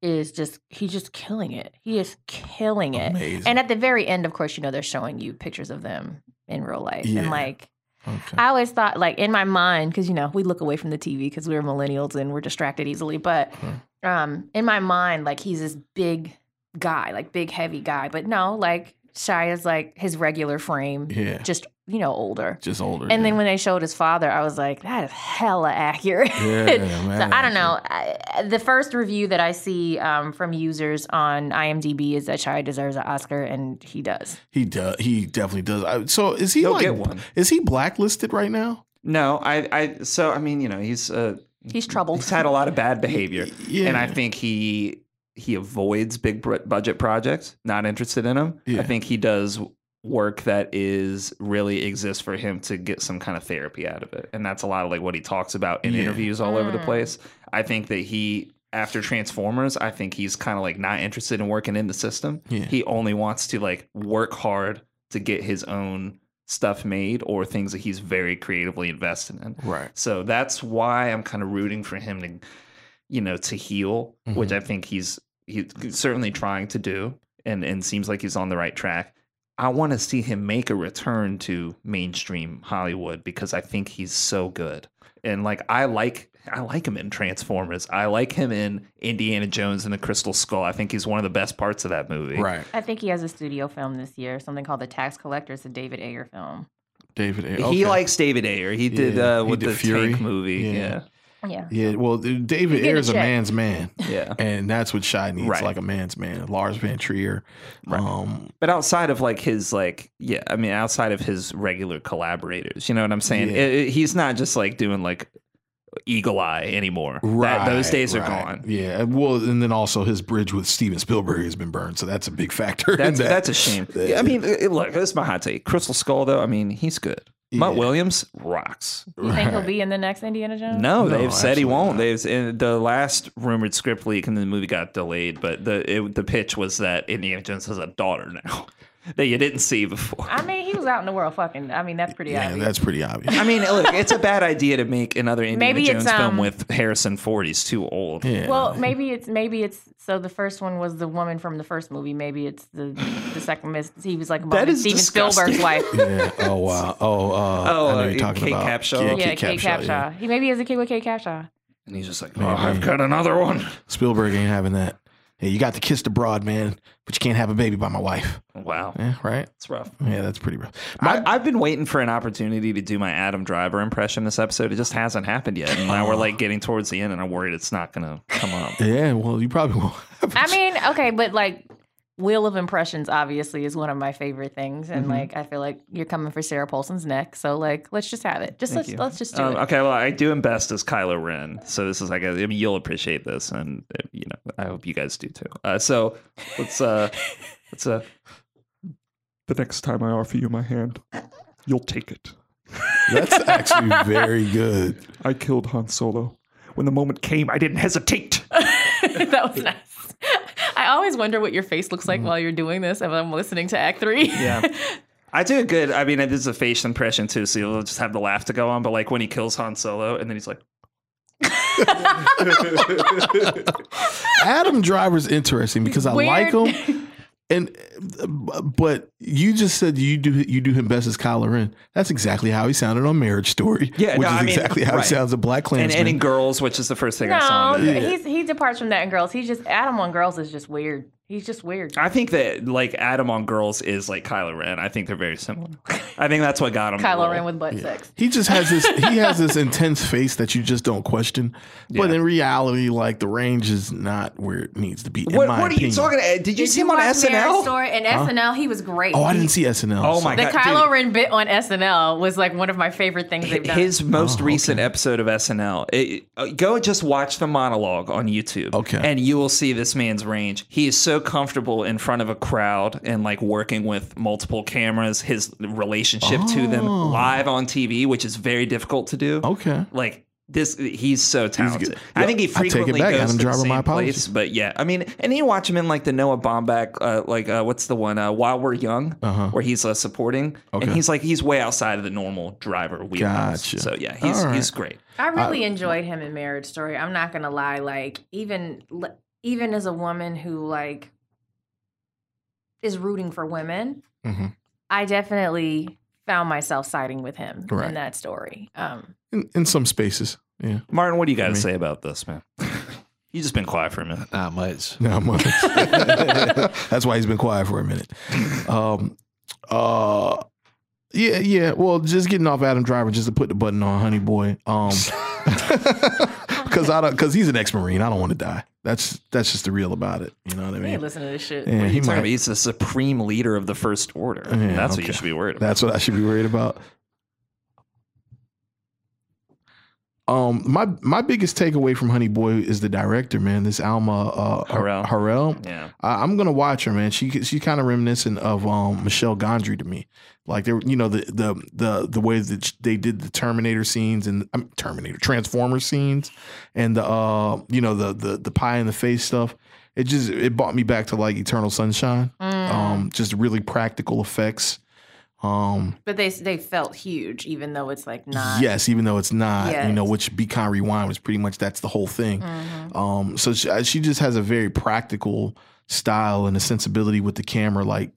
E: is just, he's just killing it. He is killing it.
B: Amazing.
E: And at the very end, of course, you know, they're showing you pictures of them in real life.
B: Yeah.
E: And like,
B: okay.
E: I always thought, like, in my mind, because, you know, we look away from the TV because we're millennials and we're distracted easily. But
B: Mhm.
E: um, in my mind, like, he's this big guy, like, big, heavy guy. But no, like, Shia's like his regular frame,
B: yeah. Just,
E: just, you know, older.
B: older.
E: And then
B: yeah.
E: when they showed his father, I was like, that is hella accurate.
B: Yeah, man.
E: So I don't know. I, the first review that I see um, from users on IMDb is that Shia deserves an Oscar, and he does.
B: He does. He definitely does. I, so is he
D: He'll
B: like?
D: get one.
B: Is he blacklisted right now?
D: No, I, I, so I mean, you know, he's uh,
E: He's troubled.
D: He's had a lot of bad behavior,
B: Yeah.
D: and I think he he avoids big br- budget projects. Not interested in them.
B: Yeah.
D: I think he does work that is really exists for him to get some kind of therapy out of it, and that's a lot of like what he talks about in
B: Yeah.
D: interviews all over the
E: Mm.
D: place. I think that he after Transformers, I think he's kind of like not interested in working in the system.
B: Yeah.
D: He only wants to like work hard to get his own stuff made or things that he's very creatively invested in.
B: Right.
D: So that's why I'm kind of rooting for him to, you know, to heal, which
B: Mm-hmm.
D: I think he's he's certainly trying to do, and and seems like he's on the right track. I want to see him make a return to mainstream Hollywood because I think he's so good, and like I like I like him in Transformers. I like him in Indiana Jones and the Crystal Skull. I think he's one of the best parts of that movie.
B: Right.
E: I think he has a studio film this year, something called The Tax Collector. It's a David Ayer film.
B: David. A.
D: He
B: okay.
D: likes David Ayer. He did
B: Yeah,
D: uh,
B: he
D: with
B: did
D: the
B: Fury.
D: Tank movie.
B: Yeah.
D: Yeah,
E: Yeah.
B: Yeah. Well, th- David
E: Get a
B: Ayer is a
E: check.
B: man's man,
D: yeah.
B: and that's what Shy needs,
D: Right.
B: like a man's man. Lars Van Trier.
D: Right.
B: Um.
D: But outside of like his like yeah, I mean outside of his regular collaborators, you know what I'm saying?
B: Yeah.
D: It- it- he's not just like doing like Eagle Eye anymore. That-
B: Right.
D: those days are
B: right.
D: gone.
B: Yeah. Well, and then also his bridge with Steven Spielberg has been burned, so that's a big factor. in
D: That's
B: that.
D: that's a shame. Yeah, I mean, it- look, that's my hot take. Crystal Skull though, I mean, he's good. Mutt
B: Yeah.
D: Williams rocks.
E: You think he'll
B: Right.
E: be in the next Indiana Jones?
D: No,
B: No,
D: they've said
B: absolutely
D: he won't.
B: not.
D: They've in the last rumored script leak, and the movie got delayed. But the it, the pitch was that Indiana Jones has a daughter now that you didn't see before.
E: I mean, he was out in the world fucking. I mean, that's pretty
B: Yeah,
E: obvious.
B: that's pretty obvious.
D: I mean, look, it's a bad idea to make another Indiana
E: Maybe it's,
D: Jones film
E: um,
D: with Harrison Ford. He's too old.
B: yeah.
E: Well, maybe it's maybe it's so the first one was the woman from the first movie. Maybe it's the the second miss. He was like
D: That
E: mom and
D: is
E: Steven
D: disgusting.
E: Spielberg's wife.
B: yeah. Oh wow. Oh. Uh,
D: Oh,
B: I know
D: uh,
B: you're talking
D: Kate
B: about
D: Capshaw.
B: Yeah,
E: yeah,
B: Kate Capshaw. yeah.
E: He maybe has a kid with Kate Capshaw.
D: And he's just like, oh, I've got another one.
B: Spielberg ain't having that. Hey, you got the kiss abroad, man, but you can't have a baby by my wife.
D: Wow,
B: Yeah, right.
D: it's rough.
B: Yeah, that's pretty rough. My,
D: I, I've been waiting for an opportunity to do my Adam Driver impression this episode. It just hasn't happened yet. And now we're like getting towards the end, and I'm worried it's not going to come up.
B: yeah, well, you probably won't. Have a
E: I mean, okay, but like Wheel of Impressions obviously is one of my favorite things,
D: Mm-hmm.
E: and like I feel like you're coming for Sarah Paulson's neck, so like let's just have it. Just
D: Thank
E: let's
D: you.
E: let's just do
D: Um,
E: it.
D: okay, well, I do him best as Kylo Ren, so this is like a, I mean, you'll appreciate this, and uh, you know, I hope you guys do too. Uh, so let's uh, let's uh,
H: The next time I offer you my hand, you'll take it.
B: ch- that's actually very good.
H: I killed Han Solo. When the moment came, I didn't hesitate.
E: that was nice. I always wonder what your face looks like while you're doing this, and I'm listening to Act Three.
D: Mm-hmm. Yeah. I do a good. I mean, this is a face impression too, so you'll just have the laugh to go on. But like when he kills Han Solo, and then he's like,
B: Adam Driver's interesting because I
E: Weird.
B: like him, and uh, but you just said you do you do him best as Kylo Ren. That's exactly how he sounded on Marriage Story.
D: Yeah,
B: which
D: no,
B: is
D: I mean,
B: exactly how
D: right.
B: he sounds in Black
D: and,
B: Klansman.
D: and in Girls, which is the first thing I saw.
E: No,
D: in that.
E: he's he departs from that in girls. He's just Adam on girls is just weird. He's just weird.
D: I think that like Adam on Girls is like Kylo Ren. I think they're very similar. I think that's what got him. the
E: Kylo
D: role.
E: Ren with butt sex.
B: He just has this he has this intense face that you just don't question. But
D: Yeah.
B: in reality, like the range is not where it needs to be. in
D: What,
B: my
D: what are you
B: opinion.
D: talking? uh, Did, you see him on
E: Watch Marriage
D: SNL?
E: Story and SNL, he was great.
B: Oh, I didn't see SNL.
D: Oh
B: so-
D: my
E: the
D: god,
E: Kylo
D: dude.
E: Ren bit on SNL was like one of my favorite things they've done.
D: His
B: Oh,
D: most recent episode of SNL. It- uh, go just watch the monologue on YouTube.
B: Okay.
D: And you will see this man's range. He is so comfortable in front of a crowd and like working with multiple cameras,
B: Oh.
D: his relationship to them live on TV, which is very difficult to do.
B: Okay.
D: Like This he's so talented. I think he
B: I take it
D: frequently
B: back,
D: goes
B: Adam
D: to
B: Driver,
D: the same
B: my apologies.
D: place. But yeah, I mean, and then you watch him in like the Noah Baumbach, uh, like uh, what's the one? Uh, While We're Young,
B: Uh-huh.
D: where he's uh, supporting,
B: Okay.
D: and he's like he's way outside of the normal driver wheelhouse.
B: Gotcha.
D: So yeah, he's
B: All right.
D: he's great.
E: I really
D: uh,
E: enjoyed him in Marriage Story. I'm not gonna lie. Like even le- even as a woman who like is rooting for women,
D: Mm-hmm.
B: Mhm.
E: I definitely found myself siding with him
B: Right.
E: in that story. Um,
B: in, in some spaces. Yeah,
D: Martin, what do you got
B: I
D: to
B: mean-
D: say about this, man? you just been quiet for a minute.
C: Not much.
B: not much. That's why he's been quiet for a minute. Um, uh, yeah, yeah. Well, just getting off Adam Driver just to put the button on Honey Boy. Um, because I don't because he's an ex Marine. I don't want to die. That's that's just the real about it. You know what I
E: I
B: mean?
E: ain't listen to this shit.
B: Yeah, he
D: He's,
B: might.
D: he's the supreme leader of the First Order.
B: Yeah,
D: That's what
B: okay.
D: you should be worried about.
B: That's what I should be worried about. Um, my my biggest takeaway from Honey Boy is the director, man. This Alma uh,
D: Harrell.
B: Harrell.
D: yeah.
B: I, I'm gonna watch her, man. She she's kind of reminiscent of um, Michelle Gondry to me. Like there, you know the the the the way that they did the Terminator scenes and um, Terminator Transformer scenes, and the uh you know the the the pie in the face stuff. It just it brought me back to like Eternal Sunshine.
E: Mm.
B: Um, just really practical effects. Um,
E: but they they felt huge, even though it's like not.
B: Yes, even though it's not, you know,
E: Yes.
B: which Beacon Rewind was pretty much that's the whole thing.
E: Mhm.
B: Um, so she, uh, she just has a very practical style and a sensibility with the camera. Like,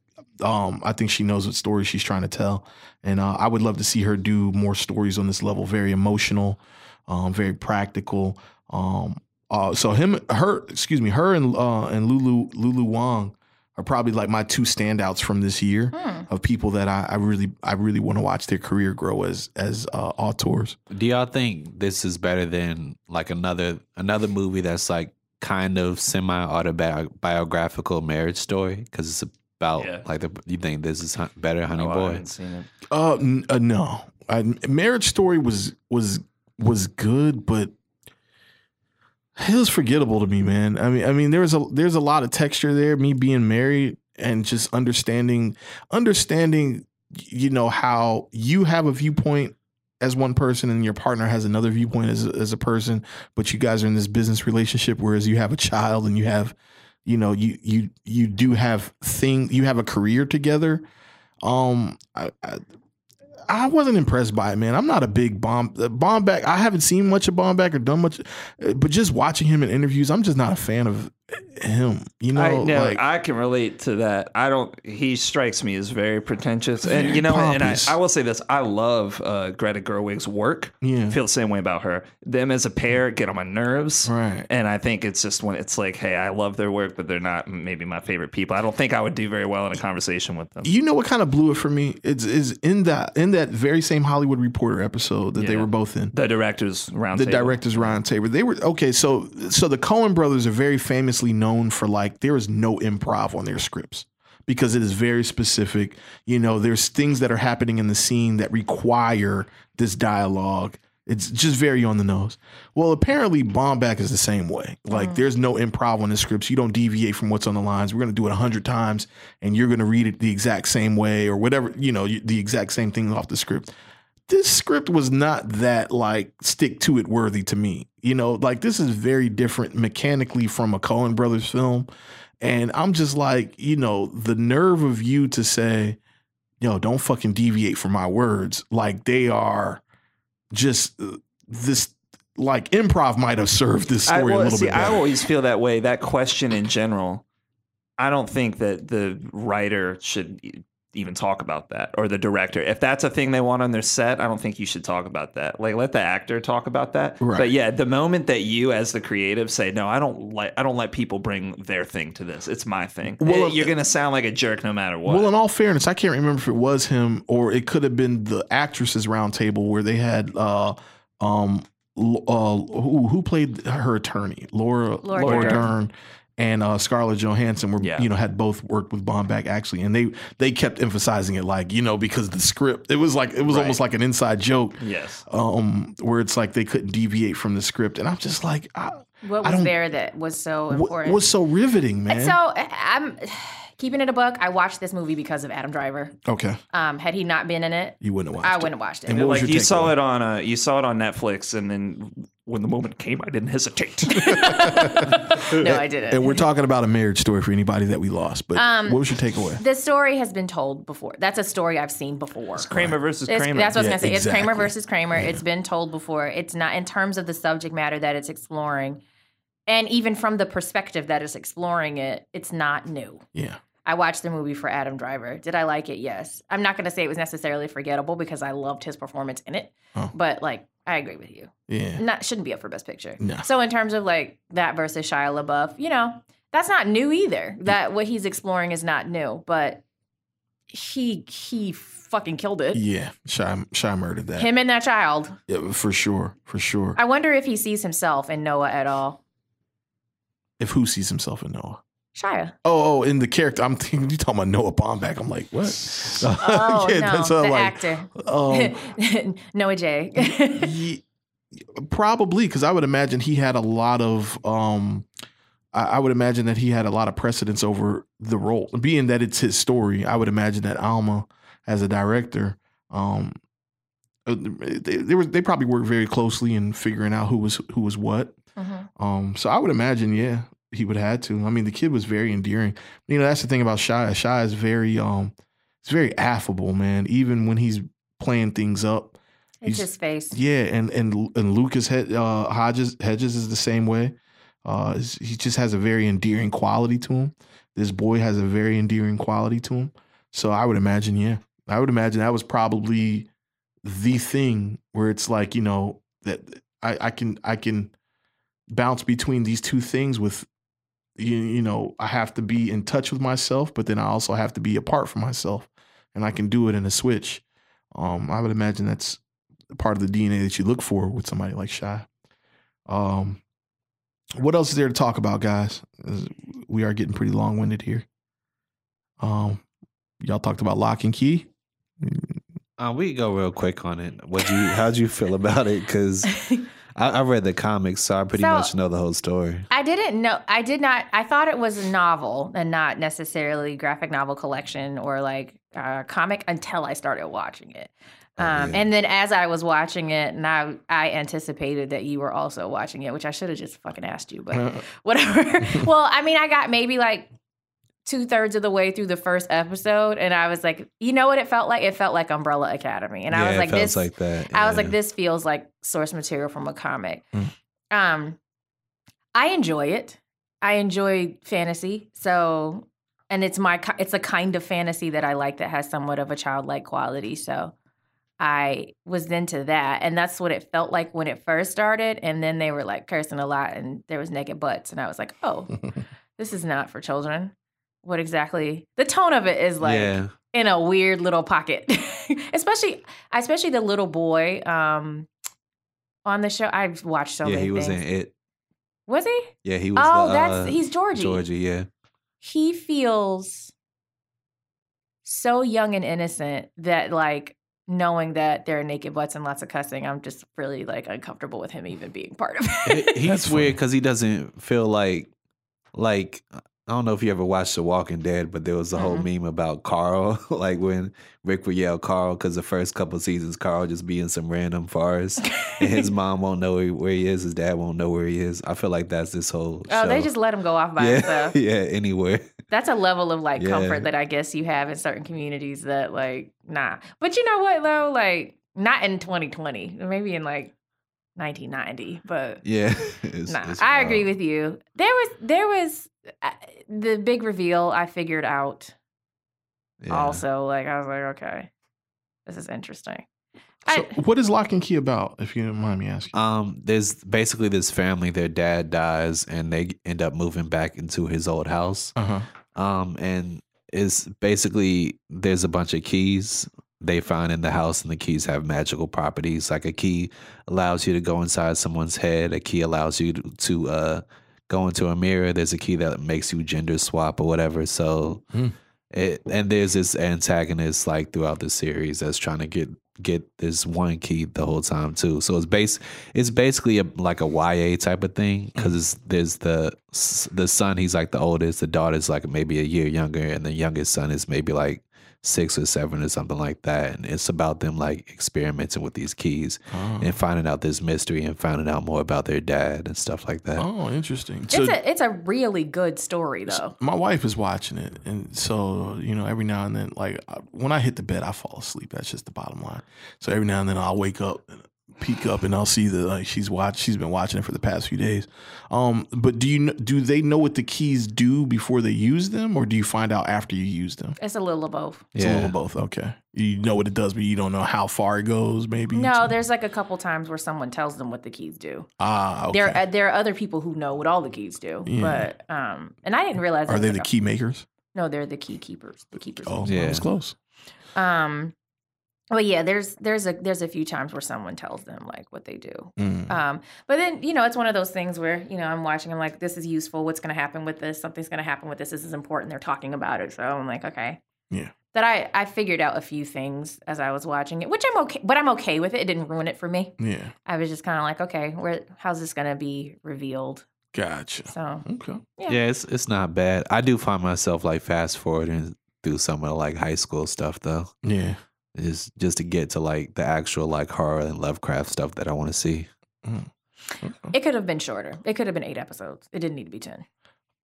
B: um, I think she knows what story she's trying to tell, and uh, I would love to see her do more stories on this level. Very emotional, um, very practical. Um, uh, so him, her, excuse me, her and uh, and Lulu Lulu Wang are probably like my two standouts from this year
E: Hmm.
B: of people that I, I really I really want to watch their career grow as as uh, auteurs.
C: Do y'all think this is better than like another another movie that's like kind of semi autobiographical marriage story? Because it's about
D: Yeah.
C: like the, you think this is hun- better, Honey
D: Oh, I
C: Boy?
D: haven't seen it.
B: Uh, n- uh no, I, Marriage Story was was was good, but it was forgettable to me, man. I mean, I mean, there was a there's a lot of texture there. Me being married and just understanding understanding, you know, how you have a viewpoint as one person and your partner has another viewpoint as a, as a person, but you guys are in this business relationship, whereas you have a child and you have, you know, you you you do have thing you have a career together. Um, I, I, I wasn't impressed by it, man. I'm not a big bomb uh, Bomback. I haven't seen much of Bomback or done much, uh, but just watching him in interviews, I'm just not a fan of him. You know,
D: I, no,
B: like
D: I can relate to that. I don't. He strikes me as very pretentious, and
B: Very
D: you know, and I,
B: pompous.
D: I will say this: I love uh, Greta Gerwig's work.
B: yeah,
D: Feel the same way about her. Them as a pair get on my nerves.
B: right.
D: And I think it's just when it's like, hey, I love their work, but they're not maybe my favorite people. I don't think I would do very well in a conversation with them.
B: You know what kind of blew it for me? It's is in that in that very same Hollywood Reporter episode that they
D: Yeah.
B: were both in.
D: The director's roundtable.
B: the directors Ryan Tabor. They were okay. So so the Cohen brothers are very famously known for like there is no improv on their scripts because it is very specific. You know, there's things that are happening in the scene that require this dialogue. It's just very on the nose. Well, apparently Bomback is the same way. Like there's no improv on the scripts. You don't deviate from what's on the lines. We're going to do it a hundred times, and you're going to read it the exact same way or whatever. You know, you- the exact same thing off the script this script was not that like stick to it worthy to me. You know, like this is very different mechanically from a Coen Brothers film. And I'm just like, you know, the nerve of you to say, yo, don't fucking deviate from my words. Like they are just uh, this, like improv might have served this
D: I,
B: story
D: well,
B: a little
D: see,
B: bit
D: I
B: better.
D: always feel that way. That question in general, I don't think that the writer should e- even talk about that or the director. If that's a thing they want on their set, I don't think you should talk about that. Like let the actor talk about that.
B: Right.
D: But yeah, the moment that you as the creative say, "No, I don't like I don't let people bring their thing to this. It's my thing."
B: Well,
D: eh, you're going to sound like a jerk no matter what.
B: Well, in all fairness, I can't remember if it was him or it could have been the actresses roundtable where they had uh um L- uh who who played her attorney, Laura
E: Laura
B: Laura,
E: Dern.
B: Dern. and uh, Scarlett Johansson were
D: Yeah.
B: you know had both worked with Bomback actually, and they they kept emphasizing it like you know because the script it was like it was
D: Right.
B: almost like an inside joke
D: yes.
B: um where it's like they couldn't deviate from the script, and I'm just like I,
E: What
B: I
E: was
B: don't-
E: there that was so
B: what
E: important?
B: was so riveting, man.
E: So I- I'm, Keeping it a book, I watched this movie because of Adam Driver.
B: Okay,
E: Um, had he not been in it,
B: you wouldn't have watched.
E: I
B: it.
E: wouldn't have watched it.
B: And what was
D: like
B: your
D: you
B: takeaway?
D: saw it on uh, you saw it on Netflix, and then when the moment came, I didn't hesitate.
E: no, I didn't.
B: And we're talking about a marriage story for anybody that we lost. But
E: Um,
B: what was your takeaway?
E: this story has been told before. That's a story I've seen before.
D: Kramer versus
E: It's-
D: Kramer.
E: That's what
B: Yeah,
E: I was gonna say. It's
B: exactly.
E: Kramer versus Kramer. It's been told before. It's not in terms of the subject matter that it's exploring, and even from the perspective that it's exploring it, it's not new.
B: Yeah,
E: I watched the movie for Adam Driver. Did I like it? Yes. I'm not gonna say it was necessarily forgettable because I loved his performance in it,
B: Oh.
E: but like I agree with you.
B: yeah.
E: Not shouldn't be up for best picture.
B: No.
E: So in terms of like that versus Shia LaBeouf, you know, that's not new either.
B: Mm.
E: That what he's exploring is not new, but he he fucking killed it.
B: Yeah, shy, shy murdered that
E: Him and that child.
B: Yeah, for sure, for sure.
E: I wonder if he sees himself in Noah at all.
B: if who sees himself in Noah?
E: Shia.
B: Oh, oh, in the character, I'm thinking you talking about Noah Bomback. I'm like, what?
E: Oh
B: Yeah,
E: no,
B: that's
E: the
B: what I'm like.
E: actor.
B: Oh,
E: Noah J.
B: ye- probably because I would imagine he had a lot of. um I I would imagine that he had a lot of precedence over the role, being that it's his story. I would imagine that Alma, as a director, um, uh, they, they were they probably worked very closely in figuring out who was who was what.
E: Mhm.
B: Um, so I would imagine, yeah, he would have had to. I mean, the kid was very endearing. You know, that's the thing about Shia. Shia is very, um, it's very affable, man. Even when he's playing things up,
E: it's his face.
B: yeah. And and and Lucas Hed, uh, Hodges Hedges is the same way. Uh, is- he just has a very endearing quality to him. This boy has a very endearing quality to him. So I would imagine, yeah, I would imagine that was probably the thing where it's like you know that I, I can I can bounce between these two things with you, you know I have to be in touch with myself, but then I also have to be apart from myself, and I can do it in a switch. Um, I would imagine that's part of the DNA that you look for with somebody like Shy. Um, what else is there to talk about, guys? We are getting pretty long winded here. Um, y'all talked about lock and key.
C: Uh, we can go real quick on it. What you? How'd you feel about it? Because I, I read the comics, so I pretty
E: So-
C: much know the whole story.
E: I didn't know. I did not. I thought it was a novel and not necessarily graphic novel collection or like uh, comic until I started watching it.
C: Oh,
E: Um,
C: yeah.
E: And then as I was watching it, and I, I anticipated that you were also watching it, which I should have just fucking asked you, but whatever. well, I mean, I got maybe like two thirds of the way through the first episode, and I was like, you know what it felt like? It felt like Umbrella Academy, and I was
C: Yeah,
E: like,
C: it felt
E: this.
C: like that.
E: I was like,
C: yeah.
E: this feels like source material from a comic.
B: Mm.
E: Um, I enjoy it. I enjoy fantasy. So, and it's my ki- it's a kind of fantasy that I like that has somewhat of a childlike quality. So, I was into that, and that's what it felt like when it first started. And then they were like cursing a lot, and there was naked butts, and I was like, oh, this is not for children. What exactly? The tone of it is like
C: yeah,
E: in a weird little pocket. especially especially the little boy um on the show. I've watched so
C: yeah,
E: many
C: he was
E: things.
C: in it.
E: Was he?
C: Yeah, he was.
E: oh,
C: the,
E: that's
C: uh,
E: he's Georgie.
C: Georgie. Yeah,
E: He feels so young and innocent that like knowing that there are naked butts and lots of cussing, I'm just really like uncomfortable with him even being part of
C: He-
E: it.
C: he's
B: funny.
C: weird because he doesn't feel like like I don't know if you ever watched The Walking Dead, but there was a whole
E: Mm-hmm.
C: meme about Carl, like when Rick would yell Carl because the first couple seasons Carl just be in some random forest and his mom won't know where he is, his dad won't know where he is. I feel like that's this whole.
E: Oh, they
C: show.
E: just let him go off by
C: yeah,
E: himself.
C: yeah, anywhere.
E: that's a level of like
C: Yeah.
E: comfort that I guess you have in certain communities that like nah. But you know what though, like not in 2020, maybe in like 1990, but
C: Yeah, it's-
E: nah.
C: it's
E: I
C: wild.
E: agree with you. There was there was uh, the big reveal I figured out
C: Yeah.
E: also like I was like okay. This is interesting.
B: So
E: I,
B: what is lock and key about? If you don't mind me asking.
C: Um, there's basically this family. Their dad dies, and they end up moving back into his old house.
B: Uh huh.
C: Um, and it's basically there's a bunch of keys they find in the house, and the keys have magical properties. Like a key allows you to go inside someone's head. A key allows you to, to uh go into a mirror. There's a key that makes you gender swap or whatever. So
B: Hmm.
C: It, and there's this antagonist like throughout the series that's trying to get get this one key the whole time too. So it's base it's basically a, like a YA type of thing because there's the s- the son he's like the oldest, the daughter's like maybe a year younger, and the youngest son is maybe like six or seven or something like that. And it's about them like experimenting with these keys
B: Oh,
C: and finding out this mystery and finding out more about their dad and stuff like that.
B: Oh, interesting.
E: it's a it's a really good story though.
B: my wife is watching it, and so you know, every now and then, like I- when I hit the bed, I fall asleep. That's just the bottom line. So every now and then, I'll wake up, peek up, and I'll see that like she's watched. She's been watching it for the past few days. Um, but do you kn- do they know what the keys do before they use them, or do you find out after you use them?
E: It's a little of both.
B: It's a little of both. Okay, you know what it does, but you don't know how far it goes. Maybe
E: No, there's like a couple times where someone tells them what the keys do.
B: ah, okay.
E: There, uh, there are other people who know what all the keys do,
B: Yeah.
E: but um, and I didn't realize.
B: Are
E: that
B: they
E: was
B: the
E: like a-
B: key makers?
E: No, they're the key keepers. The keepers.
B: Oh, yeah,
C: Yeah.
B: it's close.
E: Um, but yeah, there's there's a there's a few times where someone tells them like what they do.
B: Mm.
E: Um, but then you know it's one of those things where you know I'm watching. I'm like, this is useful. What's going to happen with this? Something's going to happen with this. This is important. They're talking about it, so I'm like, okay.
B: Yeah.
E: That I I figured out a few things as I was watching it, which I'm okay. But I'm okay with it. It didn't ruin it for me.
B: Yeah,
E: I was just kind of like, okay, where how's this going to be revealed?
B: gotcha.
E: So
B: Okay.
E: Yeah.
C: Yeah, it's it's not bad. I do find myself like fast forwarding through some of the, like high school stuff though,
B: Yeah.
C: just just to get to like the actual like horror and Lovecraft stuff that I want to see.
E: it could have been shorter. It could have been eight episodes. It didn't need to be ten.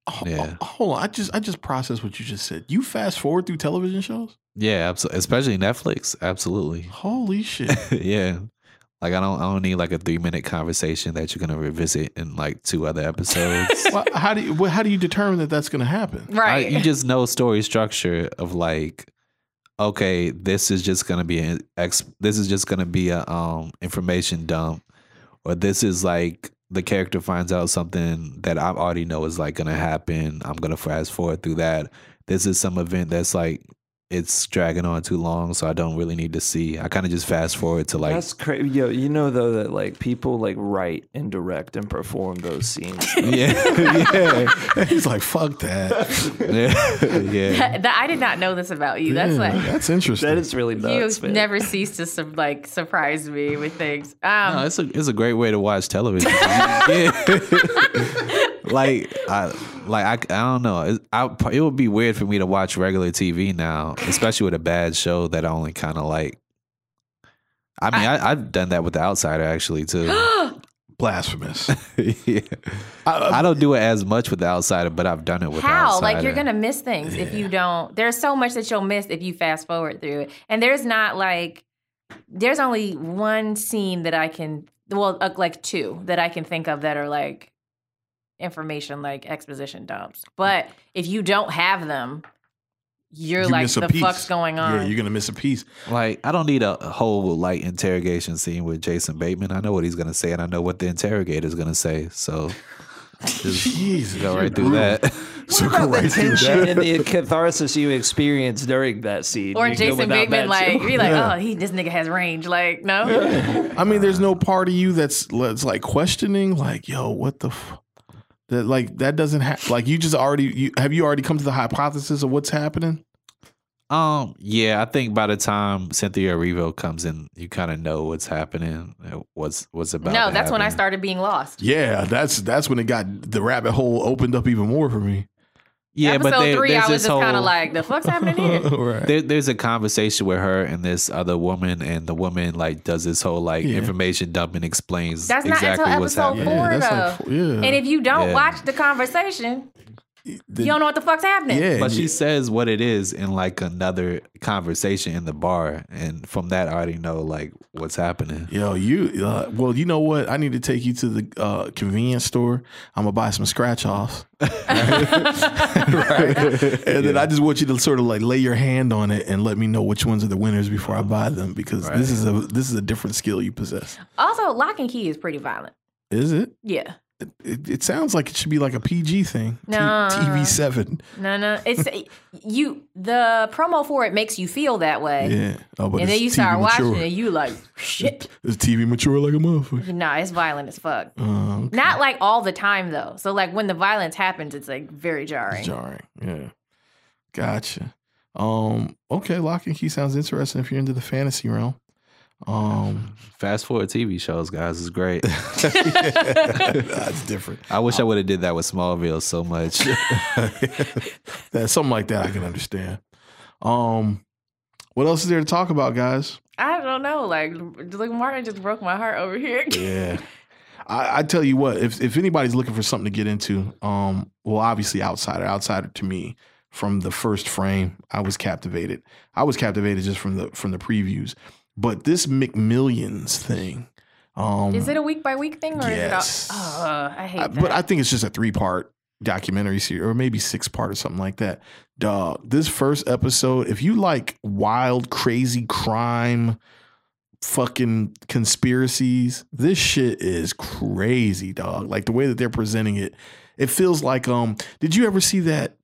B: Oh,
C: Yeah.
B: oh, hold on. I just I just processed what you just said. You fast forward through television shows?
C: Yeah, absolutely. Especially Netflix, absolutely.
B: Holy shit.
C: yeah, like I don't I don't need like a three minute conversation that you're gonna revisit in like two other episodes.
B: well, how do you well, how do you determine that that's going to happen?
C: I, you just know story structure of like, okay, this is just gonna be an ex. This is just gonna be a um information dump, or this is like the character finds out something that I already know is like gonna happen. I'm gonna fast forward through that. This is some event that's like it's dragging on too long, so I don't really need to see. I kind of just fast forward to like,
D: That's crazy. Yo, you know though that like people like write and direct and perform those scenes. though.
C: yeah, yeah,
B: He's like, "Fuck that."
C: yeah, yeah.
E: That- I did not know this about you. That's
B: Yeah,
E: like
B: that's interesting.
D: that is really nuts.
E: you
D: man.
E: never cease to sur- like surprise me with things. Um,
C: No, it's a it's a great way to watch television. Yeah. like I like I, I don't know. It, I, it would be weird for me to watch regular TV now, especially with a bad show that I only kind of like. I mean, I, I, have done that with The Outsider actually too.
B: Blasphemous.
C: yeah. I, don't do it as much with The Outsider, but I've done it with The
E: how?
C: Outsider.
E: Like you're gonna miss things if you don't. There's so much that you'll miss if you fast forward through it. And there's not like there's only one scene that I can well uh, like two that I can think of that are like information like exposition dumps. But if you don't have them, you're
B: You
E: like
B: miss a
E: the
B: piece.
E: fuck's going on.
B: Yeah, you're going to miss a piece.
C: Like I don't need a whole like interrogation scene with Jason Bateman. I know what he's gonna say, and I know what the interrogator's gonna say. So
B: Jesus.
C: go right through that.
B: So
D: What
B: go
D: about the
B: right through
D: tension
B: that.
D: and the catharsis you experience during that scene.
E: or
D: You go
E: Jason
D: without
E: Bigman,
D: that,
E: like
D: too.
E: you're like, oh, he this nigga has range. Like, no,
B: I mean, there's no part of you that's, that's like questioning like, "Yo, what the f- that like that doesn't have like you just already you have you already come to the hypothesis of what's happening?
C: Um, yeah, I think by the time Cynthia Erivo comes in, you kind of know what's happening, uh, what's what's about.
E: no.
C: to
E: That's when I
C: happen.
E: started being lost.
B: Yeah, that's that's when it got the rabbit hole opened up even more for me.
C: Yeah,
E: Episode
C: but there-
E: three,
C: there's
E: I was
C: this
E: just kind
C: whole-
E: of like, the fuck's happening here?
B: right.
C: There, there's a conversation with her and this other woman, and the woman like does this whole like
B: Yeah.
C: information dump and explains
E: That's not
C: exactly
E: until
C: what's
E: episode
C: happening.
E: four.
B: Yeah, that's
E: Florida.
B: like, four- yeah.
E: And if you don't
C: Yeah.
E: watch the conversation,
B: The-
E: you don't know what the fuck's happening.
B: yeah,
C: But she says what it is in like another conversation in the bar, and from that I already know like what's happening.
B: Yo, you uh, well, you know what? I need to take you to the uh, convenience store. I'm gonna buy some scratch offs, right? And then I just want you to sort of like lay your hand on it and let me know which ones are the winners before I buy them because this is a this is a different skill you possess.
E: Also, lock and key is pretty violent.
B: Is it?
E: Yeah.
B: It, it sounds like it should be like a PG thing. T-
E: No.
B: TV seven.
E: No, no. It's you the promo for it makes you feel that way.
B: Yeah. Oh, but
E: And then
B: it's
E: you start
B: TV
E: watching
B: mature.
E: it, you like shit.
B: It's TV mature like a motherfucker.
E: Nah, it's violent as fuck.
B: Um,
E: Not like all the time though. So like when the violence happens, it's like very jarring.
B: jarring. Yeah. Gotcha. Um, okay, Lock and Key sounds interesting if you're into the fantasy realm. Um,
C: Fast forward TV shows, guys, is great.
B: that's different.
C: I wish I would have did that with Smallville so much.
B: That's something like that I can understand. Um, what else is there to talk about, guys?
E: I don't know. Like, like Martin just broke my heart over here.
B: Yeah. I, I tell you what, if if anybody's looking for something to get into, um, well, obviously outsider, outsider to me from the first frame, I was captivated. I was captivated just from the from the previews. But this McMillions thing, um,
E: Is it a week by week thing or
B: Yes.
E: is it? All, oh, I hate
B: I-
E: that.
B: but I think it's just a three part documentary series or maybe six part or something like that. Dog, this first episode, if you like wild, crazy crime, fucking conspiracies, this shit is crazy, dog. Like the way that they're presenting it, it feels like um did you ever see that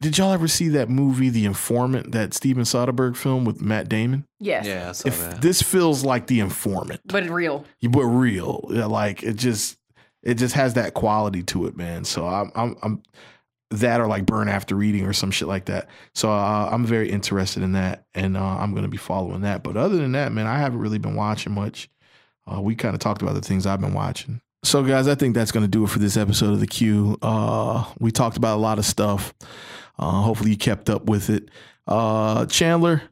B: did y'all ever see that movie The Informant, that Steven Soderbergh film with Matt Damon?
E: yes,
C: yeah, I saw
B: If
C: that.
B: this feels like The Informant
E: but real.
B: you but real. Yeah, Like it just it just has that quality to it, man. So I'm I'm, I'm that or like burn after reading or some shit like that. So uh, I'm very interested in that, and uh, I'm gonna be following that. But other than that, man, I haven't really been watching much. Uh, we kind of talked about the things I've been watching. So guys, I think that's gonna do it for this episode of the Q. Uh, we talked about a lot of stuff. Uh, hopefully you kept up with it. Uh, Chandler,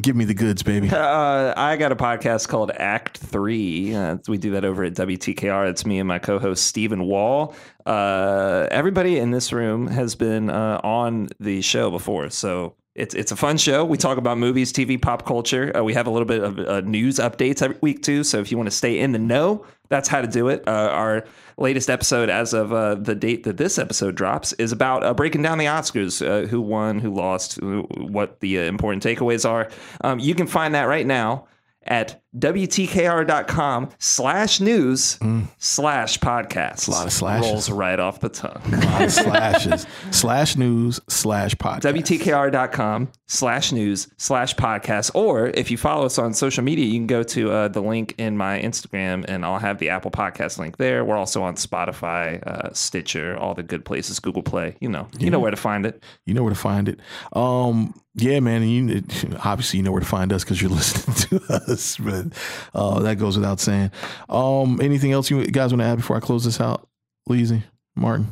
B: give me the goods, baby.
D: Uh, I got a podcast called Act Three. Uh, we do that over at WTKR. It's me and my co-host Stephen Wall. Uh, everybody in this room has been uh, on the show before, so it's it's a fun show. We talk about movies, TV, pop culture. Uh, we have a little bit of uh, news updates every week too. So if you want to stay in the know, that's how to do it. Uh, our latest episode, as of uh, the date that this episode drops, is about uh, breaking down the Oscars, uh, who won, who lost, who, what the uh, important takeaways are. Um, you can find that right now at wtkr.com slash news slash podcast.
B: Mm. a lot of slashes.
D: Rolls right off the tongue.
B: lot of slashes. slash news, slash podcast.
D: WTKR.com slash news slash podcast. Or if you follow us on social media, you can go to uh, the link in my Instagram and I'll have the Apple Podcast link there. We're also on Spotify, uh, Stitcher, all the good places, Google Play. You know, you know where to find it.
B: You know where to find it. Um, yeah, man. and You obviously you know where to find us because you're listening to us. But uh, that goes without saying. Um, anything else you guys want to add before I close this out? Leezy, Martin,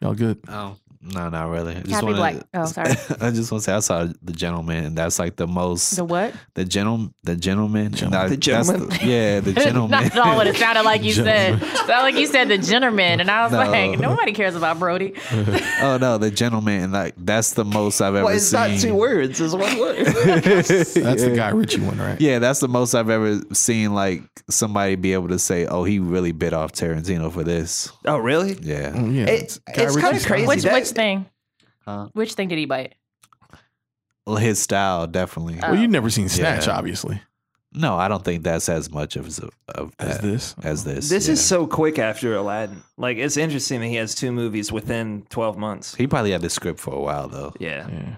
B: y'all good?
C: Oh, no, not really. I
F: Happy
C: wanna-
F: Black- oh, sorry.
C: I just want to say outside the gentleman, and that's like the most
F: The what?
C: the gentle the gentleman.
B: Gentle-
C: Nah,
D: The
C: that's
D: gentleman?
C: the- yeah, the gentleman.
F: Not at all what it sounded like you said.
B: Gentleman.
F: Sounded like you said the gentleman, and I was
C: No.
F: like, nobody cares about Brody.
C: oh no, the gentleman, and like that's the most I've ever
D: Well, it's
C: seen.
D: not two words, it's one word.
B: That's the guy Richie one, right?
C: Yeah, that's the most I've ever seen. Like somebody be able to say, "Oh, he really bit off Tarantino for this."
D: oh, really?
C: Yeah,
B: Mm, yeah.
D: It's-
B: Guy
D: it's kinda
B: Ritchie's
D: crazy.
B: style.
F: Which
D: that-
F: which thing?
C: Huh?
F: Which thing did he bite?
C: Well, his style definitely.
F: Uh,
B: Well, you've never seen Snatch,
C: Yeah.
B: obviously.
C: no, I don't think that's as much of as- of
B: As
C: that,
B: this,
C: as this.
D: This
C: yeah.
D: is so quick after Aladdin. Like, it's interesting that he has two movies within 12 months.
C: He probably had the script for a while though.
D: Yeah.
B: Yeah.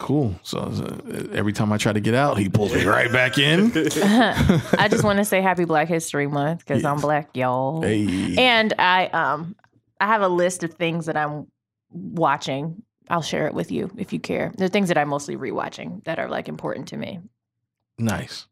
B: Cool. So uh, every time I try to get out, he pulls me right back in.
F: I just want to say Happy Black History Month because I'm
B: Yes.
F: black, y'all.
B: Hey.
F: And I um I have a list of things that I'm watching. I'll share it with you if you care. They're things that I'm mostly rewatching that are like important to me.
B: Nice.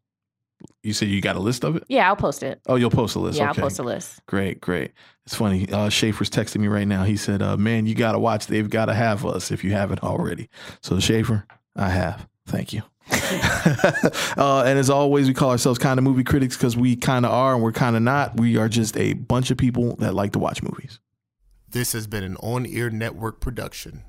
B: You said you got a list of it?
F: Yeah, I'll post it.
B: Oh, you'll post a list.
F: yeah,
B: okay.
F: I'll post a list.
B: Great, great. It's funny. Uh, Schaefer's texting me right now. He said, uh, "Man, you gotta watch. They've gotta have us if you haven't already." So Schaefer, I have. Thank you. uh, and as always, we call ourselves kind of movie critics because we kind of are and we're kind of not. We are just a bunch of people that like to watch movies.
I: This has been an on air network production.